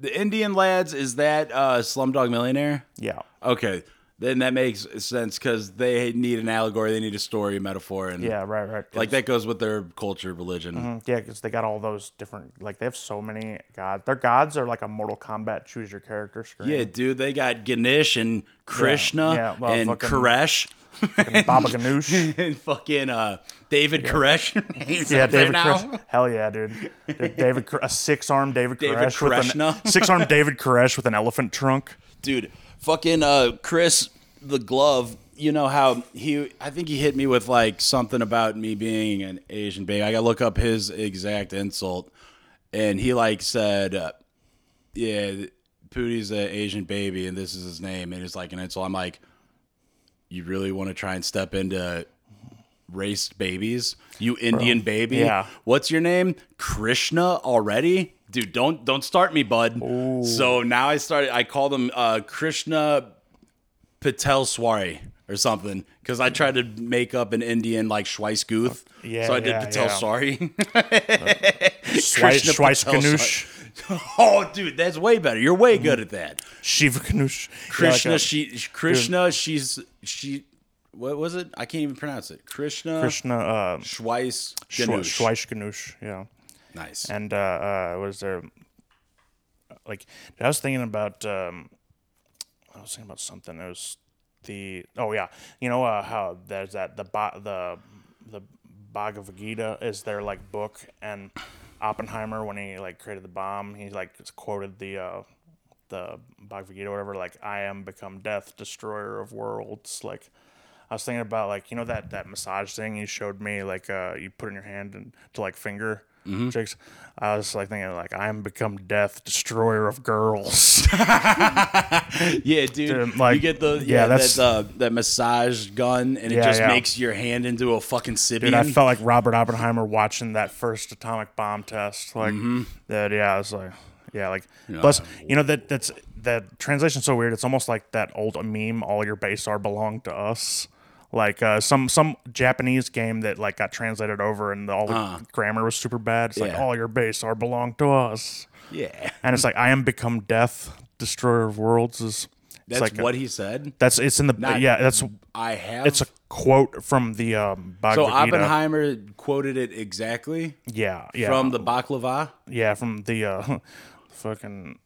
B: the Indian lads, is that uh, Slumdog Millionaire?
A: Yeah.
B: Okay. Then that makes sense because they need an allegory. They need a story, a metaphor. And
A: Yeah. Mm-hmm. Right. Right.
B: Like that goes with their culture, religion.
A: Yeah, because they got all those different. Like they have so many gods. Their gods are like a Mortal Kombat choose your character screen.
B: Yeah, dude, they got Ganesh and Krishna
A: yeah, well,
B: and
A: fucking-
B: Koresh
A: Fucking Baba Ganoush.
B: and fucking uh, David Koresh. He's
A: Yeah,
B: up there
A: David.
B: now.
A: Koresh. Hell yeah, dude. Dude, David, Kor- a six-armed David
B: David
A: Koresh with an
B: Koreshna.
A: six-armed David Koresh with an elephant trunk.
B: dude. Fucking uh, Chris, the glove. You know how he? I think he hit me with like something about me being an Asian baby. I gotta look up his exact insult, and he like said, uh, "Yeah, Pootie's an Asian baby, and this is his name, and it's like an insult." I'm like, "You really want to try and step into?" Race babies, you Indian baby.
A: yeah.
B: What's your name? Krishna already? Dude, don't don't start me, bud. So now I started. I called him uh, Krishna Patel Swari or something because I tried to make up an Indian like Schweisguth.
A: Yeah,
B: So I did
A: yeah,
B: Patel
A: yeah.
B: Swari.
A: Schweiss
B: Krishna Patel
A: Ganoush,
B: Swari. Oh, dude, that's way better. You're way good at that.
A: Shiva Ganoush,
B: Krishna,
A: uh,
B: she, Krishna, she's she. What was it? I can't even pronounce it. Krishna
A: Krishna, uh,
B: Schweiss
A: Schwe-
B: Ganush.
A: Schweiss Ganoush. Yeah.
B: Nice.
A: and uh, uh what is there like i was thinking about um i was thinking about something it was the oh yeah you know uh, how there's that the ba- the the bhagavad gita is their like book and oppenheimer when he like created the bomb he like quoted the uh the bhagavad gita or whatever like i am become death destroyer of worlds like I was thinking about like you know that that massage thing you showed me like uh you put in your hand and to like finger chicks. I was like thinking like I'm become death destroyer of girls.
B: Yeah, dude.
A: Dude, like,
B: you get the
A: yeah,
B: yeah,
A: that's-
B: that uh, that massage gun, and it
A: Yeah,
B: just
A: yeah.
B: makes your hand into a fucking Sibian.
A: Dude, I felt like Robert Oppenheimer watching that first atomic bomb test. Like
B: Mm-hmm.
A: that, yeah. I was like, yeah, like. Plus, you know that that's that translation's so weird. It's almost like that old meme. All your base are belong to us. Like uh, some some Japanese game that like got translated over and all the grammar was super bad. It's like
B: Ah. Yeah.
A: all your base are belong to us,
B: yeah,
A: and it's like I am become death, destroyer of worlds. Is it's
B: that's
A: like a-
B: what he said.
A: that's it's in the
B: Not-
A: yeah that's
B: I have.
A: it's a quote from the um, Bhagavad
B: so
A: Gita.
B: Oppenheimer quoted it exactly
A: yeah yeah
B: from the baklava,
A: Yeah, from the uh, fucking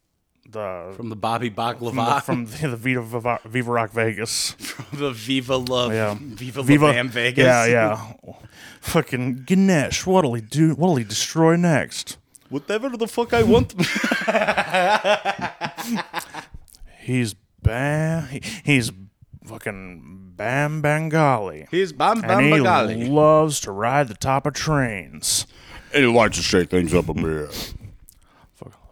A: the
B: from the Bobby
A: from the,
B: baklava,
A: from the, the Viva, Viva, Viva Rock Vegas.
B: the Viva Love,
A: Yeah,
B: Viva, Viva Bam Vegas.
A: Yeah, yeah. fucking Ganesh, what'll he do? What'll he destroy next?
B: Whatever the fuck I want.
A: He's bam. He, he's fucking Bam Bangali.
B: He's Bam Bam
A: and he
B: Bagali.
A: loves to ride the top of trains.
F: And he likes to shake things up a bit.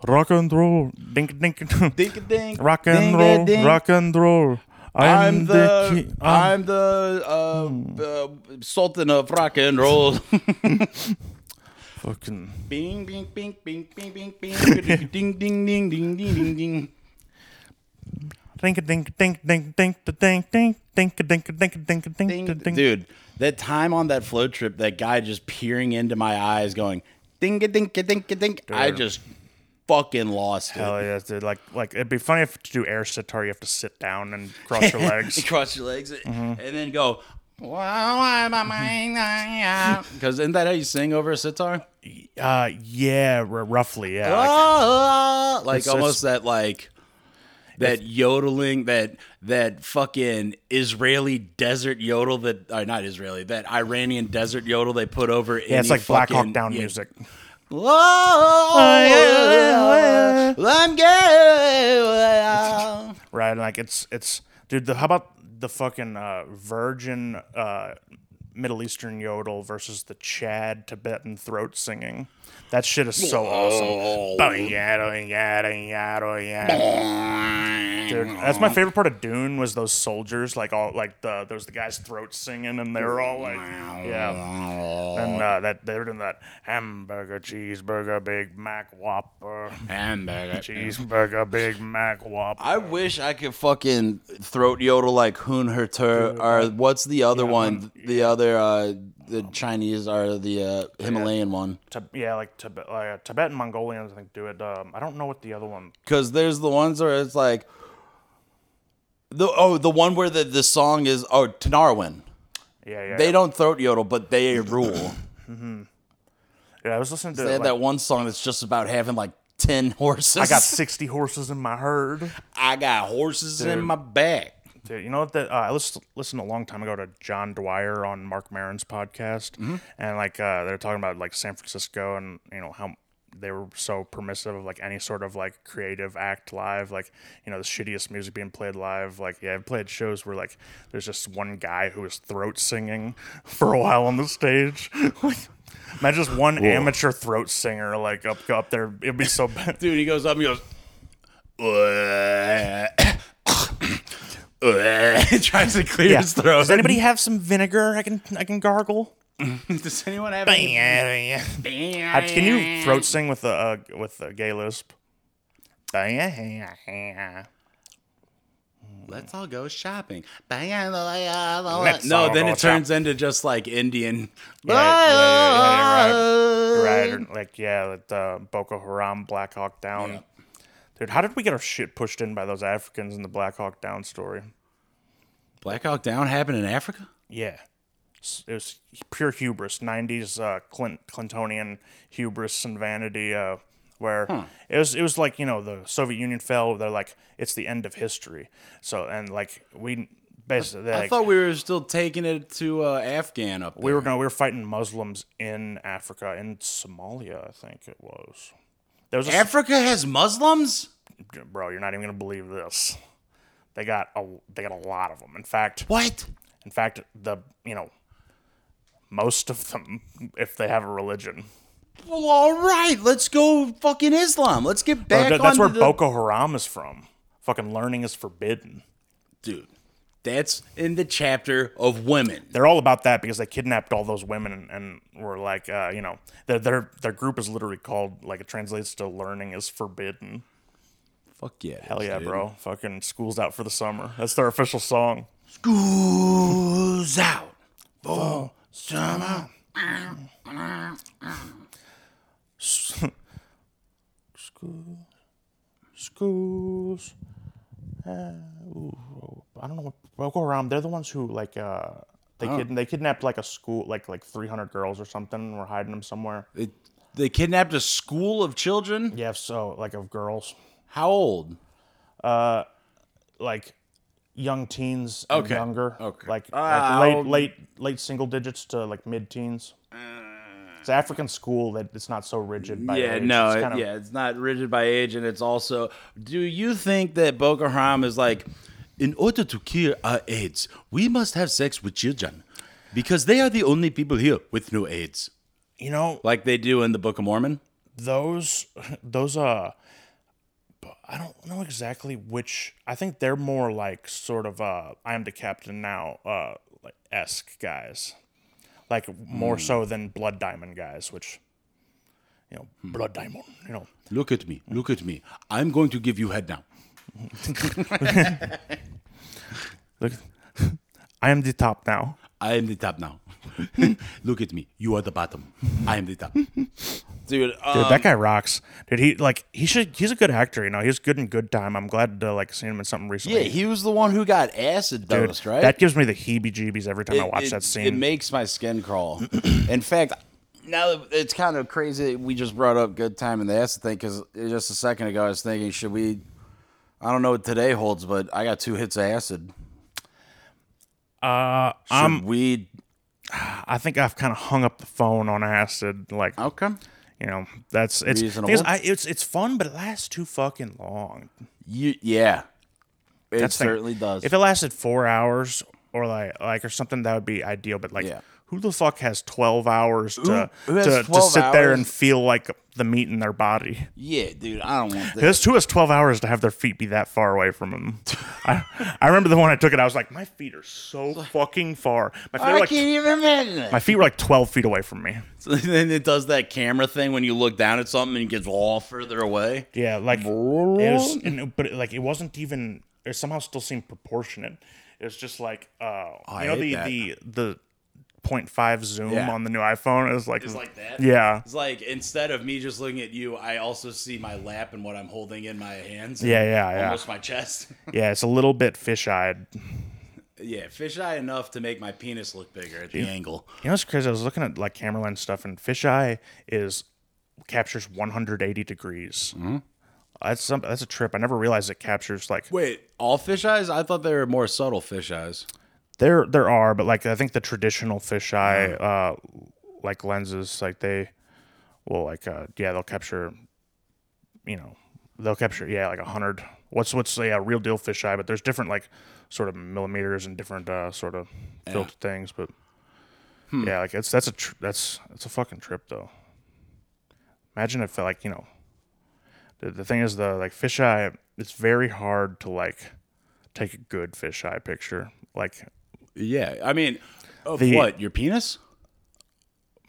A: Rock and roll, dink dink,
B: Dink dink.
A: rock and roll, rock and roll. I'm,
B: I'm
A: the, um,
B: the
A: ki- I'm,
B: I'm the uh, uh, Sultan of rock and roll.
A: fucking
B: Bing, bing, bing, bing, bing, bing, bing, ding, ding, ding, ding, ding, ding, ding.
A: Dink dink dink dink dink da dink dink dink dink dink dink dink da
B: Ding.
A: dink.
B: Dude, that time on that float trip, that guy just peering into my eyes, going ding, a ding, a ding, a ding. I just fucking lost it.
A: Hell yeah, dude! Like, like it'd be funny if to do air sitar, you have to sit down and cross your legs.
B: Cross your legs and then go. Because Mm-hmm. isn't that how you sing over a sitar?
A: Uh, yeah, r- roughly, yeah. Like,
B: Ah, Oh, like
A: It's- it's-
B: almost that like that yodeling that that fucking Israeli desert yodel that uh, not Israeli that Iranian desert yodel they put over
A: yeah, it's like Black Hawk Down music.
B: Whoa, I'm gay.
A: right? Like it's it's dude. The, how about the fucking uh, virgin uh, Middle Eastern yodel versus the Chad Tibetan throat singing? That shit is so awesome. Dude, that's my favorite part of Dune was those soldiers, like all like the there was the guys throat singing and they were all like yeah, and uh, that they were doing that hamburger, cheeseburger, Big Mac Whopper,
B: Hamburger.
A: cheeseburger, Big Mac Whopper.
B: I wish I could fucking throat yodel like Hun Herter or what's the other one? The other uh the Chinese or the uh, Himalayan one.
A: Tib- yeah, like Tibet, like, uh, Tibet and Mongolians, I think, do it. Um, I don't know what the other one.
B: Cause there's the ones where it's like the oh the one where the, the song is oh Tanarwin.
A: Yeah, yeah.
B: They don't throat yodel, but they rule.
A: Yeah, I was listening to.
B: They
A: Like,
B: have that one song that's just about having like ten horses.
A: I got sixty horses in my herd.
B: I got horses in my back.
A: Dude, you know what? That uh, I lis- listened a long time ago to John Dwyer on Mark Maron's podcast,
B: Mm-hmm.
A: and like uh, they're talking about like San Francisco and you know how they were so permissive of like any sort of like creative act live, like you know the shittiest music being played live. Like yeah, I've played shows where like there's just one guy who is throat singing for a while on the stage. Imagine just one amateur throat singer like up up there. It'd be so bad.
B: Dude, he goes up and goes. tries to clear his throat.
A: Does anybody have some vinegar I can I can gargle?
B: Does anyone have
A: Uh, Can you throat sing with a uh, with a gay lisp? Let's
B: Let's all go shopping. No,
A: all
B: then
A: go
B: it turns into just like Indian.
A: Right, or, like yeah, like uh, Boko Haram, Black Hawk Down. Dude, how did we get our shit pushed in by those Africans in the Black Hawk Down story?
B: Black Hawk Down happened in Africa?
A: Yeah. S- It was pure hubris, 90s uh, Clint, Clintonian hubris and vanity, uh, where it was it was like, you know, the Soviet Union fell. They're like, it's the end of history. So, and like, we basically, they're
B: I
A: like,
B: thought we were still taking it to uh, Afghan up there.
A: we were, no, we were fighting Muslims in Africa, in Somalia, I think it was. There was a, s-
B: Africa has Muslims?
A: bro, you're not even going to believe this. They got a, they got a lot of them. In fact,
B: What?
A: In fact, the you know, most of them, if they have a religion,
B: Well, all right. Let's go fucking Islam. Let's get
A: Bro,
B: back
A: that- that's
B: onto
A: where
B: the-
A: Boko Haram is from. Fucking learning is forbidden.
B: Dude, that's in the chapter of women.
A: They're all about that because they kidnapped all those women and, and were like, uh, you know, their their their group is literally called like it translates to learning is forbidden.
B: Fuck yeah.
A: Hell yeah, bro! Fucking school's out for the summer. That's their official song.
B: School's out.
A: schools. Uh, ooh, I don't know what Boko Haram. They're the ones who like uh, they kid, they kidnapped like a school like like 300 girls or something. and Were hiding them somewhere.
B: They, they kidnapped a school of children?
A: Yeah, so like of girls,
B: How old?
A: like young teens, and
B: Okay.
A: younger,
B: Okay.
A: like,
B: Ah,
A: like
B: I'll-
A: late late late single digits to like mid teens. It's African school that it's not so rigid. By
B: yeah,
A: age.
B: no,
A: it's
B: it-
A: kind of-
B: yeah, it's not rigid by age, and it's also. Do you think that Boko Haram is like, in order to cure our AIDS, we must have sex with children, because they are the only people here with no AIDS,
A: You know,
B: like they do in the Book of Mormon.
A: those those uh but I don't know exactly which I think they're more like sort of uh I am the captain now uh like esque guys. Like more
B: Hmm.
A: so than Blood Diamond guys, which you know,
B: Hmm.
A: Blood Diamond, you know.
B: Look at me, look at me. I'm going to give you head now.
A: Look I am the top now.
B: I am the top now. look at me. You are the bottom. I am the top. Dude,
A: Dude,
B: uh,
A: that guy rocks. Dude, he like he should he's a good actor, you know. He's good in good time. I'm glad to like see him in something
B: yeah,
A: recently.
B: he was the one who got acid
A: Dude,
B: dosed, right?
A: That gives me the heebie jeebies every time I watch that scene.
B: It makes my skin crawl. in fact, now that it's kind of crazy. We just brought up good time and the acid thing because just a second ago I was thinking, should we? I don't know what today holds, but I got two hits of acid.
A: uh
B: Should we?
A: I think I've kind of hung up the phone on acid. Like,
B: Okay.
A: You know, that's it's
B: Uh, Reasonable.
A: things- I, it's it's fun, but it lasts too fucking long.
B: You, yeah. It
A: That's the thing.
B: certainly does.
A: If it lasted four hours or like like or something, that would be ideal. But like,
B: Yeah.
A: who the fuck has twelve hours to
B: who has
A: to, to
B: 12
A: sit there
B: hours?
A: and feel like the meat in their body?
B: yeah, dude, I don't want this.
A: This who has twelve hours to have their feet be that far away from them? I, I remember the one I took it. I was like, my feet are so fucking far. My feet
K: I
A: are like
K: can't even imagine it.
A: my feet were like twelve feet away from me.
B: and then it does that camera thing when you look down at something and it gets all further away.
A: Yeah, like it was, and, it- but it, like it wasn't even. It somehow still seemed proportionate. It was just like, uh,
B: Oh, I
A: you know the,
B: hate
A: the the 0.5 zoom
B: Yeah.
A: on the new iPhone. It was like,
B: It's like that.
A: Mm. yeah,
B: It's like instead of me just looking at you, I also see my lap and what I'm holding in my hands.
A: yeah, yeah, yeah,
B: Almost my chest.
A: yeah. It's a little bit fisheyed.
B: yeah, fisheye enough to make my penis look bigger at the angle.
A: You know what's crazy? I was looking at like camera lens stuff, and fisheye is captures 180 degrees.
B: Mm-hmm.
A: That's some, that's a trip. I never realized it captures like
B: Wait, all fisheyes? I thought they were more subtle fisheyes.
A: there there are, but like I think the traditional fisheye uh, like lenses, like they will like uh, yeah they'll capture, you know, they'll capture yeah like a hundred. What's what's the yeah, real deal fisheye? But there's different like sort of millimeters and different uh, sort of filter things, but. Yeah, like it's that's a tr- that's that's a fucking trip though. Imagine if like you know, the, the thing is though like fisheye, it's very hard to like take a good fisheye picture. Like
B: Yeah, I mean, of
A: The-
B: what? Your penis?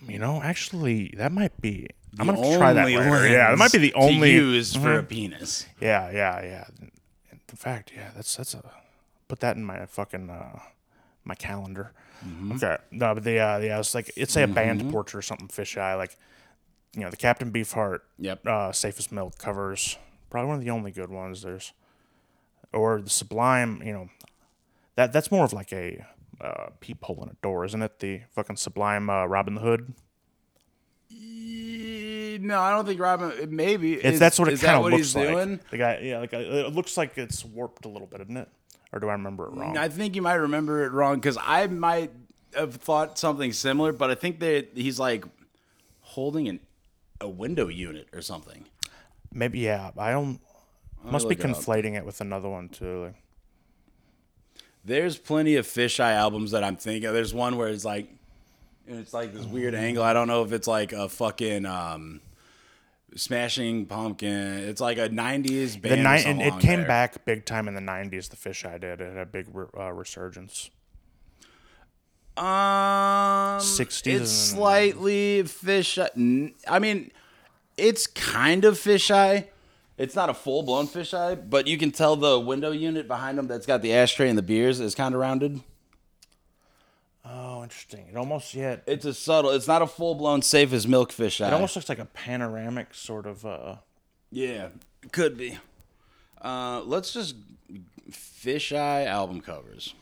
A: you know, actually that might be. I'm
B: The
A: gonna have to try that.
B: only
A: later. Yeah, that might be
B: lens
A: the only. Mm-hmm.
B: to use for a penis.
A: Yeah, yeah, yeah. In fact, yeah, that's that's a put that in my fucking uh, my calendar.
B: Mm-hmm.
A: Okay, no, but the uh, yeah, it's like it's say a band portrait or something fisheye, like you know the Captain Beefheart,
B: Yep.
A: uh, safest milk covers, probably one of the only good ones. There's or the Sublime, you know, that that's more of like a uh, peephole in a door, isn't it? The fucking Sublime uh, Robin Hood.
B: No, I don't think Robin. Maybe
A: It's, that's what it
B: is
A: kind
B: that
A: of
B: what
A: looks
B: he's
A: like.
B: doing.
A: The guy, yeah, like uh, it looks like it's warped a little bit, isn't it? Or do I remember it wrong?
B: I think you might remember it wrong because I might have thought something similar, but I think that he's like holding an, a window unit or something.
A: Maybe yeah. I don't. Must be
B: look it up.
A: conflating it with another one too. Like,
B: There's plenty of fisheye albums that I'm thinking. of. There's one where it's like, and it's like this weird angle. I don't know if it's like a fucking um, smashing pumpkin. It's like a '90s
A: the
B: band.
A: ni- and it came
B: back.
A: back big time in the '90s. The fisheye did. It had a big re- uh, resurgence.
B: Um,
A: 60s
B: It's
A: and-
B: slightly fish. n- I mean, it's kind of fisheye. It's not a full blown fisheye, but you can tell the window unit behind him that's got the ashtray and the beers is kind of rounded.
A: Oh, interesting. It almost yeah. It,
B: It's a subtle. It's not a full blown safe as milk fisheye.
A: it almost looks like a panoramic sort of. Uh,
B: yeah, could be. Uh, let's just fisheye album covers.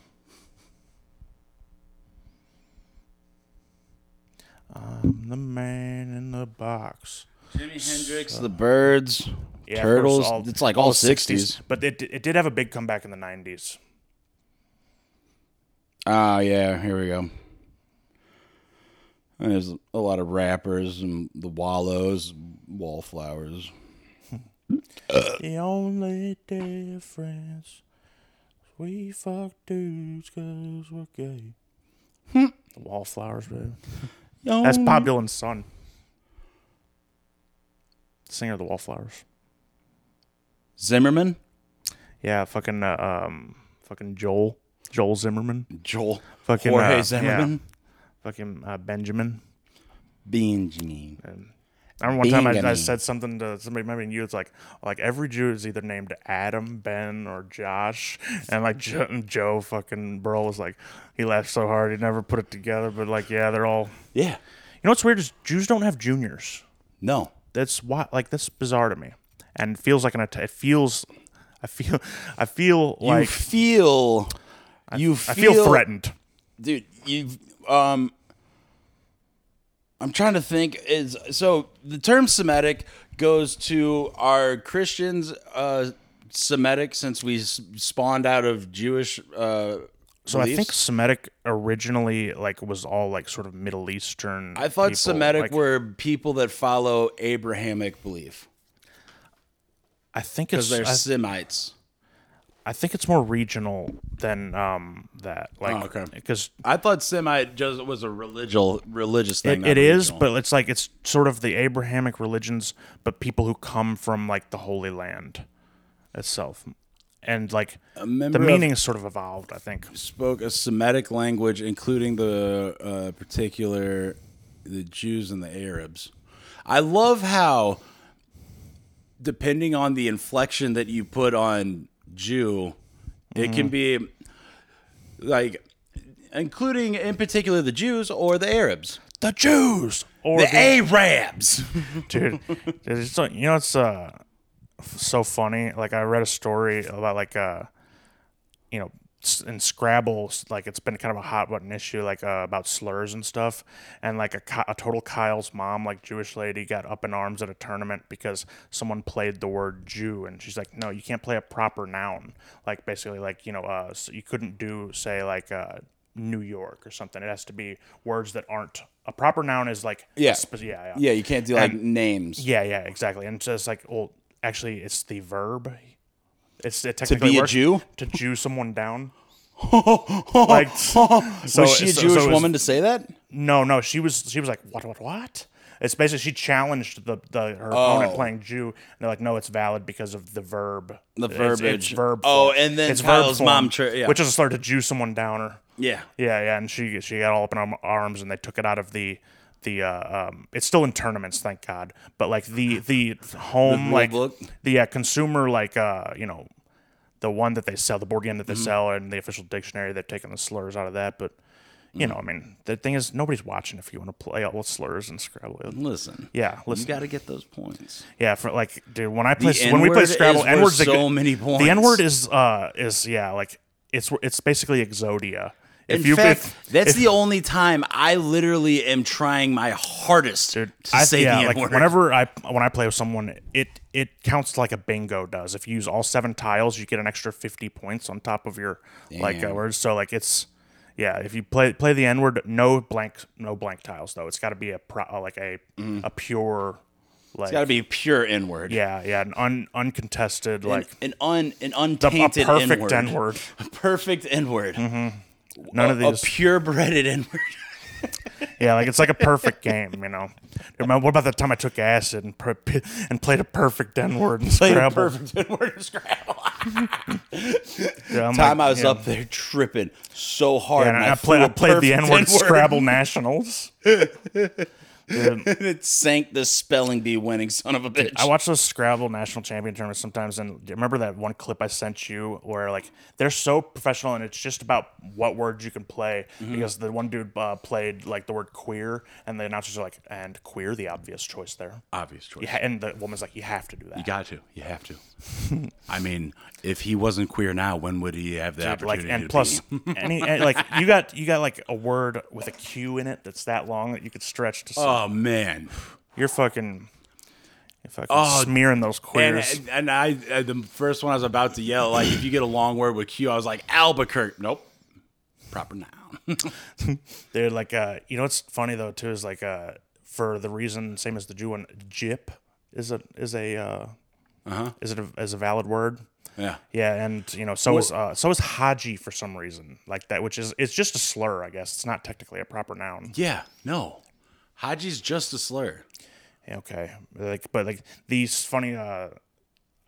A: the man in the box.
B: Jimi Hendrix, The Birds,
A: Yeah, of course,
B: Turtles. it's like all,
A: the
B: 60s.
A: But it it did have a big comeback in the '90s.
B: Ah, yeah, here we go. And there's a lot of rappers and the Wallows, Wallflowers.
A: The only difference is we fuck dudes because we're gay. the wallflowers, baby. That's Bob Dylan's son. Singer of the Wallflowers.
B: Zimmerman,
A: Yeah, fucking uh, um, fucking Joel, Joel Zimmerman,
B: Joel,
A: Fucking, uh,
B: Jorge
A: yeah.
B: Zimmerman,
A: fucking uh, Benjamin.
B: Benjamin.
A: I remember one time I, I
B: Benjamin.
A: said something to somebody, maybe you. It's like like every Jew is either named Adam, Ben, or Josh, and like jo- and Joe fucking Burl was like he laughed so hard he never put it together. But like yeah, they're all.
B: Yeah,
A: You know what's weird is Jews don't have juniors.
B: no,
A: That's why like that's bizarre to me, and it feels like an attack. It feels, I feel, I feel
B: you
A: like
B: feel, you
A: I
B: feel,
A: feel threatened.
B: dude. You, um, I'm trying to think. Is so the term Semitic goes to our Christians, uh, Semitic, since we s- spawned out of Jewish, uh
A: So I think
B: beliefs?
A: Semitic originally like was all like sort of Middle Eastern.
B: I thought
A: people,
B: Semitic
A: like-
B: were people that follow Abrahamic belief
A: I think
B: because
A: it's
B: they're
A: I,
B: Semites.
A: I think it's more regional than um that like
B: Oh, okay.
A: because
B: I thought Semite just was a religious religious thing.
A: it,
B: not
A: it is,
B: regional.
A: but it's like it's sort of the Abrahamic religions, but people who come from like the Holy Land itself, and like the
B: member of-
A: meaning is sort of evolved. I think
B: spoke a Semitic language, including the uh, particular the Jews and the Arabs. I love how, depending on the inflection that you put on Jew, it can be like including in particular the Jews or the Arabs,
A: the Jews or
B: the Arabs.
A: dude it's like you know it's uh f- so funny like i read a story about like uh you know s- in scrabble s- like it's been kind of a hot button issue like uh, about slurs and stuff and like a, Ky- a total kyle's mom like jewish lady got up in arms at a tournament because someone played the word jew and she's like no you can't play a proper noun like basically like you know uh s you couldn't do say like uh new york or something it has to be words that aren't a proper noun is like
B: Yeah.
A: spe- yeah yeah
B: yeah, you can't do like
A: And-
B: names.
A: yeah, yeah, exactly. And so it's like, well, actually, it's the verb. It's it
B: To
A: technically
B: be a
A: works-
B: Jew,
A: to Jew someone down.
B: like,
A: so-
B: was she
A: so-
B: a
A: so
B: Jewish
A: it was-
B: woman to say that?
A: No, no, she was she was like, what, what, what? It's basically she challenged the, the her opponent
B: Oh.
A: playing Jew, and they're like, no, it's valid because of the verb,
B: The
A: It's- it's
B: verbiage.
A: verb.
B: Oh,
A: form.
B: and then
A: it's verb
B: Kyle's mom
A: form,
B: tri- yeah.
A: which is a slur to Jew someone downer.
B: Yeah,
A: Yeah, yeah, and she she got all up in our arms, and they took it out of the the. Uh, um, it's still in tournaments, thank God. But like the the home
B: rule
A: like
B: book?
A: the uh, consumer like uh you know the one that they sell the board game that
B: Mm-hmm.
A: they sell and the official dictionary they've taken the slurs out of that, but. You
B: Mm.
A: know, I mean, the thing is, nobody's watching if you want to play all with slurs and Scrabble.
B: Mm-hmm. listen.
A: Yeah, listen.
B: You got to get those points.
A: Yeah, for like, dude, when I play
B: The
A: when we play
B: N-word
A: Scrabble,
B: is worth
A: N-word's a
B: so
A: good-
B: many points.
A: The N word is uh is yeah like it's it's basically Exodia. If
B: In
A: you
B: fact,
A: if,
B: that's the only time I literally am trying my hardest to
A: I,
B: say
A: yeah,
B: the
A: like
B: N-word.
A: whenever I when I play with someone, it it counts like a bingo does. If you use all seven tiles, you get an extra fifty points on top of your like uh,
B: Damn.
A: words. So like it's yeah. If you play play the N word, no blank no blank tiles though. It's got to be a pro, uh, like a a pure like
B: it's got to be pure N-word.
A: yeah yeah an un, uncontested
B: An,
A: like
B: an un an
A: the a
B: untainted
A: perfect Mm-hmm, N
B: N-word.
A: word.
B: A perfect N-word.
A: None of
B: A
A: these
B: purebreded N-word.
A: Yeah, like it's like a perfect game, you know. Remember, what about the time I took acid and per- p- and played a perfect N word and
B: Played a
A: Scrabble?
B: perfect N-word in Scrabble.
A: Yeah, I'm
B: time
A: like,
B: I was
A: yeah.
B: up there tripping so hard.
A: Yeah, and I, play, I
B: flew a
A: played the
B: perfect
A: N word Scrabble Nationals. Dude,
B: It sank the spelling bee winning son of a bitch.
A: I watch those Scrabble National Champion tournaments sometimes, and do you remember that one clip I sent you where like they're so professional, and it's just about what words you can play because the one dude uh, played like the word queer, and the announcers are like, "And queer, the obvious choice there."
B: Obvious choice.
A: Yeah, and the woman's like, Uh, "You have to do that."
B: You got to. You have to. I mean, if he wasn't queer now, when would he have the
A: like
B: opportunity?
A: and
B: to
A: plus
B: be?
A: any and, like you got you got like a word with a q in it that's that long that you could stretch to some,
B: oh man,
A: you're fucking you're fucking
B: Oh,
A: smearing those
B: and,
A: queers
B: and I uh, the first one I was about to yell like, if you get a long word with Q, I was like Albuquerque. Nope, proper noun.
A: they're like uh you know what's funny though too is like uh for the reason same as the jew one jip is a is a uh
B: Uh-huh.
A: is it a, is a valid word
B: yeah,
A: yeah and you know so is uh so is haji for some reason like that which is it's just a slur i guess it's not technically a proper noun
B: yeah, no, Haji's just a slur.
A: Okay. Like, but like these funny. uh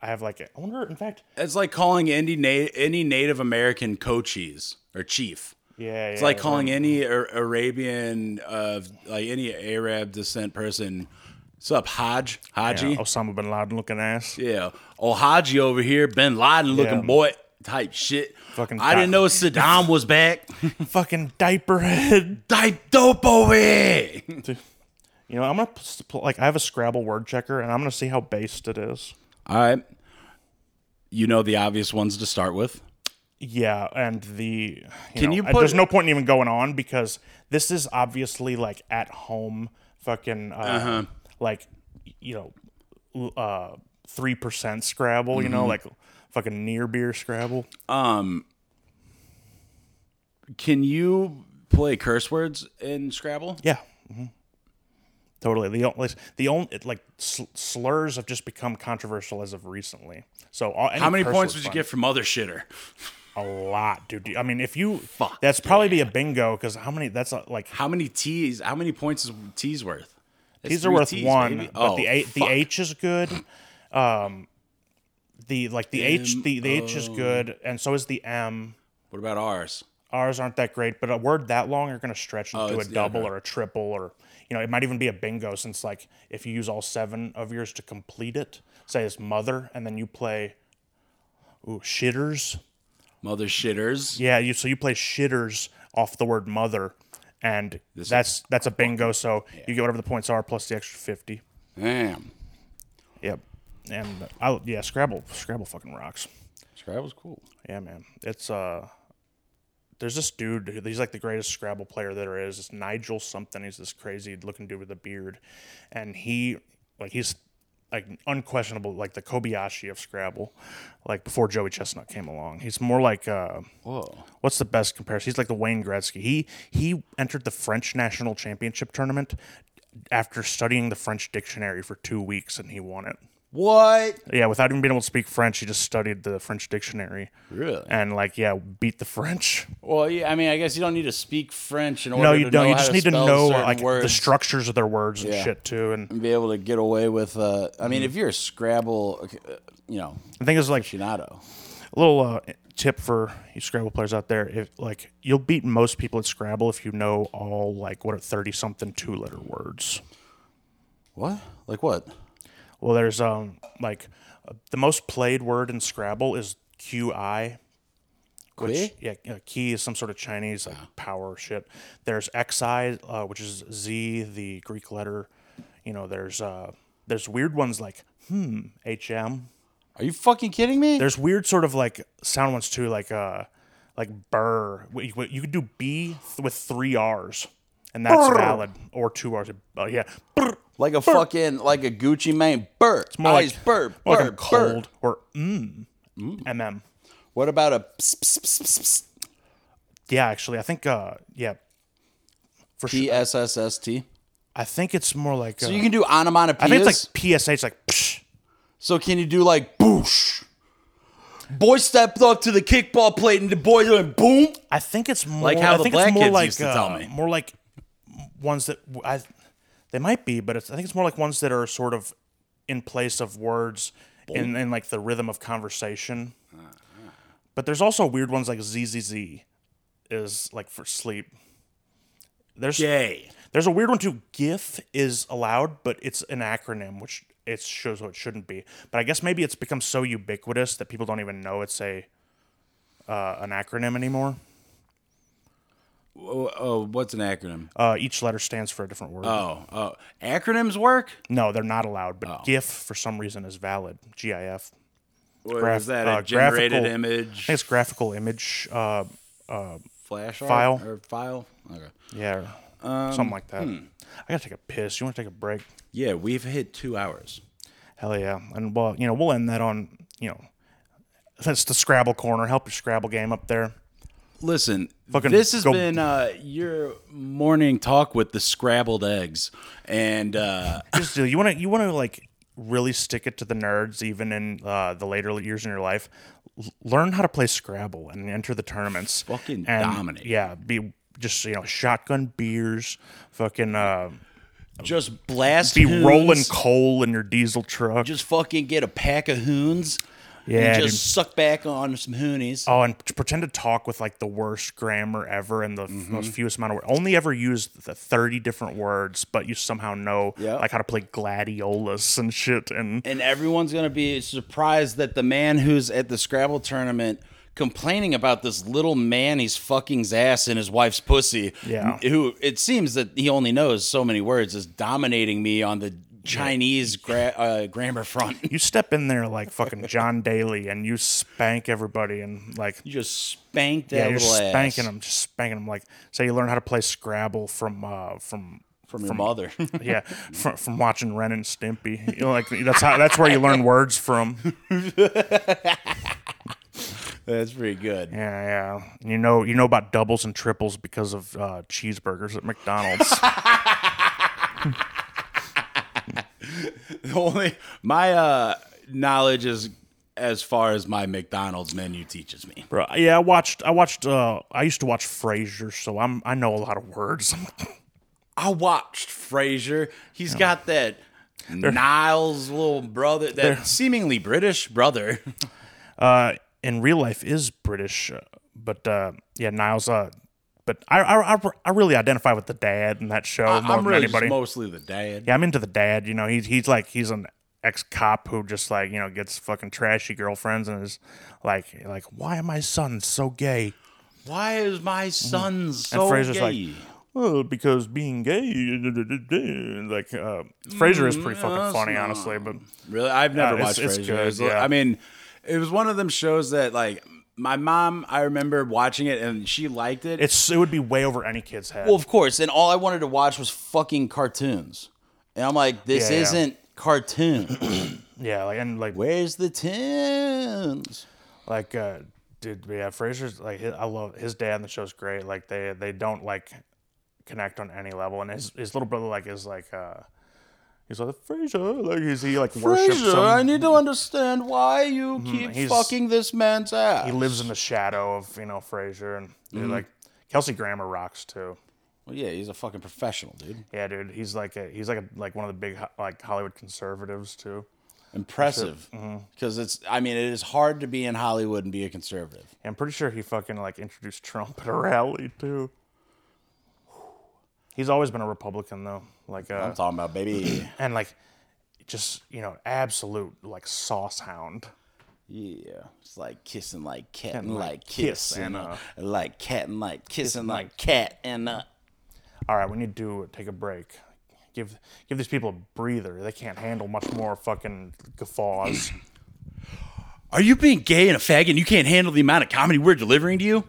A: I have like. I wonder. In fact.
B: It's like calling any na- any Native American cochise or chief.
A: Yeah.
B: It's like calling any Ar- Arabian of like any Arab descent person. Sup, Haj? Haji?
A: Osama bin Laden looking ass.
B: Yeah. Oh, Haji over here, Bin Laden looking
A: Yeah.
B: boy type shit.
A: Fucking
B: I didn't
A: cop.
B: know Saddam was back.
A: Fucking diaper head.
B: Type dope over here.
A: You know, I'm gonna pl- pl- like. I have a Scrabble word checker, and I'm gonna see how based it is.
B: All right. You know the obvious ones to start with.
A: Yeah, and the. You
B: Can
A: know,
B: you
A: I-
B: put-
A: there's no point in even going on because this is obviously like at home fucking. Uh,
B: Uh-huh.
A: Like, you know, l- uh, three percent
B: Mm-hmm.
A: Scrabble. You know, like fucking near beer Scrabble.
B: Can you play curse words in Scrabble?
A: Yeah. hmm Totally. The only the only it, like sl- slurs have just become controversial as of recently. So uh, all,
B: How many points would you get from Mother Shitter?
A: A lot, dude. I mean, if you that's probably be a bingo because how many? That's uh, like
B: How many T's? How many points is T's worth? It's
A: These are
B: three
A: worth
B: Ts,
A: one,
B: baby.
A: but
B: Oh,
A: the H, the
B: fuck.
A: H is good. Um, the like the H the, the H is good, and so is the M.
B: What about R's?
A: R's aren't that great, but a word that long you're going to stretch into a
B: Oh, it's- yeah,
A: double
B: okay.
A: or a triple, or you know it might even be a bingo since like if you use all seven of yours to complete it, say it's mother, and then you play. Ooh, shitters.
B: Mother Shitters.
A: Yeah, you so you play shitters off the word mother, and that's that's a bingo. So you get whatever the points are plus the extra fifty.
B: Damn.
A: Yep. And I yeah, Scrabble Scrabble fucking rocks.
B: Scrabble's cool.
A: Yeah, man. It's uh there's this dude, who- he's like the greatest Scrabble player there is. It's Nigel something. He's this crazy looking dude with a beard. And he like he's like unquestionable like the Kobayashi of Scrabble, like before Joey Chestnut came along. He's more like uh
B: Whoa.
A: what's the best comparison? He's like the Wayne Gretzky. He he entered the French national championship tournament after studying the French dictionary for two weeks and he won it.
B: What?
A: Yeah, without even being able to speak French, he just studied the French dictionary
B: Really?
A: and like yeah, beat the French.
B: Well, yeah. I mean, I guess you don't need to speak French in order.
A: No, you
B: to
A: don't.
B: Know
A: You
B: how
A: just need to
B: spell
A: know
B: certain
A: like the
B: words
A: structures of their words and
B: Yeah. Mm.
A: shit too. And
B: and be able to get away with. Uh, I mean, if you're a Scrabble, uh, you know,
A: I think it's like a
B: aficionado.
A: little uh, tip for you Scrabble players out there: if like you'll beat most people at Scrabble if you know all like what are thirty something two letter words.
B: What? Like what?
A: Well, there's um like uh, the most played word in Scrabble is QI. Which,
B: Kui?
A: yeah, yeah, key is some sort of Chinese like power shit. There's XI, uh, which is Z, the Greek letter. You know, there's uh, there's weird ones like hmm, HM.
B: Are you fucking kidding me?
A: There's weird sort of like sound ones too, like uh, like burr. Wh- wh- You could do B th- with three R's, and that's valid, or two R's. Uh, yeah, Brr.
B: like a fucking like a Gucci Mane burp. It's
A: more
B: Ice
A: like
B: burp.
A: more
B: Burp.
A: like I'm
B: burp.
A: cold or mm, mm.
B: What about a? Ps, ps, ps, ps, ps,
A: Yeah, actually, I think uh, yeah, for sure.
B: P-S-S-S-T?
A: I think it's more like uh,
B: So you can do onomatopoeias.
A: I think it's like PSH, like psh.
B: So can you do like boosh? Boy stepped up to the kickball plate and the boy went boom.
A: I think it's more
B: Like how
A: I
B: the
A: think
B: black
A: it's more
B: kids
A: like,
B: used to
A: uh,
B: tell me.
A: more like ones that w- I they might be, but it's, I think it's more like ones that are sort of in place of words in, in like the rhythm of conversation.
B: Ah,
A: But there's also weird ones like ZZZ is like for sleep. There's
B: Gay.
A: There's a weird one too. GIF is allowed, but it's an acronym, which it shows what it shouldn't be. But I guess maybe it's become so ubiquitous that people don't even know it's a uh, an acronym anymore.
B: Oh, oh, what's an acronym?
A: Uh, each letter stands for a different word.
B: Oh, oh, acronyms work.
A: no, they're not allowed. But GIF for some reason is valid. GIF.
B: What is
A: Graph-
B: that?
A: uh,
B: a generated
A: graphical- I
B: image
A: think it's graphical image. Uh,
B: flash art
A: file.
B: or file? Okay.
A: yeah, something like that. I gotta take a piss. You want to take a break?
B: Yeah, we've hit two hours.
A: Hell yeah. And well, you know, we'll end that on you know, that's the Scrabble corner. Help your Scrabble game up there.
B: Listen,
A: Fucking
B: this has
A: go-
B: been uh, your morning talk with the scrabbled eggs, and uh,
A: just do. You want to you want to like really stick it to the nerds, even in uh, the later years in your life. L- learn how to play Scrabble and enter the tournaments.
B: Fucking
A: and,
B: dominate.
A: Yeah, be just you know shotgun beers, fucking uh,
B: just blast.
A: be
B: hoons.
A: rolling coal in your diesel truck.
B: Just fucking get a pack of hoons.
A: Yeah,
B: and just
A: dude.
B: suck back on some hoonies.
A: Oh, and t- pretend to talk with like the worst grammar ever and the f-
B: Mm-hmm.
A: most fewest amount of words. Only ever use the thirty different words, but you somehow know
B: Yeah.
A: like how to play gladiolus and shit. And
B: and everyone's gonna be surprised that the man who's at the Scrabble tournament complaining about this little man he's fucking his ass in his wife's pussy.
A: Yeah.
B: Who it seems that he only knows so many words is dominating me on the Chinese gra- uh, grammar front.
A: you step in there like fucking John Daly and you spank everybody and like
B: You just spanked that
A: yeah, you're
B: little ass
A: spanking them, just spanking them. Like say you learn how to play Scrabble from uh from
B: from your mother.
A: yeah from, from watching Ren and Stimpy. You know, like that's how that's where you learn words from.
B: That's pretty good.
A: Yeah, yeah. You know, you know about doubles and triples because of uh, cheeseburgers at McDonald's.
B: The only my uh, knowledge is as far as my McDonald's menu teaches me.
A: Bro, yeah, I watched. I watched. Uh, I used to watch Frasier, so I'm. I know a lot of words.
B: I watched Frasier. He's got that Niles little brother, that seemingly British brother.
A: uh, in real life, is British, uh, but uh, yeah, Niles. Uh, but I, I, I, I really identify with the dad in that show more
B: I'm
A: than
B: really just
A: anybody.
B: mostly the dad.
A: yeah, I'm into the dad. You know, he's he's like he's an ex cop who just like you know gets fucking trashy girlfriends and is like like why am my son so gay?
B: Why is my son so
A: Mm-hmm. And Fraser's
B: gay?
A: like, well, because being gay, like uh, Fraser is
B: Mm,
A: pretty fucking funny, honestly. But
B: Really, I've never
A: it's-
B: watched
A: it's
B: Frasier.
A: good,
B: It's-
A: yeah.
B: I mean, it was one of them shows that like my mom. I remember watching it and she liked it.
A: it's it would be way over any kid's head.
B: well, of course. And all I wanted to watch was fucking cartoons. And I'm like, this
A: Yeah, yeah.
B: isn't cartoon.
A: yeah, like and like
B: Where's the tunes?
A: like uh, did yeah, Fraser's like his, I love his dad in the show's great. Like they they don't like connect on any level, and his his little brother like is like uh. He's like Fraser, like is he like worships
B: Fraser,
A: him?
B: I need to understand why you keep
A: Mm, he's-
B: fucking this man's ass.
A: he lives in the shadow of you know Fraser, and dude,
B: Mm-hmm.
A: like Kelsey Grammer rocks too.
B: well, yeah, he's a fucking professional, dude.
A: Yeah, dude, he's like a, he's like a, like one of the big ho- like Hollywood conservatives too.
B: Impressive.
A: Mm-hmm.
B: Because it's, I mean, it is hard to be in Hollywood and be a conservative.
A: I'm pretty sure he fucking like introduced Trump at a rally too. He's always been a Republican though, like uh,
B: I'm talking about, baby.
A: and like just you know absolute like sauce hound.
B: Yeah, it's like kissing like cat
A: And
B: and
A: like
B: like
A: kiss
B: kiss
A: and,
B: and uh, like cat and like kissing like cat and uh.
A: All right, we need to take a break. Give give these people a breather. They can't handle much more fucking guffaws.
B: Are you being gay and a fag and you can't handle the amount of comedy we're delivering to you?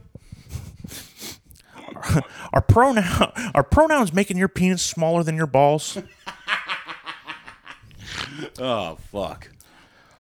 A: Are pronoun are pronouns making your penis smaller than your balls?
B: Oh fuck!